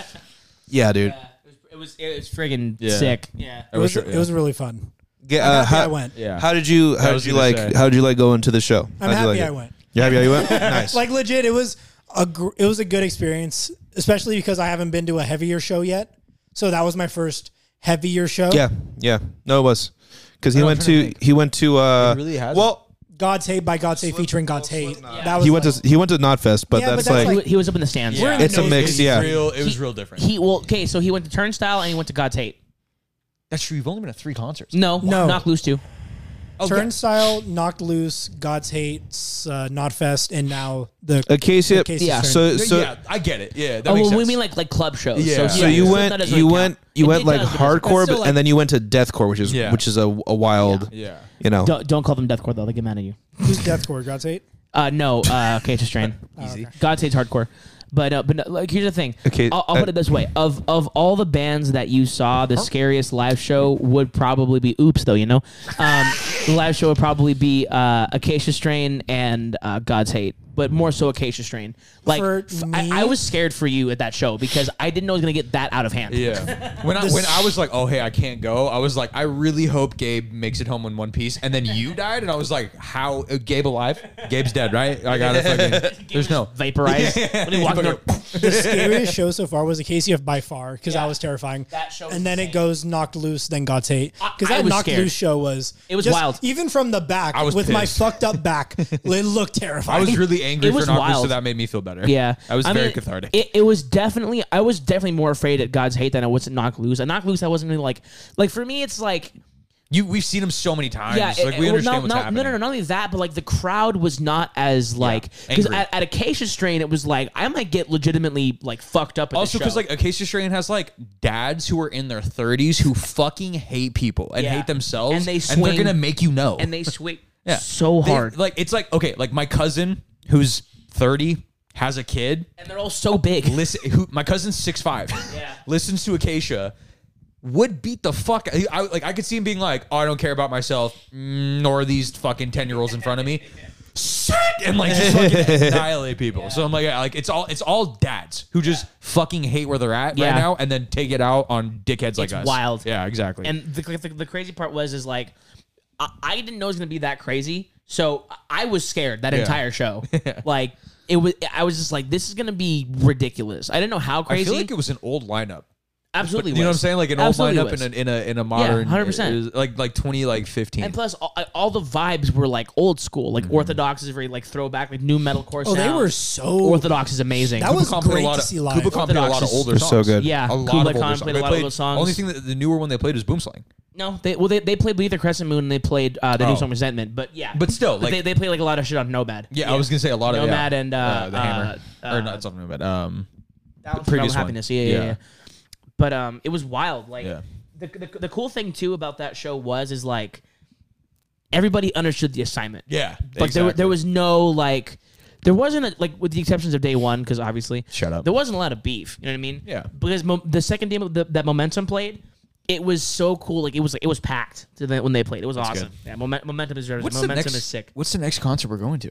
Speaker 2: yeah, dude.
Speaker 1: Yeah, it was it was friggin'
Speaker 3: Yeah.
Speaker 1: sick. Yeah.
Speaker 4: it was,
Speaker 3: sure, yeah.
Speaker 4: it was really fun.
Speaker 2: Yeah, uh,
Speaker 4: Happy
Speaker 2: how,
Speaker 4: I went.
Speaker 3: yeah.
Speaker 2: How did you? How
Speaker 3: I
Speaker 2: did
Speaker 3: was
Speaker 2: you
Speaker 3: gonna
Speaker 2: like?
Speaker 3: say.
Speaker 2: How did you like go into the show? How'd
Speaker 4: I'm
Speaker 2: you
Speaker 4: happy
Speaker 2: like
Speaker 4: I
Speaker 2: it?
Speaker 4: went.
Speaker 2: You happy I
Speaker 3: <laughs>
Speaker 2: went? nice.
Speaker 4: Like legit, it was a gr- it was a good experience, especially because I haven't been to a heavier show yet. So that was my first heavier show.
Speaker 2: yeah, yeah. No, it was because he
Speaker 3: I'm
Speaker 2: went
Speaker 3: trying to
Speaker 2: to he went to uh
Speaker 3: It really hasn't.
Speaker 2: well
Speaker 4: God's Hate by God's Hate featuring God's Hate. That was
Speaker 2: he went
Speaker 4: like-
Speaker 2: to he went to Knotfest, but
Speaker 4: Yeah, but
Speaker 2: that's
Speaker 4: that's
Speaker 2: like,
Speaker 4: like-
Speaker 1: He, he was up in the stands.
Speaker 3: Yeah.
Speaker 2: it's a
Speaker 4: It
Speaker 2: mix.
Speaker 4: was
Speaker 2: Yeah,
Speaker 3: real. It was real different.
Speaker 1: He well, okay, so he went to Turnstile and he went to God's Hate.
Speaker 3: That's true. You've only been at three concerts.
Speaker 1: No,
Speaker 4: No.
Speaker 1: knock loose too.
Speaker 4: Turnstile, Knocked Loose, God's Hate, uh, Knotfest, and now the
Speaker 2: Acacia.
Speaker 4: Acacia
Speaker 1: Yeah.
Speaker 4: Turn.
Speaker 2: So
Speaker 3: Yeah,
Speaker 2: so
Speaker 3: yeah, I get it. Yeah, that
Speaker 1: Oh,
Speaker 3: makes
Speaker 1: well, we
Speaker 3: sense.
Speaker 1: mean like like club shows.
Speaker 3: Yeah.
Speaker 1: So,
Speaker 2: So
Speaker 1: so
Speaker 2: you
Speaker 1: that
Speaker 2: went,
Speaker 1: doesn't
Speaker 2: you
Speaker 1: really
Speaker 2: went,
Speaker 1: count.
Speaker 2: you
Speaker 1: It
Speaker 2: went
Speaker 1: does,
Speaker 2: like
Speaker 1: but it doesn't count.
Speaker 2: hardcore,
Speaker 1: It's still,
Speaker 2: and then you went to deathcore, which is
Speaker 3: Yeah.
Speaker 2: which is a, a wild,
Speaker 3: yeah.
Speaker 2: you know.
Speaker 1: don't, don't call them deathcore though; they get mad at you.
Speaker 4: Who's Deathcore? God's Hate. <laughs> Oh,
Speaker 1: Uh, no, uh, okay, it's a strain. Easy. God's Hate's hardcore, But uh, but no, like here's the thing.
Speaker 2: Okay,
Speaker 1: I'll, I'll
Speaker 2: uh,
Speaker 1: put it this way: of of all the bands that you saw, the scariest live show would probably be Oops, though you know, um, the live show would probably be uh, Acacia Strain and uh, God's Hate, but more so Acacia Strain. Like
Speaker 4: For
Speaker 1: f- I-
Speaker 4: me-
Speaker 1: I, was scared for you at that show because I didn't know it was gonna get that out of hand. <laughs>
Speaker 3: Yeah. When I when I was like, oh hey, I can't go. I was like, I really hope Gabe makes it home in one piece. And then
Speaker 1: <laughs>
Speaker 3: you died, and I was like, how? uh, Gabe alive? Gabe's dead, right? I
Speaker 1: <laughs>
Speaker 3: gotta fucking. There's no.
Speaker 2: <laughs>
Speaker 1: Vaporized. When he walked in the-
Speaker 4: the scariest
Speaker 3: <laughs>
Speaker 4: show so far was the KCF by far because
Speaker 1: Yeah.
Speaker 4: I was terrifying.
Speaker 1: That show was
Speaker 4: and then
Speaker 1: insane.
Speaker 4: it goes knocked loose, then God's hate because
Speaker 1: I- I
Speaker 4: that
Speaker 1: was
Speaker 4: knocked
Speaker 1: scared.
Speaker 4: loose show was
Speaker 1: It was
Speaker 4: just-
Speaker 1: wild.
Speaker 4: Even from the back,
Speaker 3: I was
Speaker 4: with my
Speaker 3: pissed.
Speaker 4: fucked up
Speaker 3: <laughs>
Speaker 4: back, it looked
Speaker 3: I
Speaker 4: terrifying.
Speaker 3: was really angry
Speaker 1: It
Speaker 3: for
Speaker 1: was
Speaker 3: Narcos, so
Speaker 1: wild.
Speaker 3: that made me feel better.
Speaker 1: Yeah,
Speaker 3: That was
Speaker 1: I
Speaker 3: very
Speaker 1: mean,
Speaker 3: cathartic.
Speaker 1: It, it was definitely. I was definitely more afraid at God's hate than I was at knock loose. At knock loose, I wasn't really like like for me. It's like
Speaker 3: you we've seen him so many times.
Speaker 1: yeah,
Speaker 3: like
Speaker 1: it-
Speaker 3: we
Speaker 1: well,
Speaker 3: understand
Speaker 1: no,
Speaker 3: what's
Speaker 1: no,
Speaker 3: happening.
Speaker 1: No, no, no, not only that, but like the crowd was not as like because
Speaker 3: angry.
Speaker 1: at, at Acacia Strain, it was like I might get legitimately like fucked up. At
Speaker 3: Also,
Speaker 1: because
Speaker 3: because like Acacia Strain has like dads who are in their 30s who fucking hate people and
Speaker 1: Yeah.
Speaker 3: hate themselves,
Speaker 1: And they
Speaker 3: are
Speaker 1: swing-
Speaker 3: gonna make you know.
Speaker 1: and they swing
Speaker 3: <laughs> Yeah.
Speaker 1: so
Speaker 3: They-
Speaker 1: hard,
Speaker 3: like it's like okay, like my cousin who's 30 has a kid.
Speaker 1: and they're all so big.
Speaker 3: Listen, who my cousin's six five.
Speaker 1: Yeah.
Speaker 3: listens to Acacia. Would beat the fuck. I, I- like I could see him being like, "Oh, I don't care about myself, mm, nor these fucking ten year olds in front of me." Shit, and like
Speaker 1: <laughs>
Speaker 3: just fucking annihilate people. So I'm like, yeah, like it's all it's all dads who just fucking hate where they're at right
Speaker 1: Yeah.
Speaker 3: now, and then take it out on dickheads like
Speaker 1: It's
Speaker 3: us.
Speaker 1: wild.
Speaker 3: Yeah, exactly.
Speaker 1: And the, the, the crazy part was is like, I, I didn't know it was gonna be that crazy, so I- I was scared that entire show.
Speaker 3: <laughs>
Speaker 1: Like it was, I was just like, this is gonna be ridiculous. I didn't know how
Speaker 3: I
Speaker 1: crazy.
Speaker 3: feel like it was an old lineup.
Speaker 1: absolutely,
Speaker 3: You know what I'm
Speaker 1: was.
Speaker 3: saying? Like an old
Speaker 1: Absolutely
Speaker 3: lineup
Speaker 1: was.
Speaker 3: in a, in a in a modern,
Speaker 1: 100%.
Speaker 3: it was like like 20 like 15.
Speaker 1: And plus, all, all the vibes were like old school,
Speaker 3: Mm-hmm.
Speaker 1: like orthodox is very like throwback, like new metalcore.
Speaker 4: oh, they
Speaker 1: sound.
Speaker 4: were so
Speaker 1: orthodox is amazing.
Speaker 4: That was
Speaker 3: Kublai Khan played
Speaker 4: great
Speaker 3: a lot
Speaker 4: to
Speaker 3: of,
Speaker 4: see live.
Speaker 3: Kublai Khan played a lot of
Speaker 1: Orthodox is-
Speaker 3: older
Speaker 2: They're
Speaker 3: songs.
Speaker 2: so good.
Speaker 1: Yeah,
Speaker 3: a lot
Speaker 1: Kublai
Speaker 3: of older
Speaker 1: Khan
Speaker 3: songs.
Speaker 1: played a
Speaker 3: They
Speaker 1: lot of older songs.
Speaker 3: Only thing that the newer one they played was Boom Slang.
Speaker 1: no, they well they, they played Bleed the Crescent Moon and they played uh, the
Speaker 3: Oh.
Speaker 1: new song Resentment, but yeah,
Speaker 3: But still, like-
Speaker 1: they they play like a lot of shit on Nomad.
Speaker 3: Yeah, I was gonna say a lot of
Speaker 1: Nomad
Speaker 3: yeah.
Speaker 1: and, uh,
Speaker 3: the Hammer
Speaker 1: uh,
Speaker 3: or
Speaker 1: uh,
Speaker 3: not something Nomad. Um,
Speaker 1: that was
Speaker 3: previous
Speaker 1: previous
Speaker 3: one.
Speaker 1: happiness. Yeah, yeah,
Speaker 3: Yeah.
Speaker 1: yeah. But um, it was wild. Like
Speaker 3: Yeah.
Speaker 1: the, the the cool thing too about that show was is like everybody understood the assignment.
Speaker 3: yeah,
Speaker 1: Like there, there was no like, there wasn't a, like with the exceptions of day one because obviously
Speaker 3: Shut up.
Speaker 1: There wasn't a lot of beef. You know what I mean?
Speaker 3: Yeah.
Speaker 1: Because mo- the second game of the, that momentum played, it was so cool. Like it was like it was packed to the, when they played. It was awesome.
Speaker 3: good.
Speaker 1: Yeah. Momen- momentum is
Speaker 3: What's the
Speaker 1: momentum
Speaker 3: next?
Speaker 1: is sick.
Speaker 3: What's the next concert we're going to?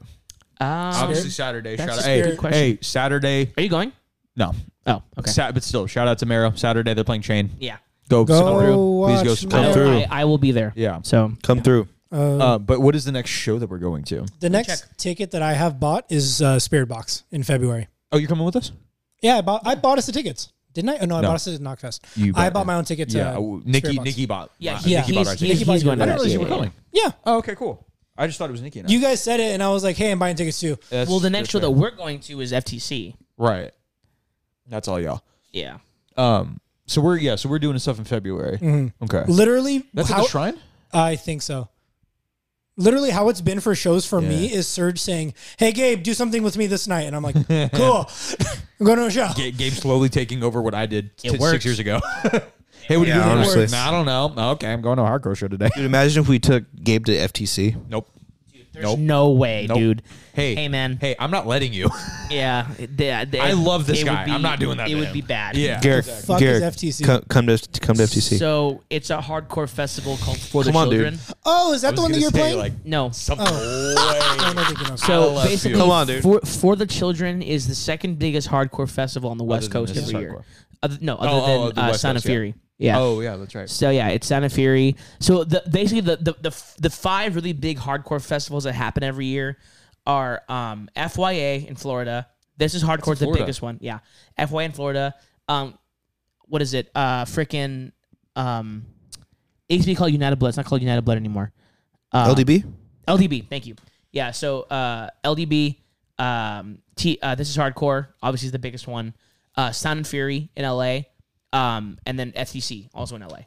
Speaker 1: Um,
Speaker 3: Obviously Saturday.
Speaker 1: That's
Speaker 3: Shout
Speaker 1: a
Speaker 3: out. Hey,
Speaker 1: good question.
Speaker 3: hey, Saturday.
Speaker 1: are you going?
Speaker 3: No,
Speaker 1: Oh, okay.
Speaker 3: Sa- but still, shout out to Marrow. Saturday they're playing Chain.
Speaker 1: yeah.
Speaker 3: Go,
Speaker 4: Go
Speaker 3: support.
Speaker 4: watch
Speaker 3: Please go
Speaker 1: I,
Speaker 3: support.
Speaker 1: will-
Speaker 4: Marrow.
Speaker 2: through.
Speaker 1: I, I will be there.
Speaker 3: Yeah.
Speaker 1: So
Speaker 2: Come through.
Speaker 3: Uh, but what is the next show that we're going to?
Speaker 4: The next ticket that I have bought is uh, Spirit Box in February.
Speaker 3: Oh, you're coming with us?
Speaker 4: Yeah, I bought I bought us the tickets. Didn't I? Oh, no, I
Speaker 3: No.
Speaker 4: bought us the Knockfest.
Speaker 3: You
Speaker 4: I
Speaker 3: bought
Speaker 4: bought
Speaker 3: it.
Speaker 4: my own ticket to
Speaker 3: yeah,
Speaker 4: uh,
Speaker 3: uh, Nikki.
Speaker 4: Spirit Box.
Speaker 3: Nikki bought.
Speaker 1: yeah,
Speaker 3: uh,
Speaker 1: he,
Speaker 3: Nikki bought
Speaker 1: he's,
Speaker 3: our
Speaker 1: he,
Speaker 3: tickets.
Speaker 1: he's going to
Speaker 4: I
Speaker 1: that.
Speaker 4: didn't realize
Speaker 1: Yeah,
Speaker 4: you were
Speaker 1: yeah,
Speaker 3: coming.
Speaker 4: Yeah.
Speaker 3: Oh, okay, cool. I just thought it was Nikki. Now.
Speaker 4: You guys said it, and I was like, hey, I'm buying tickets too.
Speaker 1: yeah.
Speaker 3: That's-
Speaker 1: Well, the next show
Speaker 3: that's
Speaker 1: that we're going to is FTC.
Speaker 3: right. right. That's all y'all.
Speaker 1: Yeah.
Speaker 3: Um. So we're yeah. So we're doing stuff in February.
Speaker 1: Mm-hmm.
Speaker 3: Okay.
Speaker 4: Literally,
Speaker 3: That's at
Speaker 4: how,
Speaker 3: the shrine.
Speaker 4: I think so. Literally, how it's been for shows for me is Serge saying, "Hey, Gabe, do something with me this night," and I'm
Speaker 3: <laughs>
Speaker 4: like, "Cool, <laughs> I'm going to a show."
Speaker 3: Ga- Gabe's slowly taking over what I did t-
Speaker 1: It works.
Speaker 3: six years
Speaker 1: <laughs>
Speaker 3: ago. <laughs> hey, what are you
Speaker 2: Yeah,
Speaker 3: doing?
Speaker 2: honestly.
Speaker 3: Nah, I don't know. Okay, I'm going to a hardcore show today.
Speaker 2: Dude, imagine if we took Gabe to FTC.
Speaker 3: <laughs> nope.
Speaker 1: There's
Speaker 3: Nope.
Speaker 1: no way,
Speaker 3: Nope.
Speaker 1: dude.
Speaker 3: Hey,
Speaker 1: Hey, man.
Speaker 3: Hey, I'm not letting you. <laughs>
Speaker 1: Yeah, it- the- the-
Speaker 3: I love this
Speaker 1: it would
Speaker 3: guy. I'm not doing that
Speaker 1: It
Speaker 3: to
Speaker 1: would
Speaker 3: him.
Speaker 1: be bad.
Speaker 3: yeah.
Speaker 2: Garrick,
Speaker 4: fuck is
Speaker 2: Garrick,
Speaker 4: FTC?
Speaker 2: Come, come to come to FTC.
Speaker 1: So it's a hardcore festival called For the
Speaker 2: Come on, dude.
Speaker 1: Children.
Speaker 4: Oh, is that
Speaker 3: I was
Speaker 4: the one that
Speaker 3: gonna
Speaker 4: you're
Speaker 3: say,
Speaker 4: playing? <laughs>
Speaker 3: Like
Speaker 1: No.
Speaker 3: something.
Speaker 1: Oh.
Speaker 4: I don't think you
Speaker 3: <laughs>
Speaker 4: know.
Speaker 3: Out of
Speaker 1: So
Speaker 3: left
Speaker 1: basically,
Speaker 3: field. Come
Speaker 2: on, dude.
Speaker 1: For, For the Children is the second biggest hardcore festival on the West
Speaker 3: than
Speaker 1: Coast
Speaker 3: this is
Speaker 1: every year.
Speaker 3: hardcore.
Speaker 1: Other, no,
Speaker 3: Oh, oh,
Speaker 1: other
Speaker 3: oh,
Speaker 1: than
Speaker 3: the
Speaker 1: uh,
Speaker 3: West
Speaker 1: Sound of
Speaker 3: Coast, yeah.
Speaker 1: Fury. Yeah.
Speaker 3: Oh yeah, that's right.
Speaker 1: So yeah, it's Sound of Fury. So the, basically, the, the the f- the five really big hardcore festivals that happen every year are um, FYA in Florida. This is hardcore, the
Speaker 3: Florida.
Speaker 1: biggest one. Yeah, FYA in Florida. Um, what is it? Uh, freaking. Um, it used to be called United Blood. It's not called United Blood anymore. Uh,
Speaker 2: LDB.
Speaker 1: LDB. Thank you. Yeah. So uh, LDB. Um, T. Uh, this is hardcore. Obviously, is the biggest one. Uh, Sound and Fury in LA. Um, and then FTC also in LA.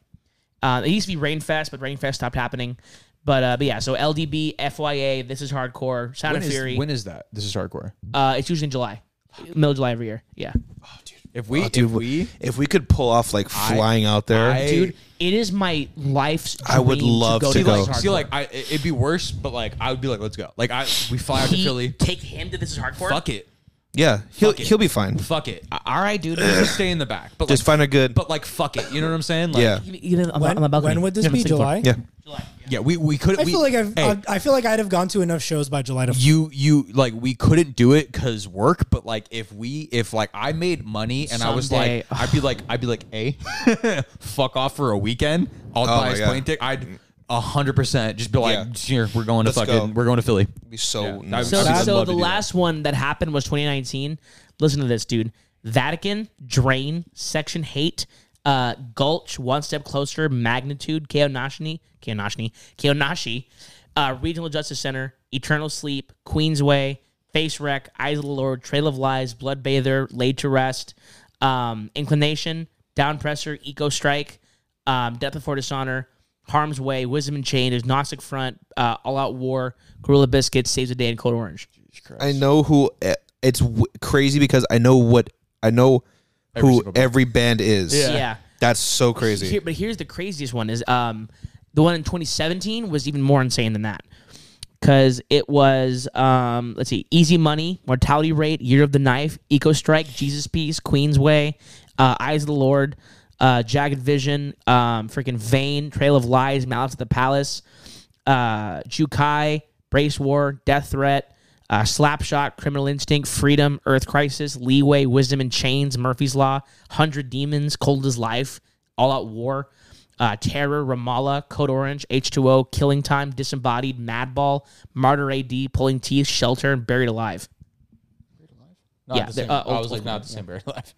Speaker 1: Uh, it used to be Rainfest, but Rainfest stopped happening. But uh, but yeah. So LDB, FYA. This is hardcore. Sound
Speaker 3: When
Speaker 1: and
Speaker 3: is,
Speaker 1: Fury.
Speaker 3: when is that? This is hardcore.
Speaker 1: uh, it's usually in July. Middle of July every year. Yeah.
Speaker 3: Oh, If we,
Speaker 2: dude,
Speaker 3: if we,
Speaker 2: If we could pull off like flying out there,
Speaker 3: I-
Speaker 1: Dude, it is my life's.
Speaker 2: I would
Speaker 1: dream
Speaker 2: love
Speaker 1: to go
Speaker 2: to
Speaker 1: to
Speaker 2: go.
Speaker 1: This Is
Speaker 3: see,
Speaker 1: Hardcore.
Speaker 3: like, I, it- it'd be worse, but like, I would be like, let's go. Like, I, we fly out to
Speaker 1: He-
Speaker 3: Philly.
Speaker 1: Take him to this is hardcore.
Speaker 3: Fuck it.
Speaker 2: Yeah, he'll
Speaker 3: Fuck it.
Speaker 2: he'll be fine.
Speaker 3: Fuck it. A- All right, dude. Just stay in the back. But
Speaker 2: Just
Speaker 3: like,
Speaker 2: find a good.
Speaker 3: <laughs> But like, fuck it. You know what I'm saying? Like,
Speaker 2: Yeah.
Speaker 1: You know, on,
Speaker 4: When,
Speaker 1: the, on the balcony.
Speaker 4: when would this
Speaker 1: Yeah, on the
Speaker 4: be?
Speaker 1: second floor.
Speaker 4: July?
Speaker 2: yeah,
Speaker 3: Yeah. We we couldn't.
Speaker 4: I
Speaker 3: we-
Speaker 4: feel like I've,
Speaker 3: Hey,
Speaker 4: I've I feel like I'd have gone to enough shows by July to. <laughs>
Speaker 3: you you like we couldn't do it because work but like if we if like i made money and i was
Speaker 1: Someday.
Speaker 3: like i'd be like i'd be like hey <laughs> fuck off for a weekend i'll buy
Speaker 2: Oh my
Speaker 3: a
Speaker 2: God.
Speaker 3: plane ticket i'd 100% just be like
Speaker 2: Yeah.
Speaker 3: here we're going to
Speaker 2: Let's
Speaker 3: fucking
Speaker 2: go.
Speaker 3: we're going to philly
Speaker 2: be so.
Speaker 3: Yeah, that
Speaker 2: nice.
Speaker 3: I
Speaker 1: So,
Speaker 3: would
Speaker 1: so
Speaker 3: love
Speaker 1: the
Speaker 3: to do that.
Speaker 1: last one that happened was 2019. Listen to this, dude. Vatican, Drain, Section Hate, uh, Gulch, One Step Closer, Magnitude, Keonashi, Keonashi, Keonashi, uh, Regional Justice Center, Eternal Sleep, Queensway, Face Wreck, Eyes of the Lord, Trail of Lies, Blood Bather, Laid to Rest, um, Inclination, Down Presser, Eco Strike, um, Death Before Dishonor, Harm's Way, Wisdom and Chain, there's Gnostic Front, uh, All Out War, Gorilla Biscuits, Saves the Day, and Code Orange.
Speaker 2: I know who. eh, It's w- crazy because I know what I know who
Speaker 3: single band.
Speaker 2: every band is.
Speaker 1: Yeah.
Speaker 2: that's so crazy.
Speaker 1: Here, but here's the craziest one is um, the one in 2017 was even more insane than that. Because it was, um, let's see, Easy Money, Mortality Rate, Year of the Knife, Eco Strike, Jesus Peace, Queen's Way, uh, Eyes of the Lord, uh, Jagged Vision, um, freaking Vain, Trail of Lies, Malice at the Palace, uh, Jukai, Brace War, Death Threat, uh, Slapshot, Criminal Instinct, Freedom, Earth Crisis, Leeway, Wisdom in Chains, Murphy's Law, Hundred Demons, Cold as Life, All Out War, uh, Terror, Ramallah, Code Orange, H2O, Killing Time, Disembodied, Madball, Martyr AD, Pulling Teeth, Shelter, and Buried Alive.
Speaker 3: Not
Speaker 1: Yeah,
Speaker 3: the
Speaker 1: they're,
Speaker 3: same-
Speaker 1: uh,
Speaker 3: i
Speaker 1: old-
Speaker 3: was like
Speaker 1: old-
Speaker 3: not the same <laughs> very life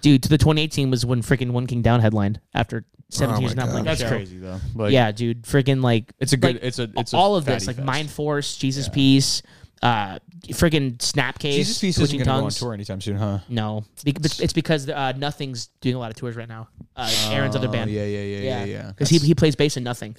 Speaker 1: Dude, to the 2018 was when freaking One King Down headlined after seven
Speaker 2: Oh
Speaker 1: years
Speaker 2: my
Speaker 1: not playing
Speaker 2: God.
Speaker 1: a show.
Speaker 3: though like
Speaker 1: yeah, dude, freaking like
Speaker 3: it's a good
Speaker 1: like,
Speaker 3: it's a it's a
Speaker 1: all of this
Speaker 3: fatty
Speaker 1: like
Speaker 3: fest.
Speaker 1: Mind Force, Jesus Peace, uh, freaking Snapcase,
Speaker 3: jesus piece isn't
Speaker 1: Twitching
Speaker 3: gonna go on
Speaker 1: Tongues.
Speaker 3: tour anytime soon huh
Speaker 1: No, It's bec- it's it's because uh, nothing's doing a lot of tours right now. Uh, Aaron's other band,
Speaker 3: Oh, yeah yeah yeah yeah yeah
Speaker 1: because he, he plays bass in
Speaker 3: <clears throat>
Speaker 1: nothing.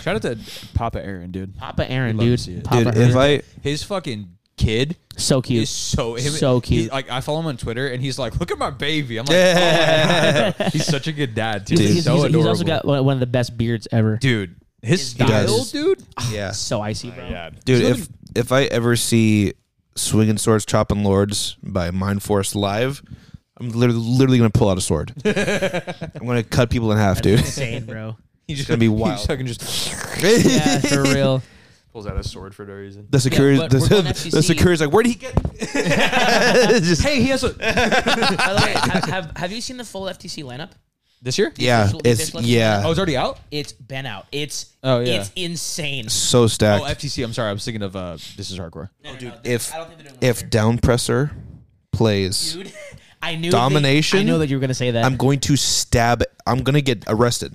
Speaker 3: shout out to papa aaron dude
Speaker 1: Papa Aaron,
Speaker 3: We'd love to
Speaker 1: dude,
Speaker 3: see it.
Speaker 1: Papa
Speaker 2: Dude,
Speaker 1: Aaron,
Speaker 2: if I
Speaker 3: his fucking kid
Speaker 1: so
Speaker 3: is
Speaker 1: cute.
Speaker 3: so him,
Speaker 1: So cute.
Speaker 3: he- like I follow him on Twitter, and he's like, "Look at my baby." I'm like,
Speaker 2: Yeah.
Speaker 3: "Oh my
Speaker 1: <laughs>
Speaker 3: God." he's such a good dad, too.
Speaker 1: He's,
Speaker 3: He's,
Speaker 1: he's-
Speaker 3: so
Speaker 1: he's- he's
Speaker 3: adorable,
Speaker 1: also got one one of the best beards ever.
Speaker 3: dude. His
Speaker 1: He does.
Speaker 3: style, dude.
Speaker 2: yeah,
Speaker 1: So icy, bro.
Speaker 2: dude. If if I ever see Swinging Swords, Chopping Lords by Mind Force live, I'm literally, literally gonna pull out a sword. I'm gonna cut people in half, dude. <laughs>
Speaker 1: Insane,
Speaker 3: <laughs>
Speaker 1: bro.
Speaker 3: he's just
Speaker 2: gonna be
Speaker 3: he's
Speaker 2: wild.
Speaker 3: fucking <laughs> just
Speaker 1: Yeah, for real.
Speaker 3: pulls out a sword for no reason.
Speaker 2: The security,
Speaker 1: but
Speaker 2: the,
Speaker 1: we're going
Speaker 2: the,
Speaker 1: FCC.
Speaker 2: security's like, where did he get? Just-
Speaker 3: <laughs> Hey, he has <laughs> a
Speaker 1: By the way, have, have, have you seen the full FTC lineup?
Speaker 3: this year.
Speaker 2: yeah,
Speaker 1: official- the
Speaker 2: it's
Speaker 1: official-
Speaker 3: Oh,
Speaker 2: yeah,
Speaker 3: it's already out.
Speaker 1: It's been out. It's
Speaker 3: Oh, yeah.
Speaker 1: it's insane.
Speaker 2: so
Speaker 3: Oh,
Speaker 2: stacked.
Speaker 3: FTC. I'm sorry. I was thinking of uh, this is hardcore.
Speaker 1: No, no, no, this-
Speaker 2: if
Speaker 1: I don't think they're doing one
Speaker 2: if
Speaker 1: here.
Speaker 2: Downpresser plays,
Speaker 1: dude, <laughs> I knew
Speaker 2: Domination?
Speaker 1: That, I know that you were gonna say that.
Speaker 2: I'm going to stab. I'm gonna get arrested.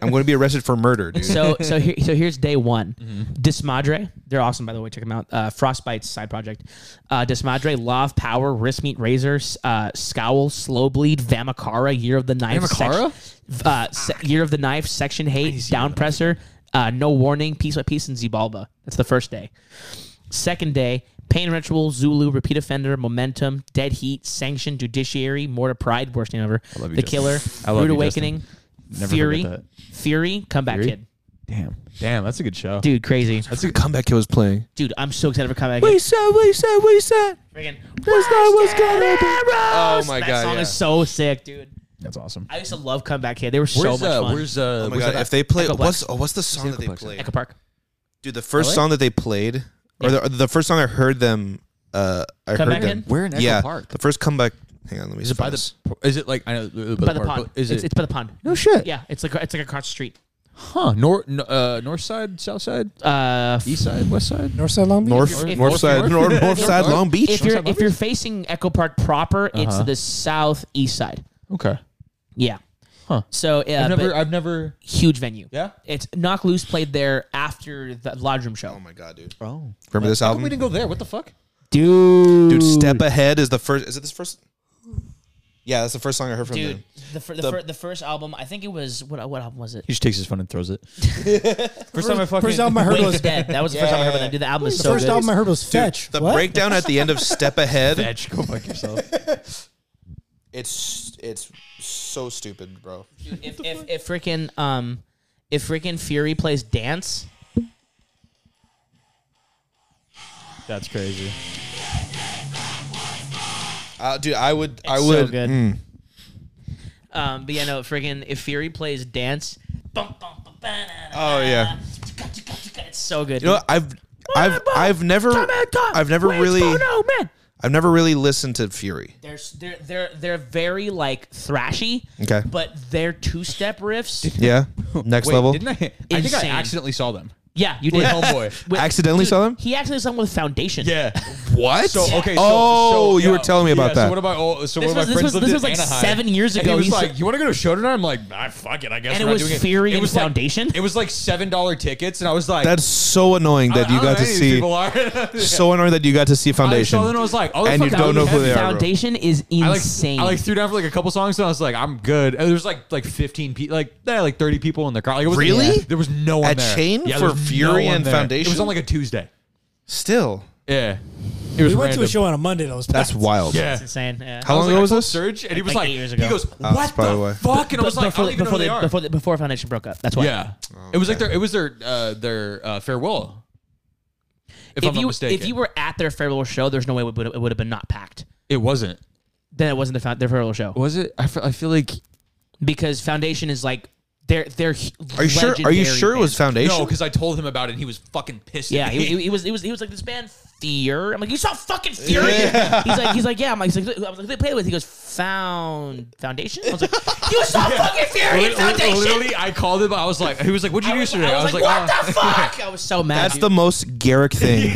Speaker 2: I'm going to be arrested for murder, dude.
Speaker 1: so so here, so here's day one.
Speaker 3: Mm-hmm.
Speaker 1: Dismadre, they're awesome by the way. Check them out. Uh, Frostbite's side project. Uh, Dismadre, Law of Power, Wrist Meat Razor, S- uh, Scowl, Slow Bleed, Vamakara, Year of the Knife,
Speaker 3: Vamakara?
Speaker 1: Sec- uh, se- Year of the Knife, Section Hate, Downpresser, uh, No Warning, Piece by Piece, and Zibalba. That's the first day. Second day, Pain Ritual, Zulu, Repeat Offender, Momentum, Dead Heat, Sanction, Judiciary, Mortar Pride, worst name ever.
Speaker 3: love you,
Speaker 1: the
Speaker 3: Justin.
Speaker 1: Killer,
Speaker 3: I love
Speaker 1: Rude
Speaker 3: you,
Speaker 1: Awakening,
Speaker 3: Never forget
Speaker 1: Fury,
Speaker 3: that.
Speaker 1: Fury, Comeback
Speaker 3: Fury?
Speaker 1: Kid.
Speaker 3: Damn, damn, that's a good show.
Speaker 1: Dude, crazy.
Speaker 2: That's a comeback he was playing.
Speaker 1: Dude, I'm so excited for comeback.
Speaker 2: We said, we said, we said.
Speaker 1: Friggin'
Speaker 2: That's not what's gonna be. Oh my
Speaker 1: that
Speaker 2: god!
Speaker 1: song
Speaker 2: yeah.
Speaker 1: is so sick, dude.
Speaker 3: That's awesome.
Speaker 1: I used to love comeback kid. They were so
Speaker 3: Where's
Speaker 1: much
Speaker 3: uh,
Speaker 1: fun.
Speaker 3: where's uh,
Speaker 2: Oh my
Speaker 3: was
Speaker 2: god!
Speaker 3: that-
Speaker 2: If they play,
Speaker 1: Echo Black?
Speaker 2: what's oh, what's the song that they
Speaker 3: Black?
Speaker 2: played?
Speaker 1: Echo Park?
Speaker 2: Dude, the first
Speaker 1: Really?
Speaker 2: song that they played, or the, or the first song I heard them, uh, I
Speaker 1: Comeback
Speaker 2: heard them.
Speaker 1: Kid?
Speaker 3: We're in Echo
Speaker 2: yeah,
Speaker 3: Park.
Speaker 2: the first comeback. Hang on, let me.
Speaker 3: Is it by
Speaker 2: find
Speaker 3: the?
Speaker 2: this.
Speaker 3: Is it like I know uh,
Speaker 1: By the
Speaker 3: park,
Speaker 1: pond.
Speaker 3: but Is
Speaker 1: it's,
Speaker 3: it?
Speaker 1: it's by the pond.
Speaker 3: no shit.
Speaker 1: Yeah, it's like it's like across the street.
Speaker 3: Huh? North, uh, north side, south side,
Speaker 1: Uh, f-
Speaker 3: east side, west side.
Speaker 4: Northside Long Beach.
Speaker 2: North,
Speaker 1: if-
Speaker 2: north
Speaker 1: if-
Speaker 2: side,
Speaker 3: if-
Speaker 2: north, north
Speaker 1: if-
Speaker 2: side,
Speaker 3: if-
Speaker 2: Long Beach.
Speaker 1: if you're
Speaker 3: Northside
Speaker 1: if you're
Speaker 3: Lumberjack?
Speaker 1: facing Echo Park proper, it's
Speaker 3: Uh-huh.
Speaker 1: the southeast side.
Speaker 3: Okay.
Speaker 1: Yeah.
Speaker 3: Huh.
Speaker 1: So yeah,
Speaker 3: I've never.
Speaker 1: but
Speaker 3: I've never.
Speaker 1: huge venue.
Speaker 3: Yeah?
Speaker 1: It's Knock Loose played there after the Lodge Room show.
Speaker 2: oh my god, dude!
Speaker 3: Oh.
Speaker 2: Remember this
Speaker 3: We
Speaker 2: album?
Speaker 3: didn't go there. What the fuck?
Speaker 1: Dude,
Speaker 2: Dude, Step Ahead is the first. Is it this first? Yeah, that's the first song I heard from
Speaker 1: Dude,
Speaker 2: them.
Speaker 1: the, fir- the, fir- the first album, I think it was what what album was it?
Speaker 3: He just takes his phone and throws <laughs> it. first time I fucking.
Speaker 4: First album I <laughs> heard
Speaker 1: Wait,
Speaker 4: was
Speaker 1: it's dead. That was the first time I heard about that. Dude, the album is
Speaker 4: the
Speaker 1: so
Speaker 4: first
Speaker 1: good.
Speaker 4: album I heard was Fetch.
Speaker 2: The
Speaker 4: what?
Speaker 2: breakdown at the end of <laughs> Step Ahead.
Speaker 3: Edge, go <laughs> fuck yourself.
Speaker 2: It's it's so stupid, bro.
Speaker 1: if if, if freaking um, if freaking Fury plays dance,
Speaker 3: That's crazy.
Speaker 2: Uh, dude, I would. I
Speaker 1: It's
Speaker 2: would.
Speaker 1: so good. Um, but yeah, no, friggin' if Fury plays dance, bum, bum, bum, ba, na, na,
Speaker 2: Oh, yeah.
Speaker 1: na, na, na, it's so good.
Speaker 2: You know, what? I've, I've, I've never, I've never really,
Speaker 1: No man,
Speaker 2: I've never really listened to Fury.
Speaker 1: they're s- they're they're they're very like thrashy.
Speaker 2: Okay.
Speaker 1: but their two step riffs.
Speaker 3: <laughs>
Speaker 2: Yeah. Next
Speaker 3: Wait,
Speaker 2: level.
Speaker 3: didn't I? I think I
Speaker 1: Insane.
Speaker 3: accidentally saw <laughs> them.
Speaker 1: Yeah, you did.
Speaker 3: <laughs> Homeboy.
Speaker 1: With-
Speaker 2: Accidentally saw them?
Speaker 1: He accidentally saw them with Foundation.
Speaker 3: Yeah.
Speaker 2: What?
Speaker 3: So okay. So,
Speaker 2: oh,
Speaker 3: so,
Speaker 2: you were
Speaker 3: yeah.
Speaker 2: telling me about
Speaker 3: Yeah,
Speaker 2: that.
Speaker 3: So what about? Oh, so
Speaker 1: This was,
Speaker 3: one of my
Speaker 1: this was,
Speaker 3: friends lived
Speaker 1: this was
Speaker 3: in
Speaker 1: like
Speaker 3: Anaheim.
Speaker 1: seven years
Speaker 3: And
Speaker 1: ago.
Speaker 3: he was
Speaker 1: He's-
Speaker 3: like, "You want to go to a show tonight?" I'm like, "I fuck it, I guess."
Speaker 1: And it
Speaker 3: we're not
Speaker 1: was
Speaker 3: doing
Speaker 1: Fury
Speaker 3: it.
Speaker 1: and
Speaker 3: was like-
Speaker 1: Foundation?
Speaker 3: it was like seven dollar tickets, and I was like,
Speaker 2: <laughs> That's so annoying that
Speaker 3: I-
Speaker 2: you
Speaker 3: I don't
Speaker 2: got
Speaker 3: know
Speaker 2: to
Speaker 3: who these
Speaker 2: see.
Speaker 3: people are. <laughs>
Speaker 2: So annoying that you got to see
Speaker 3: I
Speaker 2: Foundation.
Speaker 3: saw them and I was like, "Oh,
Speaker 2: And you
Speaker 3: fuck,
Speaker 2: don't
Speaker 3: that
Speaker 2: know
Speaker 3: was
Speaker 2: who
Speaker 3: heavy.
Speaker 2: they are.
Speaker 1: Foundation is
Speaker 3: I like,
Speaker 1: insane.
Speaker 3: I like threw down for like a couple songs, and I was like, "I'm good." And there was like like 15 people, like yeah, like 30 people in the car. Like, it was
Speaker 2: Really?
Speaker 3: there was no one
Speaker 2: At
Speaker 3: there.
Speaker 2: Chain
Speaker 3: yeah,
Speaker 2: for
Speaker 3: there was
Speaker 2: Fury
Speaker 3: no one
Speaker 2: and
Speaker 3: there.
Speaker 2: Foundation?
Speaker 3: It was on like a Tuesday.
Speaker 2: Still,
Speaker 3: Yeah, it was
Speaker 4: We went to a
Speaker 3: random.
Speaker 4: show on a Monday that was
Speaker 2: that's
Speaker 4: packed.
Speaker 2: wild.
Speaker 3: Yeah.
Speaker 1: It's insane. Yeah.
Speaker 2: How
Speaker 3: I
Speaker 2: long
Speaker 3: like,
Speaker 2: ago
Speaker 3: I
Speaker 2: was
Speaker 3: told
Speaker 2: this?
Speaker 3: Serge, and he was
Speaker 1: Like
Speaker 3: like,
Speaker 1: eight years ago.
Speaker 3: he goes,
Speaker 2: Oh,
Speaker 3: "What
Speaker 2: by
Speaker 3: the,
Speaker 2: the way.
Speaker 3: fuck?" And I was
Speaker 1: But
Speaker 3: like, "I
Speaker 1: before,
Speaker 3: don't even know
Speaker 1: before
Speaker 3: who they are."
Speaker 1: before, before Foundation broke up. That's why.
Speaker 3: Yeah, it was like their it was their uh, their uh, farewell. If, I'm
Speaker 1: If
Speaker 3: not
Speaker 1: you
Speaker 3: mistaken,
Speaker 1: if you were at their farewell show, there's no way it would it would have been not packed.
Speaker 3: it wasn't.
Speaker 1: Then it wasn't the found, their farewell show
Speaker 3: Was it? I feel, I feel like
Speaker 1: because Foundation is like they're they're.
Speaker 2: Are you sure? Are you sure it was Foundation?
Speaker 3: no, because I told him about it, and he was fucking pissed.
Speaker 1: Yeah,
Speaker 3: at
Speaker 1: he,
Speaker 3: me. <laughs>
Speaker 1: he, he was he was he was like this band Fear. I'm like you saw fucking Fear. <laughs> He's like he's like yeah. I'm like, he's like I was like they play with. He goes Found Foundation. I was like you saw fucking Fear
Speaker 3: Li-
Speaker 1: in
Speaker 3: li-
Speaker 1: Foundation.
Speaker 3: Literally, I called him. I was like, he was like, "What'd you do yesterday?"
Speaker 1: I was, like, what
Speaker 3: "Oh." <laughs>
Speaker 1: the fuck? I was so mad.
Speaker 2: That's the most Garrick thing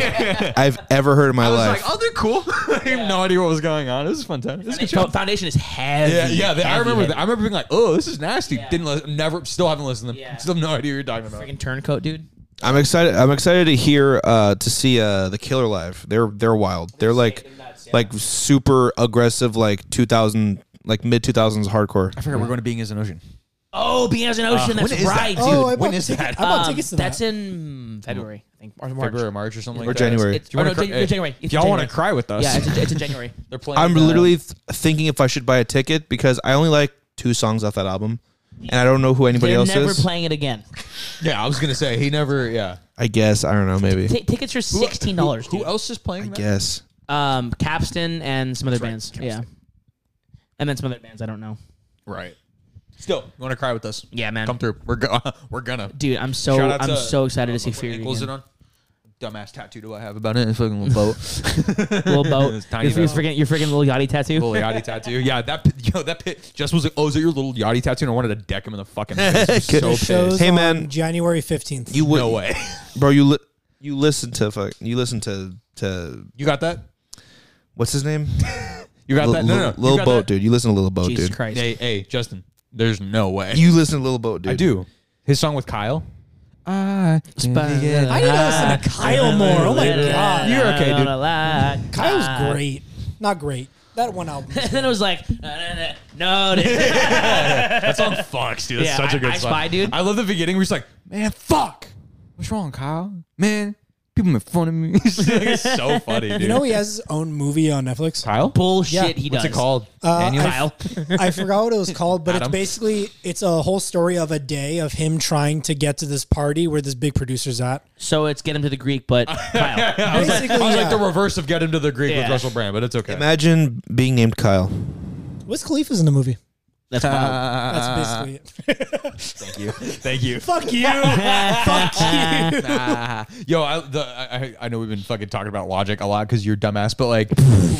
Speaker 2: I've ever heard in my
Speaker 3: I was
Speaker 2: life.
Speaker 3: like, "Oh, they're cool." <laughs> I have no idea what was going on. It was a fun time. It was a good
Speaker 1: Foundation,
Speaker 3: show.
Speaker 1: Foundation is heavy.
Speaker 3: Yeah, yeah. They, I
Speaker 1: heavy,
Speaker 3: remember.
Speaker 1: heavy.
Speaker 3: That. I remember being like, "Oh, this is nasty."
Speaker 1: Yeah.
Speaker 3: Didn't listen, never, still haven't listened to them.
Speaker 1: Yeah.
Speaker 3: Still have no idea what you're talking about.
Speaker 1: Freaking turncoat, dude.
Speaker 2: I'm excited. I'm excited to hear uh, to see uh, the Killer live. They're they're wild. They're, like like super aggressive, like 2000, like mid 2000s hardcore.
Speaker 3: I forgot we're going to being as an ocean.
Speaker 1: Oh, being as an ocean. that's
Speaker 3: when is that?
Speaker 1: right, dude.
Speaker 4: Oh, I bought
Speaker 3: when is
Speaker 4: ticket-
Speaker 3: that?
Speaker 4: I bought
Speaker 1: Um,
Speaker 4: tickets to
Speaker 1: that's
Speaker 4: that.
Speaker 1: in February, I think, or March.
Speaker 3: February, or March, or something
Speaker 2: Or
Speaker 3: like that.
Speaker 2: January.
Speaker 1: It's,
Speaker 3: Do
Speaker 1: or
Speaker 3: you wanna
Speaker 1: no,
Speaker 3: cry-
Speaker 1: Jan-
Speaker 3: hey,
Speaker 1: January. It's
Speaker 3: if y'all
Speaker 1: in
Speaker 3: want to
Speaker 1: January.
Speaker 3: cry with us?
Speaker 1: Yeah, it's, in- it's in
Speaker 3: <laughs>
Speaker 1: January.
Speaker 3: they're playing.
Speaker 2: I'm
Speaker 3: uh,
Speaker 2: literally th- thinking if I should buy a ticket because I only like two songs off that album, and I don't know who anybody
Speaker 1: They're
Speaker 2: else
Speaker 1: never
Speaker 2: is.
Speaker 1: playing it again.
Speaker 3: Yeah, I was gonna say he never. Yeah.
Speaker 2: I guess I don't know. Maybe
Speaker 1: T- tickets are sixteen dollars.
Speaker 3: Who else is playing? that?
Speaker 2: guess.
Speaker 1: Um, Capstan and some other
Speaker 3: right,
Speaker 1: bands. Yeah, and then some other bands I don't know.
Speaker 3: Right. Still, you want to cry with us?
Speaker 1: Yeah, man.
Speaker 3: Come through. We're go- <laughs> we're gonna.
Speaker 1: Dude, I'm so
Speaker 3: Shout out
Speaker 1: I'm
Speaker 3: to-
Speaker 1: so excited to see
Speaker 3: What
Speaker 1: Fury.
Speaker 3: ankles it
Speaker 1: Again.
Speaker 3: on? Dumbass tattoo do I have about it? It's fucking little <laughs> boat.
Speaker 1: Little boat.
Speaker 3: It's <laughs> tiny
Speaker 1: Your- your
Speaker 3: though.
Speaker 1: freaking your freaking little yachty tattoo.
Speaker 3: little yachty tattoo. Yeah, that pi- yo, that pit just was like, oh, is it your little yachty tattoo? And I wanted to deck him in
Speaker 2: <laughs>
Speaker 3: the fucking face. I was so
Speaker 4: The
Speaker 3: pissed.
Speaker 4: shows
Speaker 2: Hey,
Speaker 4: on
Speaker 2: man.
Speaker 4: January 15th.
Speaker 2: You would,
Speaker 3: No way.
Speaker 2: bro. You li- you listen to fuck. You listen to to
Speaker 3: You got that?
Speaker 2: what's his name?
Speaker 3: You <laughs> got
Speaker 2: Lil-
Speaker 3: that? No, no,
Speaker 2: Lil-
Speaker 3: no. You
Speaker 2: Lil
Speaker 3: got
Speaker 2: Boat,
Speaker 3: that?
Speaker 2: dude. You listen to Little Boat,
Speaker 1: Jesus
Speaker 2: dude.
Speaker 1: Christ.
Speaker 3: Hey, hey, Justin. There's no way.
Speaker 2: You listen to Little Boat, dude.
Speaker 3: I do. His song with Kyle. I
Speaker 4: I need to listen to Kyle more. Oh my god,
Speaker 3: You're okay, dude. <laughs>
Speaker 1: dude.
Speaker 4: Kyle's great. Not great. That one album.
Speaker 1: And then it was like, no,
Speaker 3: <laughs>
Speaker 1: dude.
Speaker 3: That song fucks, dude. That's
Speaker 1: Yeah,
Speaker 3: such a
Speaker 1: I-
Speaker 3: good
Speaker 1: I
Speaker 3: song.
Speaker 1: Spy, dude.
Speaker 3: I love the beginning where he's like, man, fuck. What's wrong, Kyle? Man, people make fun of me. <laughs> it's
Speaker 1: <laughs>
Speaker 3: so funny, dude.
Speaker 4: You know he has his own movie on Netflix.
Speaker 3: Kyle?
Speaker 1: Bullshit.
Speaker 4: Yeah.
Speaker 1: He does.
Speaker 3: What's it called?
Speaker 4: I-
Speaker 1: Kyle.
Speaker 4: I forgot what it was called, but it's
Speaker 3: Adam.
Speaker 4: basically it's a whole story of a day of him trying to get to this party where this big producer's at.
Speaker 1: so it's get him to the Greek,
Speaker 3: <laughs>
Speaker 1: but Kyle.
Speaker 3: I was, like, I
Speaker 4: Basically,
Speaker 3: was
Speaker 4: yeah.
Speaker 3: like the reverse of Get Him to the Greek
Speaker 1: Yeah.
Speaker 3: with Russell Brand, but it's okay.
Speaker 2: Imagine being named Kyle.
Speaker 4: Wiz Khalifa's in the movie.
Speaker 1: That's wild.
Speaker 4: <laughs> That's basically it.
Speaker 3: Thank you. Thank you.
Speaker 4: Fuck <laughs> you. Fuck you.
Speaker 3: <laughs> Yo, I, the, I I know we've been fucking talking about logic a lot because you're dumbass,
Speaker 4: <laughs>
Speaker 3: but like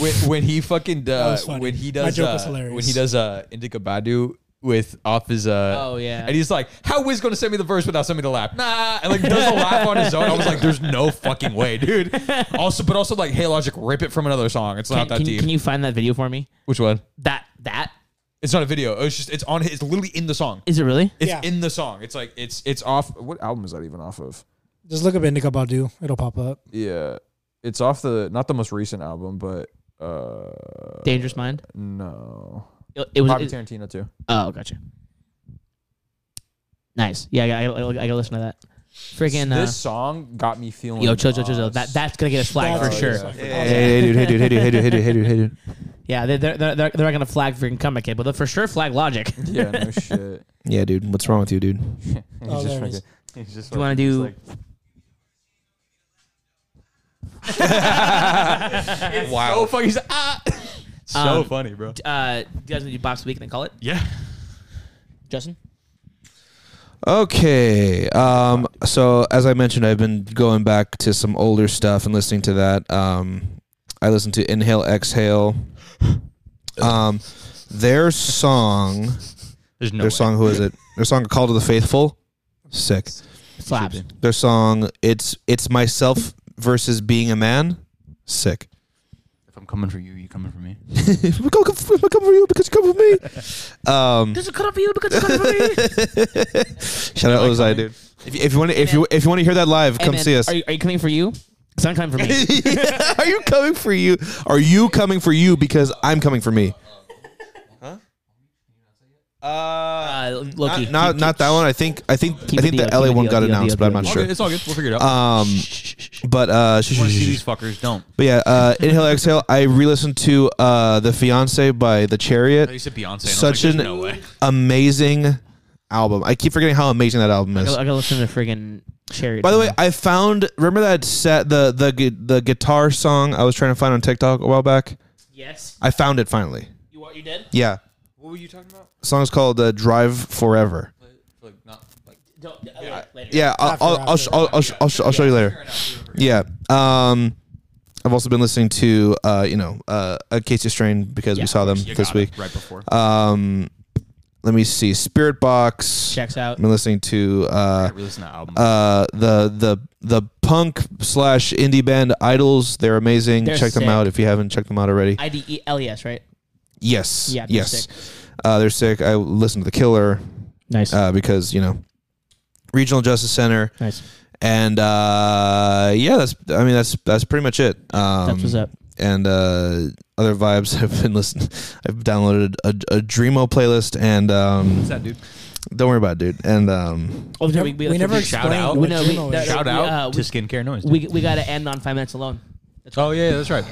Speaker 3: when, when he fucking uh,
Speaker 4: was funny.
Speaker 3: when he
Speaker 4: My
Speaker 3: does
Speaker 4: joke
Speaker 3: uh,
Speaker 4: was hilarious.
Speaker 3: when he does uh, Indica Badu with off his uh
Speaker 1: Oh, yeah.
Speaker 3: and he's like how Wiz gonna send me the verse without sending me the lap nah and like does the laugh on his own I was like there's no fucking
Speaker 1: <laughs>
Speaker 3: way dude also but also like hey logic rip it from another song it's
Speaker 1: Can,
Speaker 3: not that
Speaker 1: can,
Speaker 3: deep
Speaker 1: can you find that video for me?
Speaker 3: which one
Speaker 1: That that
Speaker 3: it's not a video it's just it's on it's literally in the song
Speaker 1: is it really?
Speaker 3: it's
Speaker 4: Yeah.
Speaker 3: in the song it's like it's it's off what album is that even off of
Speaker 4: <laughs> Just look up Indica Badu. It'll pop up.
Speaker 3: Yeah. It's off the not the most recent album, but uh
Speaker 1: Dangerous Mind.
Speaker 3: no.
Speaker 1: It, it was.
Speaker 3: Bobby
Speaker 1: it-
Speaker 3: Tarantino too.
Speaker 1: oh, gotcha. Nice. Yeah, I, I, I, I gotta listen to that. Freaking. Uh,
Speaker 3: this song got me feeling
Speaker 1: yo, chill, chill, chill, chill.
Speaker 3: us.
Speaker 1: That that's gonna get us flagged
Speaker 4: Oh,
Speaker 1: for sure.
Speaker 3: yeah.
Speaker 1: Yeah,
Speaker 2: Hey, hey, dude, hey, dude, hey, dude, hey, dude, hey, dude, hey, dude, hey, dude.
Speaker 1: they're, they're, they're, they're not gonna flag freaking Comic Kid, but they'll for sure flag Logic. Do
Speaker 3: <laughs> Yeah, no shit. <laughs>
Speaker 2: Yeah, dude. What's wrong with you, dude?
Speaker 4: Oh, there it is.
Speaker 1: you want to <laughs> do?
Speaker 3: wow. So fucking he's ah <laughs> So
Speaker 1: Um,
Speaker 3: funny, bro.
Speaker 1: Uh, do you guys want to do bops of the week and then call it?
Speaker 3: yeah.
Speaker 1: Justin?
Speaker 2: Okay. Um, so as I mentioned, I've been going back to some older stuff and listening to that. Um, I listened to Inhale Exhale. Um, their song,
Speaker 3: There's no
Speaker 2: their song, who is it? Their song, Call to the Faithful. Sick.
Speaker 1: Slaps.
Speaker 2: Their song, it's it's myself versus being a man. Sick.
Speaker 3: If I'm coming for you, you coming for me.
Speaker 2: we go come for, come for you because you come for me. <laughs> Um,
Speaker 1: This is cut up for you because it's cut up for me.
Speaker 2: <laughs> shout out Ozai, dude. If, you- if you want to if you if you want to hear that live,
Speaker 1: Hey,
Speaker 2: come
Speaker 1: man,
Speaker 2: see us.
Speaker 1: Are you, are you coming for you? Because I'm coming for me.
Speaker 2: <laughs> Are you coming for you? Are you coming for you because I'm coming for me?
Speaker 1: Uh, Loki.
Speaker 2: Not not, not that one. I think I think I
Speaker 1: it
Speaker 2: think the
Speaker 1: deal, keep
Speaker 2: LA
Speaker 1: it
Speaker 2: one
Speaker 1: deal,
Speaker 2: got
Speaker 1: deal, deal,
Speaker 2: announced, but I'm
Speaker 1: deal,
Speaker 2: not
Speaker 1: deal.
Speaker 2: sure.
Speaker 3: It's all good. We'll figure it out.
Speaker 2: Um, but uh, sh-
Speaker 3: Want
Speaker 2: sh-
Speaker 3: to see
Speaker 2: sh-
Speaker 3: these fuckers? Don't.
Speaker 2: but yeah,
Speaker 1: <laughs>
Speaker 2: uh, inhale exhale. I re-listened to uh, the fiance by the Chariot.
Speaker 3: You said Beyonce. and I was
Speaker 2: Such
Speaker 3: like,
Speaker 2: an
Speaker 3: there's no
Speaker 2: <laughs>
Speaker 3: way.
Speaker 2: amazing album. I keep forgetting how amazing that album
Speaker 1: I
Speaker 2: is.
Speaker 1: gotta listen to friggin' Cherry.
Speaker 2: By the way, I found remember that set the the gu- the guitar song I was trying to find on TikTok a while back.
Speaker 1: yes,
Speaker 2: I found it finally.
Speaker 1: you are. You did?
Speaker 2: Yeah,
Speaker 3: What were you talking about?
Speaker 2: the song's called uh, "Drive Forever."
Speaker 3: Like not like.
Speaker 1: Don't, uh, later, later.
Speaker 2: Yeah, I'll
Speaker 4: After,
Speaker 2: I'll, I'll, sh- I'll, I'll, sh- I'll, sh- I'll show you later. Yeah. Um, I've also been listening to uh, you know, uh, Acacia Strain because we saw them
Speaker 3: You
Speaker 2: this
Speaker 3: got it,
Speaker 2: week.
Speaker 3: right before.
Speaker 2: Um, let me see, Spirit Box.
Speaker 1: Checks out.
Speaker 2: I've been listening to uh,
Speaker 3: Releasing the album.
Speaker 2: uh, the the the punk slash indie band Idols. They're amazing.
Speaker 1: They're
Speaker 2: Check
Speaker 1: sick.
Speaker 2: them out if you haven't checked them out already.
Speaker 1: I D E L E S, right?
Speaker 2: yes.
Speaker 1: Yeah, they're
Speaker 2: yes.
Speaker 1: sick.
Speaker 2: Uh, they're sick. I listened to The Killer
Speaker 1: Nice.
Speaker 2: uh, because you know, Regional Justice Center.
Speaker 1: nice.
Speaker 2: and uh yeah that's i mean that's that's pretty much it um
Speaker 1: That's what's up.
Speaker 2: and uh other vibes <laughs> i've been listening i've downloaded a, a dreamo playlist and um
Speaker 3: What's that dude?
Speaker 2: don't worry about it dude and um
Speaker 1: Oh,
Speaker 4: never- we never
Speaker 3: Shout
Speaker 4: explained
Speaker 3: out.
Speaker 4: what
Speaker 1: We know- we-
Speaker 4: Juno
Speaker 1: that-
Speaker 4: is.
Speaker 3: Shout
Speaker 1: we,
Speaker 3: out
Speaker 1: uh,
Speaker 3: to skincare noise.
Speaker 1: we, we gotta end on five minutes alone.
Speaker 3: oh yeah, that's right.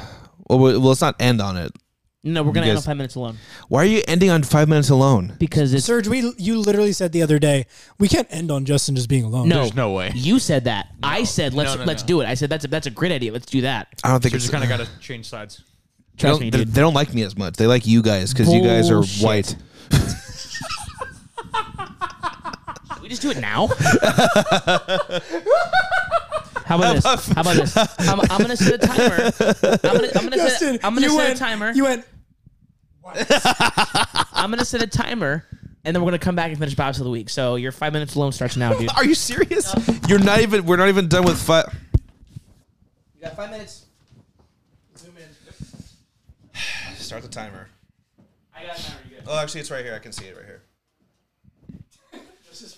Speaker 2: well, we- well let's not end on it
Speaker 1: No, we're gonna end on
Speaker 2: guys-
Speaker 1: five minutes alone
Speaker 2: why are you ending on five minutes alone
Speaker 1: because it's
Speaker 4: Serge, we you literally said the other day we can't end on Justin just being alone.
Speaker 1: no,
Speaker 3: There's no way.
Speaker 1: You said that. I said let's
Speaker 3: No, no,
Speaker 1: let's
Speaker 3: no.
Speaker 1: do it. I said that's a, that's a great idea. Let's do that.
Speaker 2: i don't think
Speaker 3: So
Speaker 2: it's
Speaker 3: just kind of got to change sides.
Speaker 2: they
Speaker 1: Trust
Speaker 2: don't,
Speaker 1: me,
Speaker 2: they,
Speaker 1: dude.
Speaker 2: they don't like me as much they like you guys because you guys are
Speaker 1: Bullshit.
Speaker 2: white
Speaker 1: Can we just do it now. How about this? How about this? I'm, I'm gonna set a timer. I'm gonna, I'm gonna
Speaker 4: Justin,
Speaker 1: set, I'm gonna
Speaker 4: you
Speaker 1: set
Speaker 4: went,
Speaker 1: a timer.
Speaker 4: You went.
Speaker 1: I'm gonna set a timer, and then we're gonna come back and finish Bob's of the week. So your five minutes alone starts now, dude.
Speaker 2: are you serious you're not even we're not even done with five
Speaker 1: You got five minutes. Zoom in.
Speaker 2: <sighs> start the timer
Speaker 1: I got a timer. You good?
Speaker 2: Oh, actually, it's right here. I can see it right here.
Speaker 1: <laughs>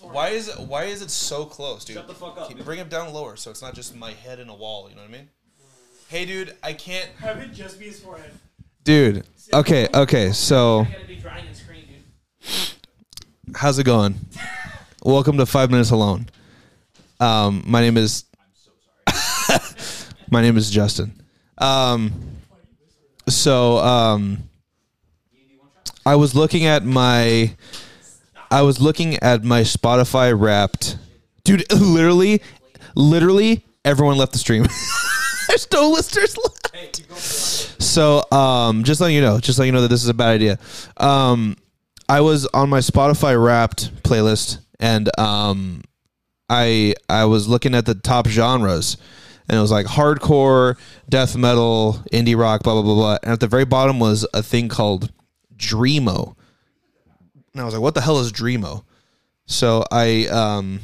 Speaker 2: Why is it? Why is it so close, dude? Shut the fuck up. bring it down lower, so it's not just my head in a wall. You know what I mean? Hey, dude, I can't.
Speaker 4: Have it just be his forehead.
Speaker 2: Dude. Okay. Okay. So,
Speaker 1: gotta be drawing and screen, dude.
Speaker 2: how's it going? Welcome to Five Minutes Alone. Um, my name is. <laughs> my name is Justin. Um, so um, I was looking at my. I was looking at my Spotify Wrapped, dude. <laughs> Literally, literally, everyone left the stream. <laughs> There's no listeners left. So, um, just letting you know, just letting you know that this is a bad idea. Um, I was on my Spotify Wrapped playlist, and um, I I was looking at the top genres, and it was like hardcore, death metal, indie rock, blah blah blah blah. And at the very bottom was a thing called Dreamo, and I was like, "What the hell is Dreamo?" So I um,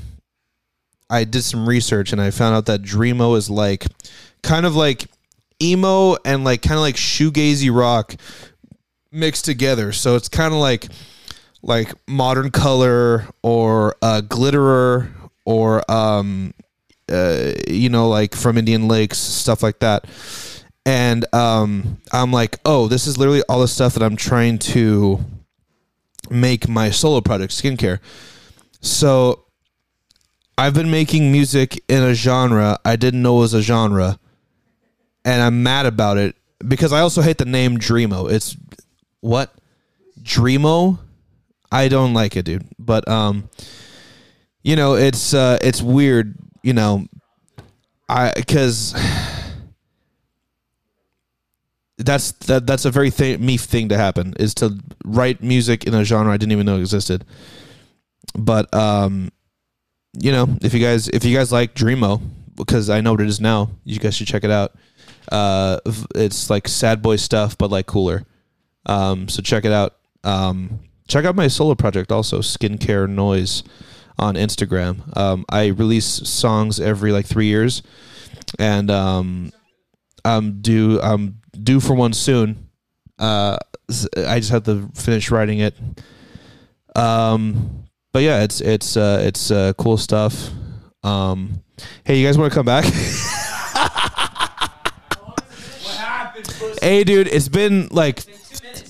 Speaker 2: I did some research, and I found out that Dreamo is like kind of like emo and like kind of like shoegazy rock mixed together. So it's kind of like like modern color or uh, glitterer or um, uh, you know like from Indian Lakes stuff like that. And um, I'm like, oh, this is literally all the stuff that I'm trying to make my solo product skincare. So I've been making music in a genre I didn't know was a genre, and I'm mad about it because I also hate the name Dreamo. It's what Dreamo? I don't like it, dude. But um, you know, it's uh, it's weird. You know, I because <sighs> that's that that's a very th- me thing to happen is to write music in a genre I didn't even know existed. But um, you know, if you guys if you guys like Dreamo, because I know what it is now, you guys should check it out. Uh, v- it's like sad boy stuff, but like cooler. Um, so check it out. Um, check out my solo project also, Skincare Noise, on Instagram. Um, I release songs every like three years, and um, I'm due I'm due for one soon. Uh, s- I just have to finish writing it. Um, but yeah, it's it's uh, it's uh, cool stuff. Um, hey, you guys want to come back? <laughs> hey, dude, it's been like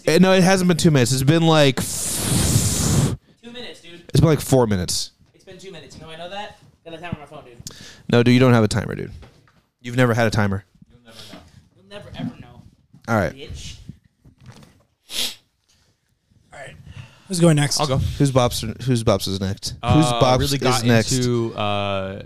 Speaker 2: eh, no, it hasn't been two minutes. It's been like f-
Speaker 1: Two minutes, dude.
Speaker 2: it's been like four minutes.
Speaker 1: It's been two minutes. You know I know that. Got a timer on my phone, dude.
Speaker 2: No, dude, you don't have a timer, dude. You've never had a timer.
Speaker 1: You'll never ever know,
Speaker 2: All right,
Speaker 1: bitch.
Speaker 4: All right. Who's going next?
Speaker 3: I'll go.
Speaker 2: who's Bob's? Who's Bob's is next? who's
Speaker 3: Uh,
Speaker 2: Bob's
Speaker 3: really got
Speaker 2: is next?
Speaker 3: into uh,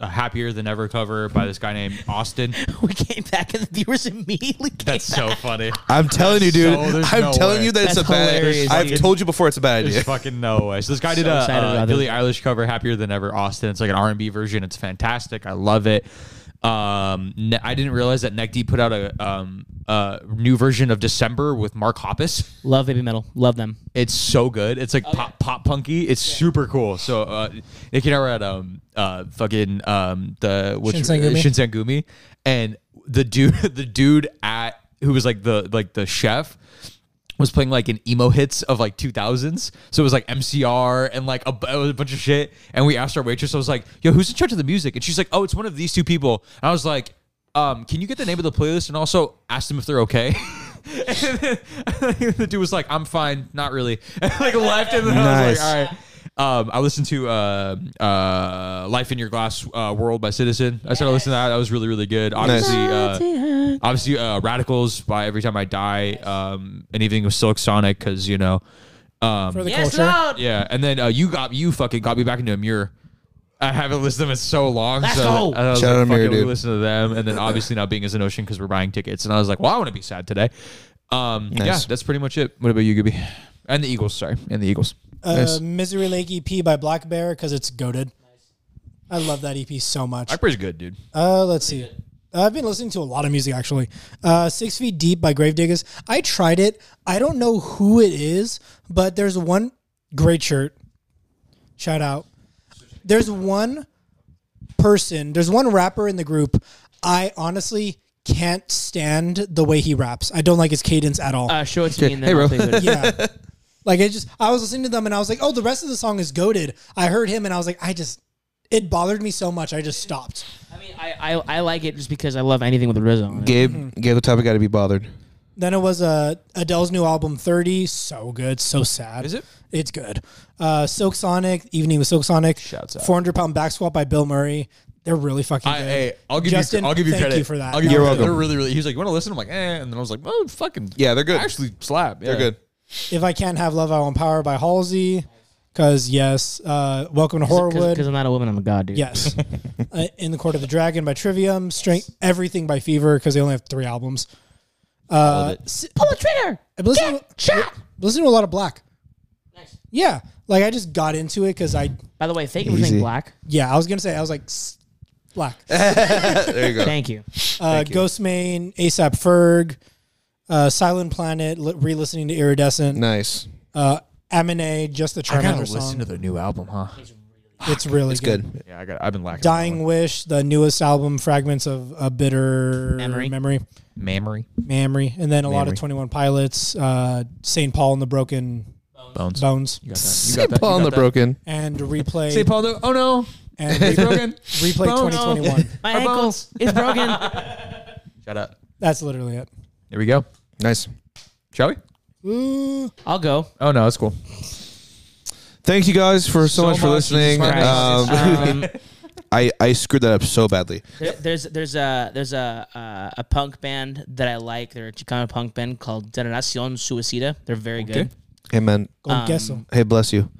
Speaker 3: a happier than ever cover by this guy named Austin.
Speaker 1: <laughs> We came back and the viewers immediately came <laughs>
Speaker 3: That's so funny.
Speaker 2: I'm telling you, dude.
Speaker 3: <laughs> so- there's
Speaker 2: I'm
Speaker 3: no
Speaker 2: telling
Speaker 3: way.
Speaker 2: you that it's
Speaker 1: That's
Speaker 2: a bad.
Speaker 1: hilarious,
Speaker 2: I've
Speaker 1: dude.
Speaker 2: told you before it's a bad idea.
Speaker 3: There's fucking no way. So this guy did
Speaker 1: So
Speaker 3: a,
Speaker 1: excited
Speaker 3: uh,
Speaker 1: about
Speaker 3: Billie
Speaker 1: it.
Speaker 3: Eilish cover, "Happier Than Ever." Austin. It's like an R&B version. It's fantastic. I love it. Um, ne- I didn't realize that Neck Deep put out a um a new version of December with Mark Hoppus.
Speaker 1: Love baby metal. Love them.
Speaker 3: It's so good. It's like pop pop punky. It's super cool. So uh, Nick and I were at um uh fucking um the which
Speaker 4: Shinsengumi.
Speaker 3: Shinsengumi, and the dude <laughs> the dude at who was like the like the chef was playing like an emo hits of like 2000s so it was like mcr and like a, bu- it was a bunch of shit and we asked our waitress i was like yo who's in charge of the music and she's like oh it's one of these two people and i was like um can you get the name of the playlist and also ask them if they're okay <laughs> and then, the dude was like i'm fine not really <laughs> and like left and then i was
Speaker 2: Nice.
Speaker 3: like all right um, I listened to uh, uh, "Life in Your Glass uh, World" by Citizen. I started listening to that. That was really, really good. Obviously, uh, obviously, uh, "Radicals" by "Every Time I Die." Um, an evening with Silk Sonic because you know,
Speaker 4: For the
Speaker 1: Yes,
Speaker 4: culture.
Speaker 1: Lord.
Speaker 3: yeah. And then uh, you got you fucking got me back into Amir. I haven't listened to them in so long.
Speaker 1: Let's go.
Speaker 3: so I was
Speaker 2: Shout out
Speaker 3: like,
Speaker 2: Amir,
Speaker 3: fuck it, we
Speaker 2: dude.
Speaker 3: listen to them, and then obviously not being as an ocean because we're buying tickets. And I was like, well, I want to be sad today. Um, Yeah,
Speaker 2: Nice.
Speaker 3: that's pretty much it. What about you, Gibby? And the Eagles, sorry, and the Eagles.
Speaker 4: Uh, Misery Lake EP by Black Bear because it's goaded. I love that EP so much.
Speaker 3: Hyper's good, dude.
Speaker 4: Uh, let's see. Uh, I've been listening to a lot of music actually. Uh, Six Feet Deep by Gravediggers. I tried it. I don't know who it is, but there's one great shirt. Shout out. There's one person. There's one rapper in the group. I honestly can't stand the way he raps. I don't like his cadence at all.
Speaker 1: Uh, show it to me and then
Speaker 2: Hey,
Speaker 1: I'll
Speaker 2: bro.
Speaker 1: think about
Speaker 4: <laughs>
Speaker 1: it.
Speaker 4: yeah. Like I just I was listening to them and I was like, oh, the rest of the song is goaded. I heard him and I was like, I just it bothered me so much. I just stopped.
Speaker 1: I mean, I, I I like it just because I love anything with a RZA on it.
Speaker 2: Gabe, Gabe, the topic got to be bothered.
Speaker 4: Then it was uh, Adele's new album, 30. So good. So sad.
Speaker 3: Is it?
Speaker 4: It's good. Uh, Silk Sonic, Evening with Silk Sonic.
Speaker 3: Shouts out.
Speaker 4: 400 pound back squat by Bill Murray. They're really fucking
Speaker 3: I,
Speaker 4: good.
Speaker 3: hey, I'll give
Speaker 4: Justin,
Speaker 3: you. I'll give you
Speaker 4: thank
Speaker 3: credit
Speaker 4: you for that.
Speaker 3: I'll give
Speaker 4: You're
Speaker 3: you credit.
Speaker 2: welcome.
Speaker 3: They're really, really. He was like, "You want to listen?" I'm like, "Eh," and then I was like, "Oh, fucking
Speaker 2: Yeah, they're good.
Speaker 3: Actually, slap. Yeah.
Speaker 2: They're good.
Speaker 4: If I Can't Have Love, I Want Power by Halsey. Because, yes. Uh, Welcome to Horrorwood.
Speaker 1: Because I'm not a woman, I'm a god, dude.
Speaker 4: Yes. uh, In the Court of the Dragon by Trivium. Strength, Everything by Fever because they only have three albums. Uh, s-
Speaker 1: Pull the trigger.
Speaker 4: I've been listening,
Speaker 1: Shot.
Speaker 4: listening to a lot of Black.
Speaker 1: Nice.
Speaker 4: Yeah. Like, I just got into it because I,
Speaker 1: By the way, thank you for saying
Speaker 2: Easy.
Speaker 1: black.
Speaker 4: yeah, I was going to say, I was like, "S- Black.
Speaker 2: There you go.
Speaker 1: Thank you.
Speaker 4: uh, Ghostmane, ASAP Ferg, uh, Silent Planet, li- re-listening to Iridescent,
Speaker 2: Nice.
Speaker 4: uh, Amine, just the
Speaker 3: I gotta
Speaker 4: Charmander
Speaker 3: listen
Speaker 4: song.
Speaker 3: to their new album, huh?
Speaker 4: it's really
Speaker 2: It's
Speaker 4: good.
Speaker 2: good.
Speaker 3: Yeah, I got. I've been lacking.
Speaker 4: Dying Wish, the newest album, fragments of a bitter
Speaker 1: Memory.
Speaker 4: memory,
Speaker 3: memory
Speaker 4: memory, and then a lot of
Speaker 2: Memory.
Speaker 4: Twenty One Pilots, uh, Saint Paul and the Broken
Speaker 3: bones.
Speaker 4: Bones,
Speaker 3: You got that. You got
Speaker 2: St.
Speaker 3: that.
Speaker 2: Paul
Speaker 3: You
Speaker 2: and
Speaker 3: got
Speaker 2: the
Speaker 3: that.
Speaker 2: Broken.
Speaker 4: and replay
Speaker 3: St. Paul. the- Oh no,
Speaker 4: and replay,
Speaker 3: <laughs> broken.
Speaker 4: replay Twenty Twenty One.
Speaker 1: My
Speaker 3: Our
Speaker 1: ankle
Speaker 3: bones.
Speaker 1: is broken.
Speaker 3: Shut up.
Speaker 4: That's literally it.
Speaker 3: There we go.
Speaker 2: Nice.
Speaker 3: Shall we?
Speaker 4: Ooh.
Speaker 1: I'll go.
Speaker 3: Oh no, that's cool.
Speaker 2: Thank you guys for so,
Speaker 3: So
Speaker 2: much for
Speaker 3: much.
Speaker 2: listening.
Speaker 3: Jesus
Speaker 2: Um,
Speaker 3: Christ.
Speaker 2: <laughs>
Speaker 1: Um,
Speaker 2: I I screwed that up so badly.
Speaker 1: there- there's there's a there's a uh, a punk band that I like. They're a Chicano punk band called Generacion Suicida. They're very good.
Speaker 2: Amen.
Speaker 4: Con queso.
Speaker 2: Hey, bless you.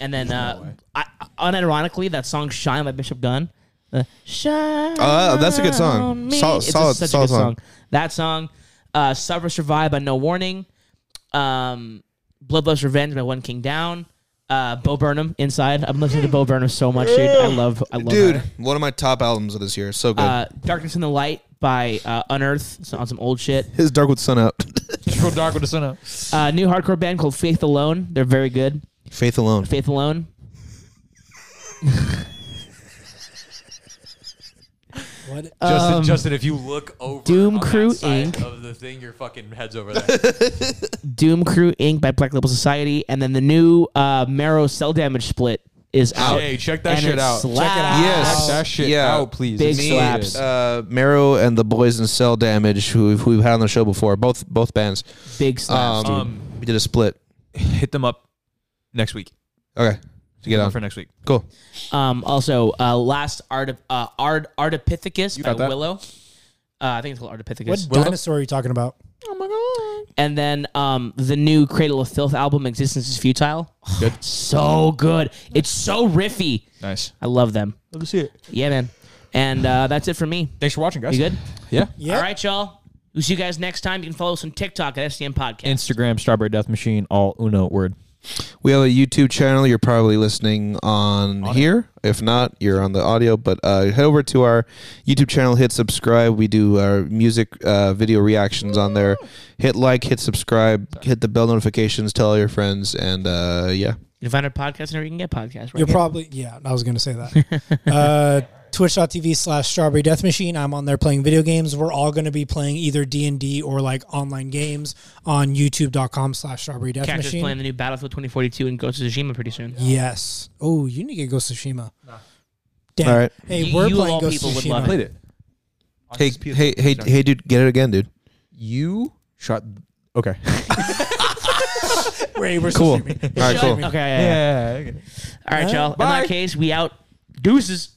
Speaker 1: And then, uh, I, unironically, that song "Shine" by Bishop Gunn. Uh, Shine.
Speaker 2: Uh, that's a good song.
Speaker 1: on me.
Speaker 2: Sol-
Speaker 1: It's a-
Speaker 2: solid-
Speaker 1: such a
Speaker 2: solid
Speaker 1: good
Speaker 2: song.
Speaker 1: That song. uh, Suffer Survive by No Warning, um, Bloodlust Revenge by One King Down, uh, Bo Burnham Inside. I'm listening to Bo Burnham so much, dude. I love, I love,
Speaker 2: Dude,
Speaker 1: her.
Speaker 2: one of my top albums of this year. So good.
Speaker 1: Uh, Darkness in the Light by uh, Unearth so on some old shit.
Speaker 2: His Dark with Sun Out.
Speaker 3: Go dark with the sun up.
Speaker 1: Uh, new hardcore band called Faith Alone. They're very good.
Speaker 2: Faith Alone.
Speaker 1: Faith Alone.
Speaker 4: What?
Speaker 3: Justin,
Speaker 1: Um,
Speaker 3: Justin, if you look over
Speaker 1: Doom
Speaker 3: on that
Speaker 1: Crew,
Speaker 3: side
Speaker 1: Inc.
Speaker 3: of the thing, your fucking head's over <laughs> there.
Speaker 1: Doom Crew Inc. by Black Label Society, and then the new uh, Marrow Cell Damage split is out.
Speaker 3: hey, check that
Speaker 1: And
Speaker 3: shit
Speaker 1: it
Speaker 3: out. Check it
Speaker 1: slaps.
Speaker 3: out.
Speaker 2: Yes.
Speaker 3: Check that shit
Speaker 2: Yeah.
Speaker 3: out, please.
Speaker 1: Big
Speaker 3: It's
Speaker 1: Me,
Speaker 3: needed.
Speaker 1: slaps.
Speaker 2: Uh, Marrow and the Boys and Cell Damage, who we've, who we've had on the show before. Both both bands.
Speaker 1: Big slaps, dude.
Speaker 3: Um,
Speaker 2: We did a split.
Speaker 3: hit them up next week.
Speaker 2: Okay. To get
Speaker 3: Hit them up
Speaker 2: on.
Speaker 3: for next week.
Speaker 2: Cool.
Speaker 1: Um, also, uh, last art of uh, art Artipithecus by
Speaker 3: got that?
Speaker 1: Willow. Uh, I think it's called Artipithecus.
Speaker 4: What dinosaur are you talking about?
Speaker 1: And then um, the new Cradle of Filth album, Existence is Futile. <sighs> Good. so good. It's so riffy.
Speaker 3: Nice.
Speaker 1: I love them.
Speaker 3: Let us see it.
Speaker 1: Yeah, man. And uh, that's it for me.
Speaker 3: Thanks for watching, guys.
Speaker 1: You good?
Speaker 3: Yeah.
Speaker 4: Yeah.
Speaker 1: All right, y'all. We'll see you guys next time. You can follow us on TikTok at STM Podcast.
Speaker 3: Instagram, Strawberry Death Machine, all uno word.
Speaker 2: We have a YouTube channel. You're probably listening on here. If not, you're on the audio. But uh, head over to our YouTube channel. Hit subscribe. We do our music uh, video reactions on there. Hit like. Hit subscribe. Hit the bell notifications. Tell all your friends. And uh, yeah.
Speaker 1: You can find our podcast and you can get podcasts. Right?
Speaker 4: You're probably yeah. I was gonna say that. uh, Twitch.tv slash Strawberry Death Machine. I'm on there playing video games. We're all gonna be playing either D and D or like online games on YouTube.com slash Strawberry Death
Speaker 1: Cactus
Speaker 4: Machine.
Speaker 1: playing the new Battlefield 2042 and Ghost of Tsushima pretty soon.
Speaker 4: Yes. Oh, you need to get Ghost of Tsushima. Damn.
Speaker 2: All right.
Speaker 4: Hey,
Speaker 1: You-
Speaker 4: we're
Speaker 1: you of
Speaker 4: playing
Speaker 1: all
Speaker 4: Ghost of
Speaker 1: people would love
Speaker 4: Tsushima.
Speaker 1: it.
Speaker 3: Played it.
Speaker 2: Hey, hey, hey, hey, dude. Get it again, dude.
Speaker 3: You shot. Okay.
Speaker 4: Hey, we're
Speaker 2: Cool.
Speaker 4: cool.
Speaker 2: All right. Cool.
Speaker 1: Okay, yeah, yeah.
Speaker 3: yeah. okay.
Speaker 1: All right, y'all. In
Speaker 3: Bye.
Speaker 1: that case, we out. Deuces.